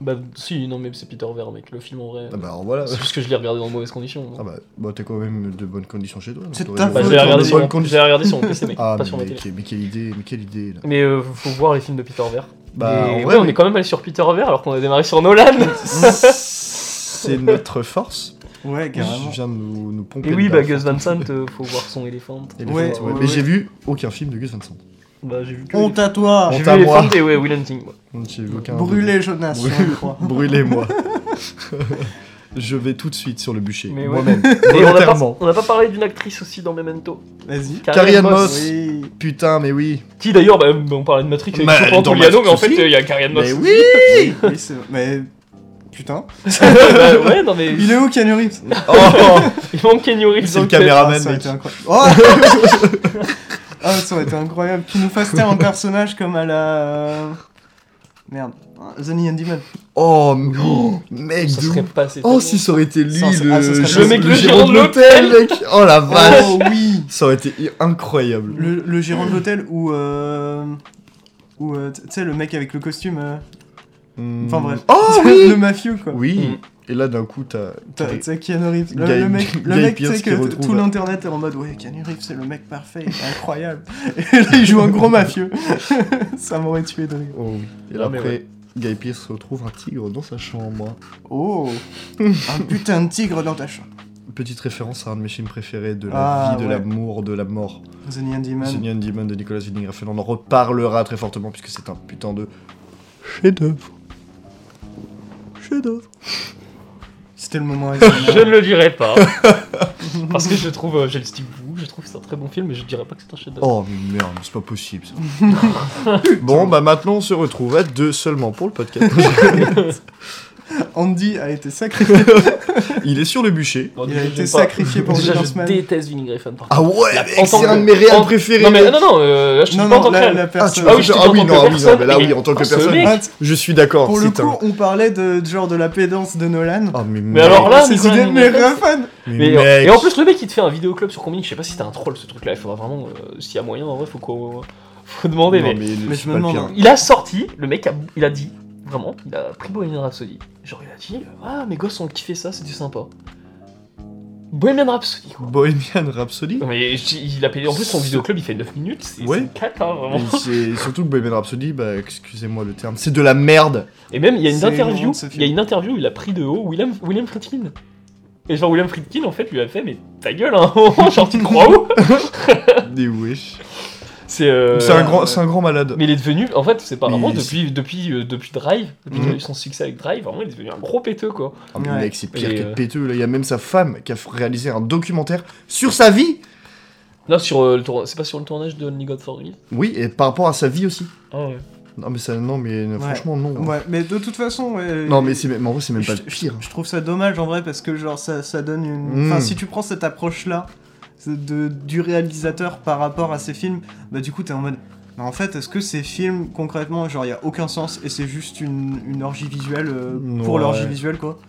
[SPEAKER 3] Bah, si, non, mais c'est Peter Ver, mec, le film en vrai.
[SPEAKER 1] Ah bah, alors voilà.
[SPEAKER 3] C'est juste que je l'ai regardé dans de mauvaises conditions.
[SPEAKER 1] Ah bah, bah, t'as quand même de bonnes conditions chez toi. donc
[SPEAKER 2] C'est
[SPEAKER 1] t'aurais
[SPEAKER 2] ta
[SPEAKER 1] de
[SPEAKER 3] Bah, je
[SPEAKER 2] faute,
[SPEAKER 3] l'ai
[SPEAKER 2] dans
[SPEAKER 3] regardé,
[SPEAKER 2] de
[SPEAKER 3] sur-
[SPEAKER 1] bonnes
[SPEAKER 3] je l'ai
[SPEAKER 1] conditions.
[SPEAKER 3] regardé sur mon PC, mec,
[SPEAKER 1] (laughs) Ah,
[SPEAKER 3] pas sur ma
[SPEAKER 1] mais,
[SPEAKER 3] télé.
[SPEAKER 1] que- mais quelle idée, mais quelle idée, là.
[SPEAKER 3] Mais euh, faut voir les films de Peter Ver.
[SPEAKER 1] Bah,
[SPEAKER 3] Et
[SPEAKER 1] en
[SPEAKER 3] ouais,
[SPEAKER 1] vrai,
[SPEAKER 3] on est quand même allé sur Peter Ver alors qu'on a démarré sur Nolan.
[SPEAKER 1] c'est notre
[SPEAKER 3] (laughs)
[SPEAKER 1] force.
[SPEAKER 2] (laughs) Ouais,
[SPEAKER 1] Je
[SPEAKER 2] carrément.
[SPEAKER 1] viens de nous, nous pomper.
[SPEAKER 3] Et oui,
[SPEAKER 1] le
[SPEAKER 3] bah
[SPEAKER 1] baffe.
[SPEAKER 3] Gus Van Sant, euh, faut voir son éléphant.
[SPEAKER 1] Et les
[SPEAKER 2] Ouais,
[SPEAKER 1] fêtes,
[SPEAKER 2] ouais,
[SPEAKER 1] Mais
[SPEAKER 2] ouais.
[SPEAKER 1] j'ai vu aucun film de Gus Van Sant.
[SPEAKER 3] Bah, j'ai vu que.
[SPEAKER 2] Honte à toi
[SPEAKER 1] Honte
[SPEAKER 3] J'ai
[SPEAKER 1] à
[SPEAKER 3] vu
[SPEAKER 1] moi.
[SPEAKER 3] l'éléphant et ouais, Will Hunting. ouais.
[SPEAKER 1] J'ai vu aucun.
[SPEAKER 2] Brûlé, Jonas,
[SPEAKER 1] Brûlé.
[SPEAKER 2] je crois.
[SPEAKER 1] Brûlez-moi. (laughs) Je vais tout de suite sur le bûcher.
[SPEAKER 3] Mais ouais.
[SPEAKER 1] Moi-même.
[SPEAKER 3] (laughs) Et on n'a pas,
[SPEAKER 1] Volontairement.
[SPEAKER 3] on a pas parlé d'une actrice aussi dans Memento.
[SPEAKER 2] Vas-y.
[SPEAKER 1] Carrie Ann Moss.
[SPEAKER 2] Oui.
[SPEAKER 1] Putain, mais oui.
[SPEAKER 3] Qui d'ailleurs, bah, on parlait de Matrix avec
[SPEAKER 1] Bah,
[SPEAKER 3] Soprano
[SPEAKER 1] dans
[SPEAKER 3] Poliano, mais en
[SPEAKER 1] Matrix
[SPEAKER 3] fait, il y a Carrie Ann Moss.
[SPEAKER 1] Mais oui
[SPEAKER 2] oui, oui, c'est Mais. Putain.
[SPEAKER 3] (laughs) Bah, ouais, non mais.
[SPEAKER 2] Il est où, Keanu Reeves
[SPEAKER 1] Oh
[SPEAKER 3] Il manque Kenny Reeves.
[SPEAKER 1] C'est le
[SPEAKER 3] donc,
[SPEAKER 1] caméra. Ah,
[SPEAKER 2] Ah,
[SPEAKER 1] man,
[SPEAKER 2] ça aurait
[SPEAKER 1] mec.
[SPEAKER 2] été incroyable.
[SPEAKER 1] (laughs)
[SPEAKER 2] Oh ah, ça aurait été incroyable. Qu'il nous fasse taire un personnage comme à la. Merde. The Neon Demon.
[SPEAKER 1] (laughs) Oh, oh, mec,
[SPEAKER 3] euh, Ça
[SPEAKER 1] de
[SPEAKER 3] serait
[SPEAKER 1] ouf.
[SPEAKER 3] pas assez.
[SPEAKER 1] Oh, si ça aurait été lui,
[SPEAKER 2] Ça, ça-
[SPEAKER 1] le,
[SPEAKER 2] ah, ça serait
[SPEAKER 1] gérant-
[SPEAKER 2] le mec,
[SPEAKER 3] le gérant de
[SPEAKER 1] mec. Oh la vache.
[SPEAKER 2] Oh oui
[SPEAKER 1] Ça aurait été incroyable.
[SPEAKER 2] Le, le gérant de l'hôtel ou. Euh... Ou, euh, tu sais, le mec avec le costume. euh,
[SPEAKER 1] Hmm.
[SPEAKER 2] Enfin bref. (laughs)
[SPEAKER 1] Oh
[SPEAKER 2] Le
[SPEAKER 1] oui
[SPEAKER 2] mafieux, quoi.
[SPEAKER 1] Oui.
[SPEAKER 3] Mm.
[SPEAKER 1] Et là, d'un coup, t'as.
[SPEAKER 2] T'as- Tu sais, Keanu Reeves. Le,
[SPEAKER 1] Guy-
[SPEAKER 2] le mec, le
[SPEAKER 1] Guy
[SPEAKER 2] mec tu
[SPEAKER 1] Pearce
[SPEAKER 2] sais,
[SPEAKER 1] qui
[SPEAKER 2] que t-
[SPEAKER 1] retrouve-
[SPEAKER 2] tout l'internet est en mode Ouais, Keanu Reeves, c'est le mec parfait, il est incroyable. (laughs) Et là, il joue un gros mafieux. (laughs) ça m'aurait tué de rire.
[SPEAKER 1] Oh oui. Et
[SPEAKER 3] Non, mais
[SPEAKER 1] après, Guy Pearce retrouve un tigre dans sa chambre. (laughs)
[SPEAKER 2] Oh Un putain de tigre dans ta chambre.
[SPEAKER 1] Petite référence à un de mes films préférés de la
[SPEAKER 2] Ah,
[SPEAKER 1] vie, de
[SPEAKER 2] ouais.
[SPEAKER 1] l'amour, de la mort.
[SPEAKER 2] The Neon Demon.
[SPEAKER 1] The Neon Demon de Nicolas Winding Refn. On en reparlera très fortement puisque c'est un putain de chef-d'œuvre. Chef-d'œuvre.
[SPEAKER 2] C'était le
[SPEAKER 3] (laughs)
[SPEAKER 2] moment.
[SPEAKER 3] Je ne le dirai
[SPEAKER 1] (laughs)
[SPEAKER 3] (laughs) pas. Parce que je trouve, euh, j'ai le style vous, je trouve que c'est un très bon film, mais je dirais pas que c'est un chef-d'œuvre.
[SPEAKER 1] Oh mais merde, c'est pas possible ça. (laughs) bon, bah maintenant on se retrouve à deux seulement pour le (laughs) podcast.
[SPEAKER 2] Andy a été sacrifié.
[SPEAKER 1] Il est sur le bûcher.
[SPEAKER 3] Bon,
[SPEAKER 2] Il
[SPEAKER 3] déjà,
[SPEAKER 2] a
[SPEAKER 3] j'aime
[SPEAKER 2] été
[SPEAKER 3] pas-
[SPEAKER 2] sacrifié pour
[SPEAKER 3] Déjà, je
[SPEAKER 2] Vince Man.
[SPEAKER 3] déteste Vinny Griffin. par
[SPEAKER 1] Ah
[SPEAKER 3] contre.
[SPEAKER 1] ouais,
[SPEAKER 3] La-
[SPEAKER 1] mec,
[SPEAKER 3] en tant
[SPEAKER 1] c'est
[SPEAKER 3] que-
[SPEAKER 1] un de mes réels
[SPEAKER 3] en-
[SPEAKER 1] préférés.
[SPEAKER 3] Non, mais
[SPEAKER 1] mec.
[SPEAKER 3] non, non, euh, là, je suis
[SPEAKER 2] Non,
[SPEAKER 3] pas en
[SPEAKER 2] non,
[SPEAKER 3] tant que
[SPEAKER 2] la,
[SPEAKER 3] réel.
[SPEAKER 2] la
[SPEAKER 1] Ah,
[SPEAKER 2] personne.
[SPEAKER 1] tu vois,
[SPEAKER 3] Ah oui, je te dis en
[SPEAKER 1] oui,
[SPEAKER 3] tant que
[SPEAKER 1] non, ah oui,
[SPEAKER 3] personne,
[SPEAKER 1] non, mais là,
[SPEAKER 3] et-
[SPEAKER 1] oui, en tant que
[SPEAKER 3] Ah, ce
[SPEAKER 1] personne.
[SPEAKER 3] mec.
[SPEAKER 2] Ah, t-
[SPEAKER 1] Je suis d'accord.
[SPEAKER 2] pour le
[SPEAKER 1] Oh, c'est
[SPEAKER 2] coup,
[SPEAKER 1] un-
[SPEAKER 2] on parlait de genre de la pédance de Nolan.
[SPEAKER 1] Ah, mais,
[SPEAKER 3] Mais alors là,
[SPEAKER 2] c'est
[SPEAKER 3] Nicolas
[SPEAKER 2] idées de mes
[SPEAKER 3] Nicolas,
[SPEAKER 2] refans.
[SPEAKER 3] Mais,
[SPEAKER 1] mais
[SPEAKER 3] euh,
[SPEAKER 1] mec.
[SPEAKER 3] et en plus, le mec il te fait un vidéoclub sur combien je sais pas si t'es un troll ce truc là. Il faudra vraiment, euh, s'il y a moyen, en vrai, faut, qu'on- (laughs) faut demander.
[SPEAKER 1] Non,
[SPEAKER 3] mais...
[SPEAKER 1] mais
[SPEAKER 2] mais
[SPEAKER 1] c'est
[SPEAKER 2] je me
[SPEAKER 1] pas le
[SPEAKER 2] demande,
[SPEAKER 1] pire.
[SPEAKER 2] hein.
[SPEAKER 3] Il a sorti, le mec a, il a dit, vraiment, il a pris Bohemian Rhapsody. Genre, il a dit, ah, mes gosses ont kiffé ça, c'était sympa. Bohemian Rhapsody, quoi.
[SPEAKER 1] Bohemian Rhapsody
[SPEAKER 3] Non, mais je- il a payé, en plus, son vidéoclub il fait 9 minutes, c'est
[SPEAKER 1] Ouais.
[SPEAKER 3] c'est une cata, vraiment.
[SPEAKER 1] Mais c'est surtout que Bohemian Rhapsody, bah excusez-moi le terme, c'est de la merde.
[SPEAKER 3] Et même, il y a une
[SPEAKER 2] C'est
[SPEAKER 3] interview,
[SPEAKER 2] vraiment ce film.
[SPEAKER 3] il y a une interview, il a pris de haut William, William Friedkin. Et genre, William Friedkin, en fait, lui a fait, mais ta gueule, hein, (laughs) genre, tu te crois où
[SPEAKER 1] Des wesh.
[SPEAKER 3] C'est euh,
[SPEAKER 1] c'est un grand, c'est un grand malade.
[SPEAKER 3] Mais il est devenu, en fait, c'est pas
[SPEAKER 1] Mais
[SPEAKER 3] vraiment
[SPEAKER 1] c'est-
[SPEAKER 3] depuis, depuis, euh, depuis Drive, depuis
[SPEAKER 1] Mhm.
[SPEAKER 3] qu'il a eu son succès avec Drive, vraiment, il est devenu un gros péteux, quoi.
[SPEAKER 1] Ah, mais
[SPEAKER 2] Ouais.
[SPEAKER 1] mec, c'est pire
[SPEAKER 3] Et,
[SPEAKER 1] que
[SPEAKER 3] euh,
[SPEAKER 1] péteux. Là, il y a même sa femme qui a réalisé un documentaire sur sa vie.
[SPEAKER 3] Là, sur euh, le tour... c'est pas sur le tournage de Only God for You
[SPEAKER 1] Oui, et par rapport à sa vie aussi.
[SPEAKER 3] Ah ouais.
[SPEAKER 1] Non, mais ça, non, mais euh, franchement non. hein.
[SPEAKER 2] Ouais, mais de toute façon. ouais,
[SPEAKER 1] Non, mais c'est, même- en vrai, c'est même
[SPEAKER 2] je-
[SPEAKER 1] pas le pire.
[SPEAKER 2] Je trouve ça dommage en vrai parce que genre ça, ça donne une.
[SPEAKER 1] Mm.
[SPEAKER 2] Enfin, si tu prends cette approche là de, du réalisateur par rapport à ses films, bah du coup t'es en mode. Mais en fait, est-ce que ces films concrètement, genre y a aucun sens et c'est juste une, une orgie visuelle euh, pour
[SPEAKER 1] Ouais.
[SPEAKER 2] l'orgie visuelle quoi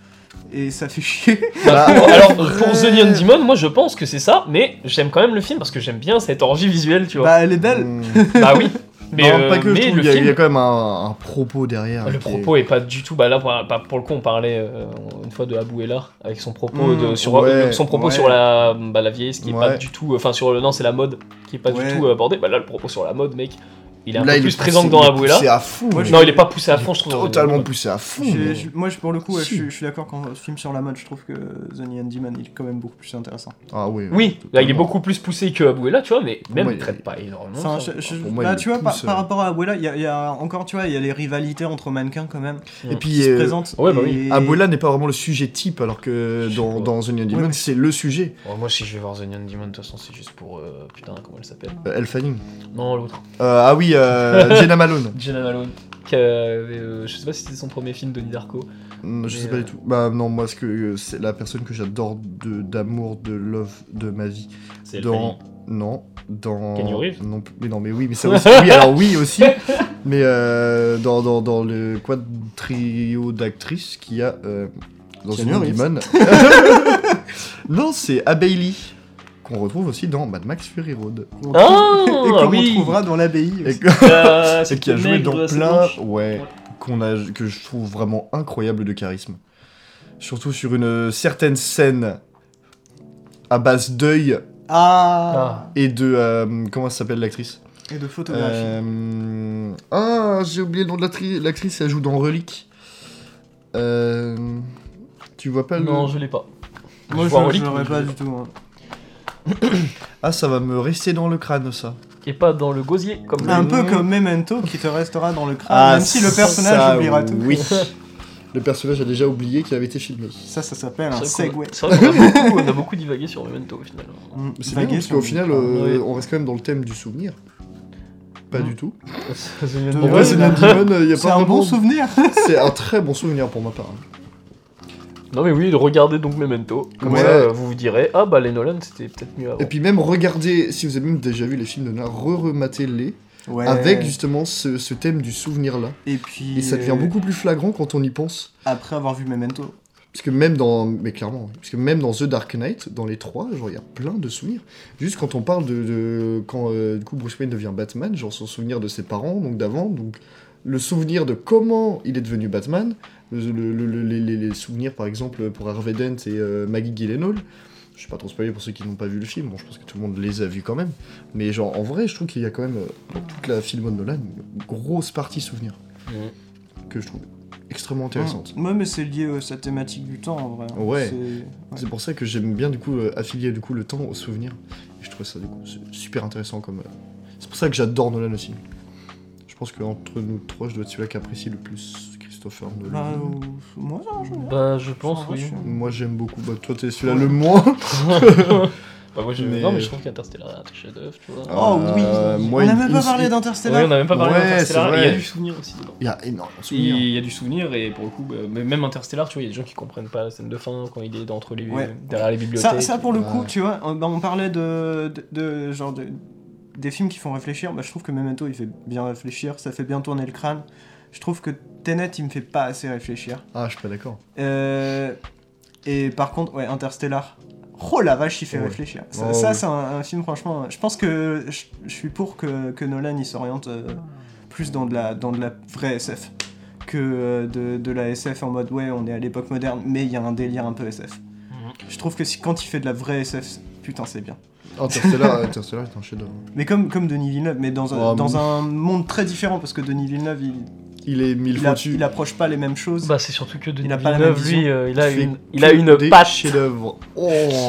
[SPEAKER 2] Et ça fait (laughs) chier.
[SPEAKER 3] Bah,
[SPEAKER 1] Bah, (laughs)
[SPEAKER 3] pour- alors, pour
[SPEAKER 1] ouais.
[SPEAKER 3] The Neon Demon, moi je pense que c'est ça, mais j'aime quand même le film parce que j'aime bien cette orgie visuelle, tu vois.
[SPEAKER 2] bah elle est belle.
[SPEAKER 1] Mm.
[SPEAKER 3] Bah, oui. Mais,
[SPEAKER 1] non,
[SPEAKER 3] euh,
[SPEAKER 1] pas que je
[SPEAKER 3] mais
[SPEAKER 1] trouve.
[SPEAKER 3] le
[SPEAKER 1] Il y, a- il y a
[SPEAKER 3] film, Ah,
[SPEAKER 1] quand même un, un propos derrière.
[SPEAKER 3] le
[SPEAKER 1] qui est-
[SPEAKER 3] propos est pas du tout. Bah là, pour, bah, pour le coup, on parlait euh, une fois de Abou Ellar avec son propos
[SPEAKER 2] Mmh,
[SPEAKER 3] de sur
[SPEAKER 1] Mm,
[SPEAKER 3] euh,
[SPEAKER 1] ouais,
[SPEAKER 3] son propos
[SPEAKER 2] ouais.
[SPEAKER 3] sur la bah, la vieillesse qui est pas
[SPEAKER 1] Ouais.
[SPEAKER 3] du tout. Enfin, sur le non, c'est la mode qui est pas
[SPEAKER 2] Ouais.
[SPEAKER 3] du tout abordée. Bah là, le propos sur la mode, mec, il est un
[SPEAKER 1] Là,
[SPEAKER 3] peu
[SPEAKER 1] il
[SPEAKER 3] plus
[SPEAKER 1] est
[SPEAKER 3] présent
[SPEAKER 1] poussé-
[SPEAKER 3] que dans
[SPEAKER 1] il est
[SPEAKER 3] Abou Ellar.
[SPEAKER 1] poussé à fond.
[SPEAKER 2] Moi,
[SPEAKER 1] mais
[SPEAKER 3] Non, il est pas poussé à fond, je trouve. dans The Neon
[SPEAKER 1] Totalement
[SPEAKER 3] Demon.
[SPEAKER 1] poussé à fond.
[SPEAKER 2] J'ai-
[SPEAKER 1] mais-
[SPEAKER 2] je- moi, je- pour le coup, ouais,
[SPEAKER 1] Si.
[SPEAKER 2] je, suis- je suis d'accord qu'en film sur la mode, je trouve que The Neon Demon il est quand même beaucoup plus intéressant.
[SPEAKER 1] Ah oui.
[SPEAKER 3] Oui, là il est
[SPEAKER 1] totalement.
[SPEAKER 3] beaucoup plus poussé que Abou Ellar, tu vois, mais même
[SPEAKER 1] Moi,
[SPEAKER 3] il
[SPEAKER 1] il-
[SPEAKER 3] traite pas énormément.
[SPEAKER 2] Enfin,
[SPEAKER 3] ça.
[SPEAKER 2] je- je-
[SPEAKER 1] pour moi,
[SPEAKER 2] bah,
[SPEAKER 1] il
[SPEAKER 2] tu vois,
[SPEAKER 1] pousse,
[SPEAKER 2] par,
[SPEAKER 1] euh.
[SPEAKER 2] par rapport à Abuela, il y, a- il y a encore, tu vois, il y a les rivalités entre mannequins quand même
[SPEAKER 1] Et
[SPEAKER 2] qui
[SPEAKER 1] puis,
[SPEAKER 2] se
[SPEAKER 1] euh,
[SPEAKER 2] présentent.
[SPEAKER 3] ouais, bah
[SPEAKER 2] et-
[SPEAKER 1] Abuela n'est pas vraiment le sujet type, alors que
[SPEAKER 3] Je sais
[SPEAKER 1] dans,
[SPEAKER 3] pas.
[SPEAKER 1] dans The Neon Demon,
[SPEAKER 2] Ouais, mais-
[SPEAKER 1] c'est le sujet.
[SPEAKER 3] Bon, Oh, moi, si je vais voir The Neon Demon, de toute façon, c'est juste pour. euh, putain, comment elle s'appelle
[SPEAKER 1] Euh, Elle Fanning.
[SPEAKER 3] Non, l'autre.
[SPEAKER 1] Euh, ah oui,
[SPEAKER 2] (laughs)
[SPEAKER 1] euh, Jenna Malone.
[SPEAKER 3] Jenna Malone. qui avait, euh, je sais pas si c'était son premier film, Donnie Darko.
[SPEAKER 1] Mm, Je
[SPEAKER 3] Mais,
[SPEAKER 1] sais pas
[SPEAKER 3] euh,
[SPEAKER 1] du tout. Bah non, moi, ce que euh, c'est la personne que j'adore de d'amour, de love de ma vie.
[SPEAKER 3] C'est
[SPEAKER 1] Dans non, dans
[SPEAKER 3] Keanu Reeves
[SPEAKER 1] non, plus- mais non, mais oui, mais ça aussi. oui, alors oui aussi. Mais euh, dans, dans, dans le quad trio d'actrices qu'il y a euh, dans
[SPEAKER 2] Keanu
[SPEAKER 1] une
[SPEAKER 2] Reeves. (laughs)
[SPEAKER 1] Demon. non, c'est Abailey qu'on retrouve aussi dans Mad Max Fury Road.
[SPEAKER 3] Ah
[SPEAKER 2] et qu'on
[SPEAKER 3] oui. (laughs)
[SPEAKER 2] retrouvera dans l'abbaye
[SPEAKER 1] Et
[SPEAKER 2] aussi.
[SPEAKER 1] que-
[SPEAKER 3] Euh,
[SPEAKER 1] c'est qui a
[SPEAKER 3] le
[SPEAKER 1] joué
[SPEAKER 3] mec
[SPEAKER 1] dans
[SPEAKER 3] de la
[SPEAKER 1] plein,
[SPEAKER 3] Sainte-Blanche.
[SPEAKER 1] ouais,
[SPEAKER 3] Ouais.
[SPEAKER 1] qu'on a, que je trouve vraiment incroyable de charisme. Surtout sur une euh, certaine scène à base d'œil
[SPEAKER 2] Ah,
[SPEAKER 1] et de euh, comment ça s'appelle l'actrice
[SPEAKER 2] Et de photographie.
[SPEAKER 1] Euh, Ah, j'ai oublié le nom de l'actri- l'actrice. Elle joue dans Relique. Euh, Tu vois pas le
[SPEAKER 3] Non, je l'ai pas.
[SPEAKER 2] Moi,
[SPEAKER 3] je
[SPEAKER 2] je
[SPEAKER 3] vois Relic,
[SPEAKER 2] n'aurais
[SPEAKER 3] mais
[SPEAKER 2] pas
[SPEAKER 3] je-
[SPEAKER 2] du tout. hein.
[SPEAKER 1] Ah, ça va me rester dans le crâne ça.
[SPEAKER 3] Et pas dans le gosier, comme
[SPEAKER 2] Un
[SPEAKER 1] Ah,
[SPEAKER 3] le-
[SPEAKER 2] peu comme Memento qui te restera dans le crâne, Ah, même si le personnage
[SPEAKER 1] Ah, ça,
[SPEAKER 2] oubliera (laughs) tout.
[SPEAKER 1] Oui. le personnage a déjà oublié qu'il avait été filmé.
[SPEAKER 2] Ça, ça s'appelle un
[SPEAKER 3] C'est vrai qu'on
[SPEAKER 2] segway.
[SPEAKER 3] a- c'est vrai
[SPEAKER 1] (laughs)
[SPEAKER 3] qu'on a, beaucoup- on a beaucoup divagué sur Memento au final.
[SPEAKER 2] Mm,
[SPEAKER 1] C'est bien
[SPEAKER 2] vaguer
[SPEAKER 1] parce
[SPEAKER 2] sur
[SPEAKER 1] qu'au
[SPEAKER 2] le
[SPEAKER 1] final,
[SPEAKER 2] crâne.
[SPEAKER 1] euh,
[SPEAKER 3] Ouais.
[SPEAKER 1] on reste quand même dans le thème du souvenir. Pas
[SPEAKER 3] Mm.
[SPEAKER 1] du tout.
[SPEAKER 3] C'est
[SPEAKER 1] En
[SPEAKER 2] Ouais,
[SPEAKER 1] vrai,
[SPEAKER 2] ouais,
[SPEAKER 1] c'est
[SPEAKER 2] bah,
[SPEAKER 1] une bonne, euh,
[SPEAKER 2] (laughs)
[SPEAKER 1] y a
[SPEAKER 2] C'est
[SPEAKER 1] pas
[SPEAKER 2] un
[SPEAKER 1] vraiment-
[SPEAKER 2] bon souvenir.
[SPEAKER 1] C'est un très bon souvenir pour ma part. hein.
[SPEAKER 3] Non mais oui, regardez donc Memento. Comme
[SPEAKER 1] Ouais.
[SPEAKER 3] ça, euh, vous vous direz, ah bah les Nolan c'était peut-être mieux avant.
[SPEAKER 1] Et puis même regardez, si vous avez même déjà vu les films de Nolan, re-rematez-les (laughs)
[SPEAKER 2] Ouais.
[SPEAKER 1] avec justement ce, ce thème du souvenir là.
[SPEAKER 2] Et puis.
[SPEAKER 1] Et ça devient
[SPEAKER 2] euh,
[SPEAKER 1] beaucoup plus flagrant quand on y pense.
[SPEAKER 2] Après avoir vu Memento.
[SPEAKER 1] Parce que même dans, mais clairement, parce que même dans The Dark Knight, dans les trois, genre il y a plein de souvenirs. Juste quand on parle de, de- quand euh, du coup Bruce Wayne devient Batman, genre son souvenir de ses parents, donc d'avant, donc le souvenir de comment il est devenu Batman, le- le- le- le- les, les- les souvenirs par exemple pour Harvey Dent et euh, Maggie Gyllenhaal. Je suis pas trop spoilé pour ceux qui n'ont pas vu le film, bon je pense que tout le monde les a vus quand même. Mais genre en vrai, je trouve qu'il y a quand même euh, dans toute la film de Nolan une grosse partie souvenir que je trouve extrêmement intéressante.
[SPEAKER 2] Mm. Ouais, mais c'est lié à sa thématique du temps en vrai. hein.
[SPEAKER 1] Ouais.
[SPEAKER 2] C'est-
[SPEAKER 1] C'est pour ça que j'aime bien du coup euh, affilier du coup le temps au souvenir. Et je trouve ça du coup c'est super intéressant comme. euh, C'est pour ça que j'adore Nolan aussi. Je pense qu'entre nous trois, je dois être celui-là qui apprécie le plus Christopher
[SPEAKER 2] Bah,
[SPEAKER 1] Nolan.
[SPEAKER 3] oh.
[SPEAKER 2] euh, moi, non, je-
[SPEAKER 3] Bah je pense
[SPEAKER 2] En vrai,
[SPEAKER 3] oui.
[SPEAKER 2] je suis-
[SPEAKER 1] Moi j'aime beaucoup. Bah toi t'es celui-là le moins.
[SPEAKER 3] (laughs)
[SPEAKER 1] (laughs)
[SPEAKER 3] Bah moi je...
[SPEAKER 1] Mais-
[SPEAKER 3] Non mais je trouve qu'Interstellar est un chef-d'œuvre, tu vois.
[SPEAKER 1] Ah,
[SPEAKER 2] Oh oui.
[SPEAKER 1] Euh, moi,
[SPEAKER 2] on n'a
[SPEAKER 1] il-
[SPEAKER 2] même pas
[SPEAKER 1] il-
[SPEAKER 2] parlé
[SPEAKER 1] il-
[SPEAKER 2] d'Interstellar.
[SPEAKER 3] on n'a même pas parlé
[SPEAKER 1] Ouais,
[SPEAKER 3] d'Interstellar,
[SPEAKER 1] c'est
[SPEAKER 3] et il y a
[SPEAKER 1] vrai.
[SPEAKER 3] du souvenir aussi dedans.
[SPEAKER 1] Il y a énormément de souvenirs.
[SPEAKER 3] Il y a du souvenir et pour le coup, bah, mais même Interstellar, tu vois, il y a des gens qui comprennent pas la scène de fin quand il est entre les
[SPEAKER 2] Ouais.
[SPEAKER 3] derrière les bibliothèques.
[SPEAKER 2] Ça, ça pour le coup,
[SPEAKER 1] Ouais.
[SPEAKER 2] tu vois, on, bah, on parlait de, de, de- genre de- des films qui font réfléchir. Bah, je trouve que Memento il fait bien réfléchir, ça fait bien tourner le crâne. Je trouve que Tenet il me fait pas assez réfléchir.
[SPEAKER 1] Ah je suis pas d'accord.
[SPEAKER 2] Euh, et par contre, ouais, Interstellar. Oh la vache, il fait
[SPEAKER 1] Ouais.
[SPEAKER 2] réfléchir. Ça,
[SPEAKER 1] Oh,
[SPEAKER 2] ça,
[SPEAKER 1] ouais.
[SPEAKER 2] c'est un, un film, franchement. Je pense que je, je suis pour que, que Nolan il s'oriente euh, plus dans de, la, dans de la vraie SF que euh, de, de la SF en mode ouais, on est à l'époque moderne, mais il y a un délire un peu SF. Je trouve que si, quand il fait de la vraie SF, c'est- putain, c'est bien.
[SPEAKER 1] Interstellar,
[SPEAKER 3] (laughs)
[SPEAKER 1] Interstellar est un chef-d'œuvre.
[SPEAKER 2] Mais comme, comme Denis Villeneuve, mais dans un,
[SPEAKER 1] Ouais,
[SPEAKER 2] dans
[SPEAKER 1] Oh, mais-
[SPEAKER 2] un monde très différent, parce que Denis Villeneuve, il,
[SPEAKER 1] Il est mille
[SPEAKER 2] il,
[SPEAKER 1] fois
[SPEAKER 2] a-
[SPEAKER 1] dessus.
[SPEAKER 2] il approche pas les mêmes choses.
[SPEAKER 3] Bah c'est surtout que Denis
[SPEAKER 2] Il a pas la
[SPEAKER 3] Villeneuve,
[SPEAKER 2] même
[SPEAKER 3] lui,
[SPEAKER 2] vision.
[SPEAKER 3] euh, il a
[SPEAKER 1] fait
[SPEAKER 3] une, il a
[SPEAKER 1] que
[SPEAKER 3] une
[SPEAKER 1] des
[SPEAKER 3] patte. (laughs)
[SPEAKER 1] chefs-d'œuvre. Oh.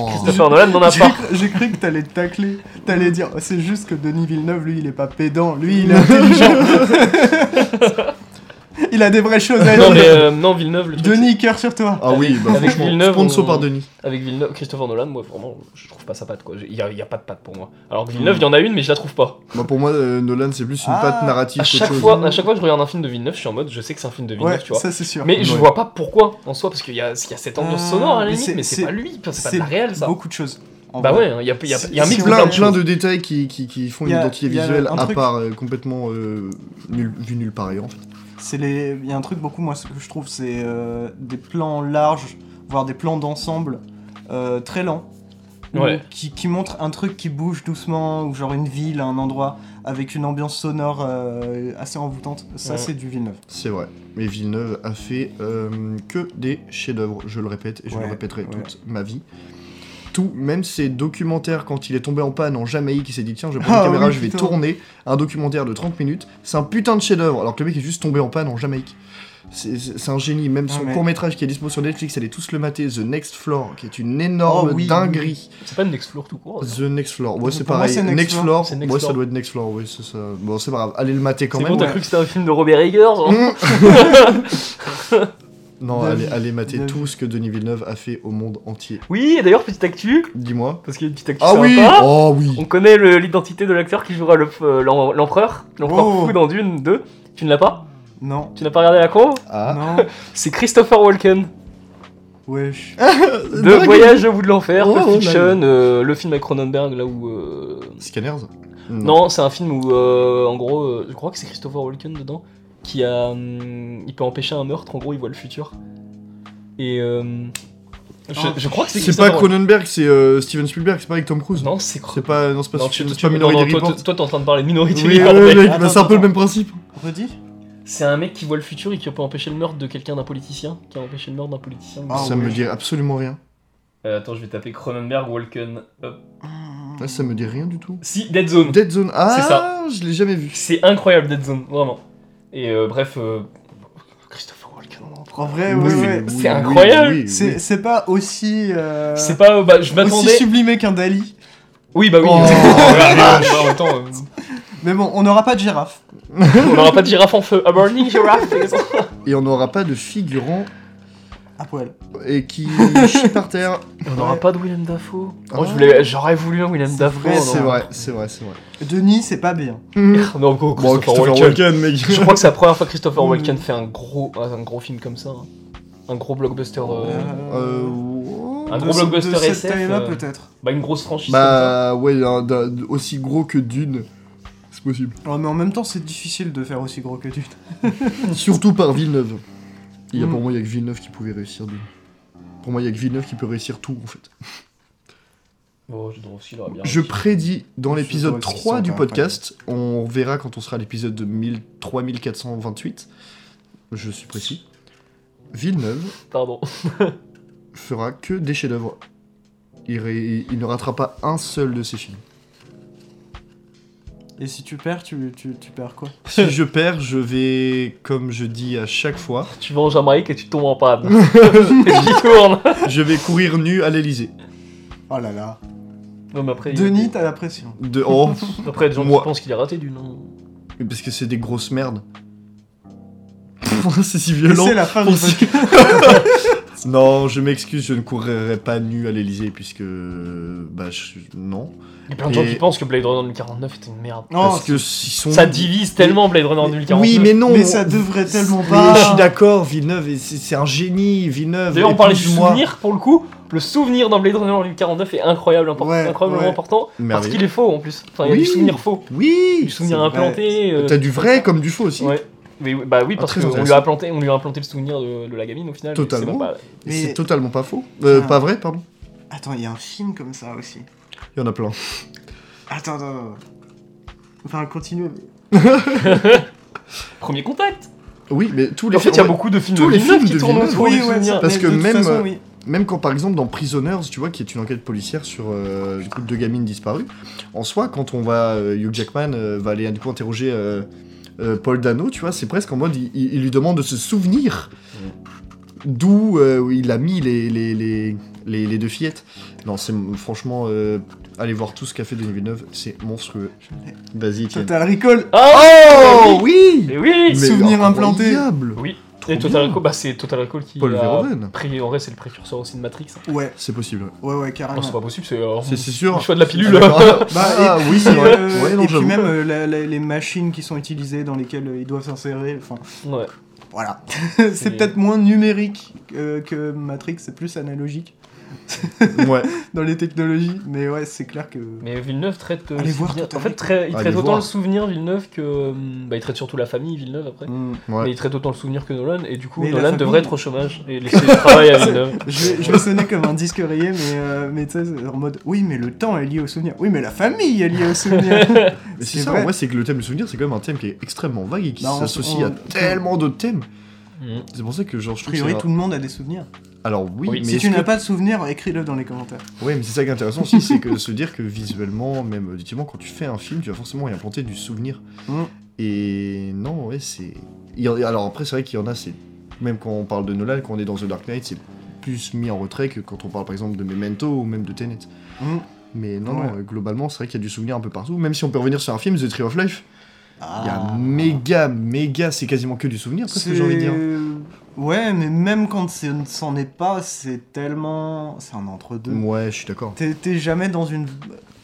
[SPEAKER 3] Christopher Nolan n'en a
[SPEAKER 2] J'ai
[SPEAKER 3] pas.
[SPEAKER 2] cru- J'ai cru que t'allais te tacler, t'allais dire oh, c'est juste que Denis Villeneuve, lui, il est pas pédant, lui,
[SPEAKER 3] (laughs)
[SPEAKER 2] il est intelligent. il a des vraies choses à dire.
[SPEAKER 3] Non mais euh, non Villeneuve, le truc,
[SPEAKER 2] Denis, cœur sur toi.
[SPEAKER 1] Ah oui, bah
[SPEAKER 3] Avec
[SPEAKER 1] franchement,
[SPEAKER 3] Villeneuve,
[SPEAKER 1] sponsor
[SPEAKER 3] on-
[SPEAKER 1] par Denis.
[SPEAKER 3] Avec Villeneuve, Christopher Nolan, moi vraiment, je trouve pas sa patte quoi. J'ai- Il y, a- il y a pas de patte pour moi. Alors que Villeneuve, il y en a une, mais je la trouve pas.
[SPEAKER 1] Bah pour moi, euh, Nolan c'est plus une
[SPEAKER 2] Ah,
[SPEAKER 1] patte narrative
[SPEAKER 3] À
[SPEAKER 1] qu'autre
[SPEAKER 3] chaque
[SPEAKER 1] chose.
[SPEAKER 3] fois, à chaque fois que je regarde un film de Villeneuve, je suis en mode, je sais que c'est un film de Villeneuve,
[SPEAKER 2] Ouais,
[SPEAKER 3] tu vois.
[SPEAKER 2] ça c'est sûr.
[SPEAKER 3] Mais je
[SPEAKER 1] Ouais.
[SPEAKER 3] vois pas pourquoi en soi, parce qu'il y a, il y a cette ambiance
[SPEAKER 2] Ah,
[SPEAKER 3] sonore à la
[SPEAKER 2] mais
[SPEAKER 3] limite,
[SPEAKER 2] c'est-
[SPEAKER 3] mais c'est
[SPEAKER 2] c'est-
[SPEAKER 3] pas lui, putain, c'est pas de la réelle ça.
[SPEAKER 2] Beaucoup de choses. en
[SPEAKER 3] Bah
[SPEAKER 2] vrai.
[SPEAKER 3] ouais, il y a, il y a- il y a un
[SPEAKER 2] C'est-
[SPEAKER 1] Il y
[SPEAKER 3] mix
[SPEAKER 1] a plein,
[SPEAKER 3] de plein de
[SPEAKER 1] plein
[SPEAKER 3] choses.
[SPEAKER 1] de détails qui, qui, qui font
[SPEAKER 2] Il y
[SPEAKER 1] une
[SPEAKER 2] a-
[SPEAKER 1] identité
[SPEAKER 2] il y a
[SPEAKER 1] visuelle
[SPEAKER 2] un
[SPEAKER 1] à
[SPEAKER 2] truc-
[SPEAKER 1] part euh, complètement euh, nulle- vue nulle part ailleurs. en fait.
[SPEAKER 2] C'est les. Il y a un truc beaucoup, moi, ce que je trouve, c'est euh, des plans larges, voire des plans d'ensemble euh, très lents. où-
[SPEAKER 3] Ouais.
[SPEAKER 2] Qui, qui montrent un truc qui bouge doucement, ou genre une ville, un endroit, avec une ambiance sonore euh, assez envoûtante. Ça,
[SPEAKER 3] Ouais.
[SPEAKER 2] c'est du Villeneuve.
[SPEAKER 1] C'est vrai. Mais Villeneuve a fait euh, que des chefs-d'œuvre, je le répète, et je
[SPEAKER 2] Ouais,
[SPEAKER 1] le répéterai
[SPEAKER 2] ouais.
[SPEAKER 1] toute ma vie. Tout, même ses documentaires, quand il est tombé en panne en Jamaïque, il s'est dit tiens, je vais
[SPEAKER 2] Ah
[SPEAKER 1] prendre une caméra,
[SPEAKER 2] oui,
[SPEAKER 1] je vais
[SPEAKER 2] putain.
[SPEAKER 1] tourner un documentaire de 30 minutes. C'est un putain de chef-d'œuvre, alors que le mec est juste tombé en panne en Jamaïque. C'est- C'est c'est un génie, même
[SPEAKER 2] Ah,
[SPEAKER 1] son
[SPEAKER 2] mais-
[SPEAKER 1] court-métrage qui est dispo sur Netflix, allez tous le mater, The Next Floor, qui est une énorme
[SPEAKER 2] Oh, oui,
[SPEAKER 1] dinguerie.
[SPEAKER 3] C'est pas une explore tout court.
[SPEAKER 1] The Next Floor, ouais, c'est
[SPEAKER 2] Pour moi,
[SPEAKER 1] pareil.
[SPEAKER 2] c'est Next
[SPEAKER 1] Next
[SPEAKER 2] Floor.
[SPEAKER 1] Floor,
[SPEAKER 3] Oh. C'est Next
[SPEAKER 1] ouais, ça
[SPEAKER 3] Floor.
[SPEAKER 1] doit être Next Floor, ouais, c'est ça. Bon, c'est pas grave, allez le mater quand
[SPEAKER 3] C'est
[SPEAKER 1] même.
[SPEAKER 3] bon, t'as
[SPEAKER 2] ouais.
[SPEAKER 3] cru que c'était un film de Robert Eggers hein
[SPEAKER 1] Mmh. non,
[SPEAKER 2] De
[SPEAKER 1] allez,
[SPEAKER 2] vie,
[SPEAKER 1] allez mater
[SPEAKER 2] de
[SPEAKER 1] tout ce que Denis Villeneuve a fait au monde entier.
[SPEAKER 3] Oui, et d'ailleurs, petite actu,
[SPEAKER 1] Dis-moi.
[SPEAKER 3] parce qu'il y a une petite actu
[SPEAKER 1] Ah oui
[SPEAKER 3] sympa.
[SPEAKER 1] Oh oui
[SPEAKER 3] On connaît le- l'identité de l'acteur qui jouera le- euh, l'en- l'empereur, l'empereur
[SPEAKER 2] Oh.
[SPEAKER 3] fou dans Dune 2. Tu ne l'as pas
[SPEAKER 2] Non.
[SPEAKER 3] Tu n'as pas regardé la con
[SPEAKER 1] Ah
[SPEAKER 2] Non.
[SPEAKER 3] C'est Christopher Walken.
[SPEAKER 2] Wesh.
[SPEAKER 3] De Voyage au bout de l'enfer,
[SPEAKER 1] Oh,
[SPEAKER 3] The
[SPEAKER 1] oh,
[SPEAKER 3] Fiction, euh, le film avec Cronenberg, là où. euh,
[SPEAKER 1] Scanners
[SPEAKER 3] Non, c'est un film où, euh, en gros, euh, je crois que c'est Christopher Walken dedans, qui a. hum, il peut empêcher un meurtre, en gros, il voit le futur. Et. euh, je,
[SPEAKER 2] Ah,
[SPEAKER 3] je crois que c'est
[SPEAKER 1] C'est pas
[SPEAKER 3] Christopher Walken.
[SPEAKER 1] Cronenberg, c'est euh, Steven Spielberg, c'est pas avec Tom Cruise.
[SPEAKER 3] Non, c'est Cro-
[SPEAKER 1] C'est pas, non, c'est pas,
[SPEAKER 3] non,
[SPEAKER 1] c'est
[SPEAKER 3] tu- tu-
[SPEAKER 1] pas
[SPEAKER 3] non, non,
[SPEAKER 1] Minority
[SPEAKER 3] toi,
[SPEAKER 1] Report.
[SPEAKER 3] toi- toi, t'es en train de parler Minority
[SPEAKER 1] Oui,
[SPEAKER 3] Report,
[SPEAKER 1] ouais,
[SPEAKER 3] mec.
[SPEAKER 1] mec,
[SPEAKER 2] Attends,
[SPEAKER 1] bah, c'est un peu le
[SPEAKER 2] attends.
[SPEAKER 1] même principe.
[SPEAKER 2] Redis
[SPEAKER 3] C'est un mec qui voit le futur et qui peut empêcher le meurtre de quelqu'un, d'un politicien, qui a empêché le meurtre d'un politicien.
[SPEAKER 2] Ah,
[SPEAKER 1] ça
[SPEAKER 2] ouais.
[SPEAKER 1] me dit absolument rien.
[SPEAKER 3] Euh, attends, je vais taper Cronenberg, Walken. hop.
[SPEAKER 1] Ouais, ça me dit rien du tout.
[SPEAKER 3] Si, Dead Zone.
[SPEAKER 1] Dead Zone, ah,
[SPEAKER 3] C'est ça.
[SPEAKER 1] je l'ai jamais vu.
[SPEAKER 3] C'est incroyable Dead Zone, vraiment. Et euh, bref, euh, Christopher Walken, on en
[SPEAKER 2] En
[SPEAKER 3] prend.
[SPEAKER 2] vrai,
[SPEAKER 1] Oui,
[SPEAKER 2] Eh ouais,
[SPEAKER 1] oui,
[SPEAKER 2] ouais.
[SPEAKER 1] oui,
[SPEAKER 3] C'est
[SPEAKER 1] oui,
[SPEAKER 3] incroyable.
[SPEAKER 1] oui, oui.
[SPEAKER 2] C'est c'est pas aussi. euh,
[SPEAKER 3] C'est pas, euh, bah, je
[SPEAKER 2] aussi
[SPEAKER 3] m'attendais.
[SPEAKER 2] sublimé qu'un Dali.
[SPEAKER 3] Oui, bah oui. (laughs)
[SPEAKER 1] Oh,
[SPEAKER 3] Voilà, bah, en même temps, euh,
[SPEAKER 2] Mais bon, on n'aura pas de girafe.
[SPEAKER 3] on n'aura pas de girafe en feu. A burning giraffe. les gars.
[SPEAKER 1] Et on n'aura pas de figurant
[SPEAKER 2] À poil.
[SPEAKER 1] et qui chie par terre.
[SPEAKER 3] On n'aura pas de Willem Dafoe. Oh,
[SPEAKER 1] Ah.
[SPEAKER 3] je voulais, j'aurais voulu un Willem Dafoe.
[SPEAKER 2] vrai,
[SPEAKER 3] non.
[SPEAKER 1] C'est vrai, c'est vrai, c'est vrai.
[SPEAKER 2] Denis, c'est pas bien.
[SPEAKER 3] Non,
[SPEAKER 1] Bon,
[SPEAKER 3] go, Christopher,
[SPEAKER 1] Christopher
[SPEAKER 3] Walken.
[SPEAKER 1] Walken, mec.
[SPEAKER 3] Je (laughs) crois que c'est la première fois que Christopher
[SPEAKER 1] Hmm.
[SPEAKER 2] Mm.
[SPEAKER 3] Walken fait un gros, un gros film comme ça. hein. Un gros blockbuster. euh,
[SPEAKER 1] Euh, ouais.
[SPEAKER 3] Un
[SPEAKER 2] de
[SPEAKER 3] gros
[SPEAKER 2] ce-
[SPEAKER 3] blockbuster
[SPEAKER 2] de cette
[SPEAKER 3] SF,
[SPEAKER 2] taille-là,
[SPEAKER 3] euh,
[SPEAKER 2] peut-être.
[SPEAKER 3] Bah, une grosse franchise.
[SPEAKER 1] Bah ouais, d'un- d'un- aussi gros que Dune, c'est possible.
[SPEAKER 2] Ouais, mais en même temps, c'est difficile de faire aussi gros que Dune.
[SPEAKER 1] Surtout par Villeneuve. Il y a
[SPEAKER 2] Mm.
[SPEAKER 1] pour moi, il y a que Villeneuve qui pouvait réussir Dune. Pour moi, il y a que Villeneuve qui peut réussir tout en fait.
[SPEAKER 3] comme ça. Oh, je dois aussi, il aurait bien
[SPEAKER 1] Je
[SPEAKER 3] réussi.
[SPEAKER 1] prédis dans
[SPEAKER 2] Je
[SPEAKER 1] l'épisode
[SPEAKER 2] dois aussi
[SPEAKER 1] 3 du
[SPEAKER 2] sentir un
[SPEAKER 1] podcast, on verra quand on sera à l'épisode de 1000 3428, je suis précis, Villeneuve
[SPEAKER 3] Pardon. (laughs)
[SPEAKER 1] fera que des chefs-d'œuvre. Il, ré- il ne ratera pas un seul de ses films.
[SPEAKER 2] Et si tu perds, tu, tu, tu perds quoi (laughs)
[SPEAKER 1] Si je perds, je vais, comme je dis à chaque fois,
[SPEAKER 3] Tu vas en Jamaïque et tu tombes
[SPEAKER 1] (laughs)
[SPEAKER 3] en panne. et tu tournes.
[SPEAKER 1] je vais courir nu à l'Elysée.
[SPEAKER 2] Oh là là.
[SPEAKER 3] Non, mais après,
[SPEAKER 2] Denis, t'as la pression.
[SPEAKER 1] De...
[SPEAKER 2] (laughs)
[SPEAKER 1] Oh,
[SPEAKER 3] Après, les gens
[SPEAKER 1] Moi.
[SPEAKER 3] qui pensent qu'il est raté du nom.
[SPEAKER 1] Mais parce que c'est des grosses merdes. (laughs) c'est si
[SPEAKER 2] Et
[SPEAKER 1] violent.
[SPEAKER 2] c'est la fin du
[SPEAKER 1] Pour si-
[SPEAKER 2] podcast.
[SPEAKER 1] (laughs) non, je m'excuse, je ne courrai pas nu à l'Elysée puisque. euh, Bah, je- non.
[SPEAKER 3] Il y a plein de gens
[SPEAKER 1] Et-
[SPEAKER 3] qui pensent que Blade Runner 2049 est une merde.
[SPEAKER 2] Non,
[SPEAKER 1] parce que s'ils sont.
[SPEAKER 3] Ça divise tellement Blade Runner 2049.
[SPEAKER 1] Oui, mais non.
[SPEAKER 2] mais ça devrait tellement
[SPEAKER 1] Mais je suis
[SPEAKER 2] pas.
[SPEAKER 1] d'accord, Villeneuve, et c'est c'est un génie, Villeneuve.
[SPEAKER 3] D'ailleurs, on parlait du
[SPEAKER 1] épouse-moi.
[SPEAKER 3] souvenir pour le coup. Le souvenir dans Blade Runner 2049 est incroyable, impor-
[SPEAKER 2] Ouais,
[SPEAKER 3] incroyablement
[SPEAKER 2] ouais.
[SPEAKER 3] important. Parce
[SPEAKER 1] Merveilleux.
[SPEAKER 3] qu'il est faux en plus. Enfin, il y a
[SPEAKER 1] Oui.
[SPEAKER 3] du souvenir faux. Du
[SPEAKER 1] Oui
[SPEAKER 3] souvenir
[SPEAKER 2] c'est
[SPEAKER 3] implanté. euh,
[SPEAKER 1] T'as du vrai comme du faux aussi.
[SPEAKER 3] Ouais. Mais, oui, bah oui,
[SPEAKER 1] Ah,
[SPEAKER 3] parce
[SPEAKER 1] très
[SPEAKER 3] qu'on lui,
[SPEAKER 1] intéressant.
[SPEAKER 3] a implanté- on lui a implanté le souvenir de, de la gamine au final. et
[SPEAKER 1] Totalement.
[SPEAKER 3] c'est même pas-
[SPEAKER 1] Et
[SPEAKER 2] Mais-
[SPEAKER 1] c'est totalement pas faux. Euh,
[SPEAKER 2] Ah.
[SPEAKER 1] Pas vrai, pardon.
[SPEAKER 2] Attends, il y a un film comme ça aussi.
[SPEAKER 1] Il y en a plein.
[SPEAKER 2] Attends, attends. attends. Enfin, continue.
[SPEAKER 3] Premier contact.
[SPEAKER 1] Oui, mais tous les
[SPEAKER 3] En fait, il y a
[SPEAKER 1] films-
[SPEAKER 3] beaucoup de films
[SPEAKER 1] tous
[SPEAKER 3] de
[SPEAKER 1] les
[SPEAKER 3] Villeneuve
[SPEAKER 1] films
[SPEAKER 3] qui
[SPEAKER 1] de
[SPEAKER 3] tournent autour
[SPEAKER 2] Oui,
[SPEAKER 3] du
[SPEAKER 2] ouais,
[SPEAKER 3] souvenir.
[SPEAKER 2] ça-
[SPEAKER 1] Parce
[SPEAKER 2] mais
[SPEAKER 1] que
[SPEAKER 2] de toute
[SPEAKER 1] même- euh,
[SPEAKER 2] façon, oui.
[SPEAKER 1] Même quand par exemple dans Prisoners, tu vois, qui est une enquête policière sur euh, du coup, deux gamines disparues, en soi, quand on va, euh, Hugh Jackman euh, va aller du coup interroger euh, euh, Paul Dano, tu vois, c'est presque en mode, il, il- il lui demande de se souvenir d'où euh, il a mis les, les, les, les- les deux fillettes. Non, c'est franchement, euh, allez voir tout ce qu'a fait Denis Villeneuve, c'est monstrueux. Vas-y, Étienne.
[SPEAKER 2] Total Recall.
[SPEAKER 3] Oh,
[SPEAKER 1] Oh oui,
[SPEAKER 3] Mais oui
[SPEAKER 1] Mais
[SPEAKER 2] Souvenir implanté.
[SPEAKER 1] incroyable.
[SPEAKER 3] Oui.
[SPEAKER 1] Trop
[SPEAKER 3] Et Total
[SPEAKER 1] bien.
[SPEAKER 3] Recall, bah, c'est Total Recall qui.
[SPEAKER 1] Paul
[SPEAKER 3] a
[SPEAKER 1] Verhoeven.
[SPEAKER 3] pris- En vrai, c'est le précurseur aussi de Matrix. hein.
[SPEAKER 2] Ouais,
[SPEAKER 1] C'est possible. ouais.
[SPEAKER 2] ouais, ouais,
[SPEAKER 3] Non, c'est
[SPEAKER 2] carrément.
[SPEAKER 3] pas possible, c'est. euh,
[SPEAKER 1] C'est c'est sûr.
[SPEAKER 3] Le choix de la pilule.
[SPEAKER 1] Ah,
[SPEAKER 2] Bah, et
[SPEAKER 1] oui, c'est
[SPEAKER 2] puis,
[SPEAKER 1] vrai.
[SPEAKER 2] euh,
[SPEAKER 1] Ouais, non,
[SPEAKER 2] et puis
[SPEAKER 1] j'avoue.
[SPEAKER 2] même euh, la- la- les machines qui sont utilisées dans lesquelles euh, ils doivent s'insérer. Enfin,
[SPEAKER 3] (laughs) Ouais.
[SPEAKER 2] voilà. (laughs) c'est
[SPEAKER 3] C'est-
[SPEAKER 2] peut-être moins numérique euh, que Matrix, c'est plus analogique
[SPEAKER 1] Ouais.
[SPEAKER 2] dans les technologies. Mais ouais, c'est clair que.
[SPEAKER 3] Mais Villeneuve traite. euh,
[SPEAKER 2] Allez
[SPEAKER 3] le
[SPEAKER 2] voir
[SPEAKER 3] souvenir-
[SPEAKER 2] Total
[SPEAKER 3] En fait, très- il
[SPEAKER 1] Allez
[SPEAKER 3] traite autant
[SPEAKER 1] voir.
[SPEAKER 3] le souvenir Villeneuve que. hum, Bah, il traite surtout la famille Villeneuve après.
[SPEAKER 2] Hmm.
[SPEAKER 1] (laughs) Ouais.
[SPEAKER 3] Mais il traite autant le souvenir que Nolan, et du coup,
[SPEAKER 2] Mais la
[SPEAKER 3] Nolan
[SPEAKER 2] famille-
[SPEAKER 3] devrait être au chômage et laisser le travail à Villeneuve.
[SPEAKER 2] Je vais, je vais sonner comme un disque rayé, mais, euh, mais tu sais, c'est en mode oui, mais le temps est lié au souvenir. Oui, mais la famille est liée
[SPEAKER 1] (laughs)
[SPEAKER 2] au souvenir.
[SPEAKER 1] Mais
[SPEAKER 2] C'est
[SPEAKER 1] c'est ça,
[SPEAKER 2] vrai.
[SPEAKER 1] en vrai, c'est que le thème du souvenir, c'est quand même un thème qui est extrêmement vague et qui
[SPEAKER 2] Bah, on-
[SPEAKER 1] s'associe à
[SPEAKER 2] on-
[SPEAKER 1] tellement d'autres thèmes.
[SPEAKER 3] Mm.
[SPEAKER 1] C'est pour ça que, genre, je
[SPEAKER 2] A
[SPEAKER 1] trouve
[SPEAKER 2] priori,
[SPEAKER 1] que c'est
[SPEAKER 2] tout le monde a des souvenirs.
[SPEAKER 1] un- Alors, oui,
[SPEAKER 3] Oui,
[SPEAKER 1] mais.
[SPEAKER 2] si
[SPEAKER 1] est-ce
[SPEAKER 2] tu n'as
[SPEAKER 1] que-
[SPEAKER 2] pas de souvenirs, écris-le dans les commentaires.
[SPEAKER 1] Ouais, mais c'est ça qui est intéressant aussi, c'est que se dire que visuellement, même auditivement, quand tu fais un film, tu vas forcément y implanter du souvenir.
[SPEAKER 2] Mm.
[SPEAKER 1] Et non, ouais, c'est. il y en- Alors, après, c'est vrai qu'il y en a, c'est. Même quand on parle de Nolan, quand on est dans The Dark Knight, c'est plus mis en retrait que quand on parle, par exemple, de Memento ou même de Tenet.
[SPEAKER 2] Hmm.
[SPEAKER 1] Mais non,
[SPEAKER 2] Ouais.
[SPEAKER 1] non, globalement, c'est vrai qu'il y a du souvenir un peu partout. Même si on peut revenir sur un film, The Tree of Life, Il y a
[SPEAKER 2] Ah.
[SPEAKER 1] méga, méga, c'est quasiment que du souvenir, c'est ce que j'ai envie de dire.
[SPEAKER 2] C'est- Ouais, mais même quand c'est- c'en est pas, c'est tellement. C'est un entre-deux.
[SPEAKER 1] Ouais, je suis d'accord.
[SPEAKER 2] T'es- T'es jamais dans une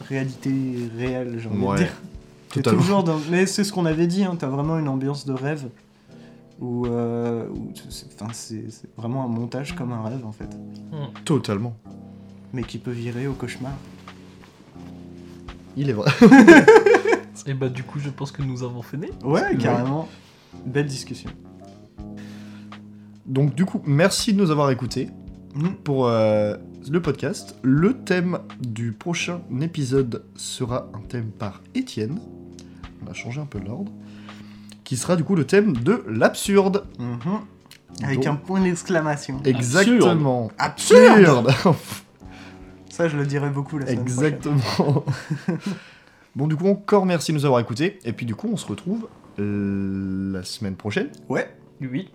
[SPEAKER 2] réalité réelle, j'ai envie
[SPEAKER 1] Ouais,
[SPEAKER 2] de dire. T'es
[SPEAKER 1] totalement.
[SPEAKER 2] toujours dans. Mais c'est ce qu'on avait dit, hein, t'as vraiment une ambiance de rêve. où, euh, où c'est- enfin, c'est c'est vraiment un montage comme un rêve en fait,
[SPEAKER 1] Totalement.
[SPEAKER 2] mais qui peut virer au cauchemar.
[SPEAKER 1] Il est vrai.
[SPEAKER 3] Et bah du coup je pense que nous avons fini.
[SPEAKER 2] Ouais,
[SPEAKER 1] Oui.
[SPEAKER 2] carrément. Belle discussion.
[SPEAKER 1] Donc du coup, merci de nous avoir écoutés
[SPEAKER 2] Mm.
[SPEAKER 1] pour euh, le podcast. Le thème du prochain épisode sera un thème par Étienne. On a changé un peu l'ordre. Qui sera du coup le thème de l'absurde.
[SPEAKER 2] Mhm. Avec
[SPEAKER 1] Donc-
[SPEAKER 2] un point d'exclamation.
[SPEAKER 1] Exactement.
[SPEAKER 2] Absurde.
[SPEAKER 1] (laughs) Absurde.
[SPEAKER 2] Ça, je le dirai beaucoup la semaine (laughs)
[SPEAKER 1] Exactement. bon, du coup, encore merci de nous avoir écoutés. Et puis, du coup, on se retrouve euh, la semaine prochaine.
[SPEAKER 2] prochaine. Ouais.
[SPEAKER 3] Oui.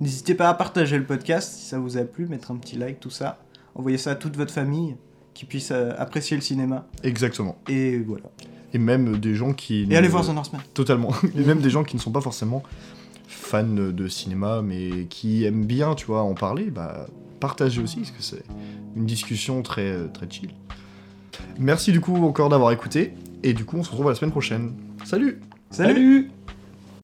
[SPEAKER 2] N'hésitez pas à partager le podcast si ça vous a plu, mettre un petit like, tout ça. Envoyez ça à toute votre famille qui puisse euh, apprécier le cinéma.
[SPEAKER 1] Exactement.
[SPEAKER 2] Et voilà.
[SPEAKER 1] Et même des gens qui.
[SPEAKER 2] Et allez
[SPEAKER 1] ne-
[SPEAKER 2] voir The Northman.
[SPEAKER 1] Totalement. (laughs) Et même des gens qui ne sont pas forcément fans de cinéma, mais qui aiment bien, tu vois, en parler, bah, partagez aussi, parce que c'est une discussion très, euh, très chill. Merci, du coup, encore d'avoir écouté. Et du coup, on se retrouve la semaine prochaine. Salut
[SPEAKER 2] Salut
[SPEAKER 3] Salut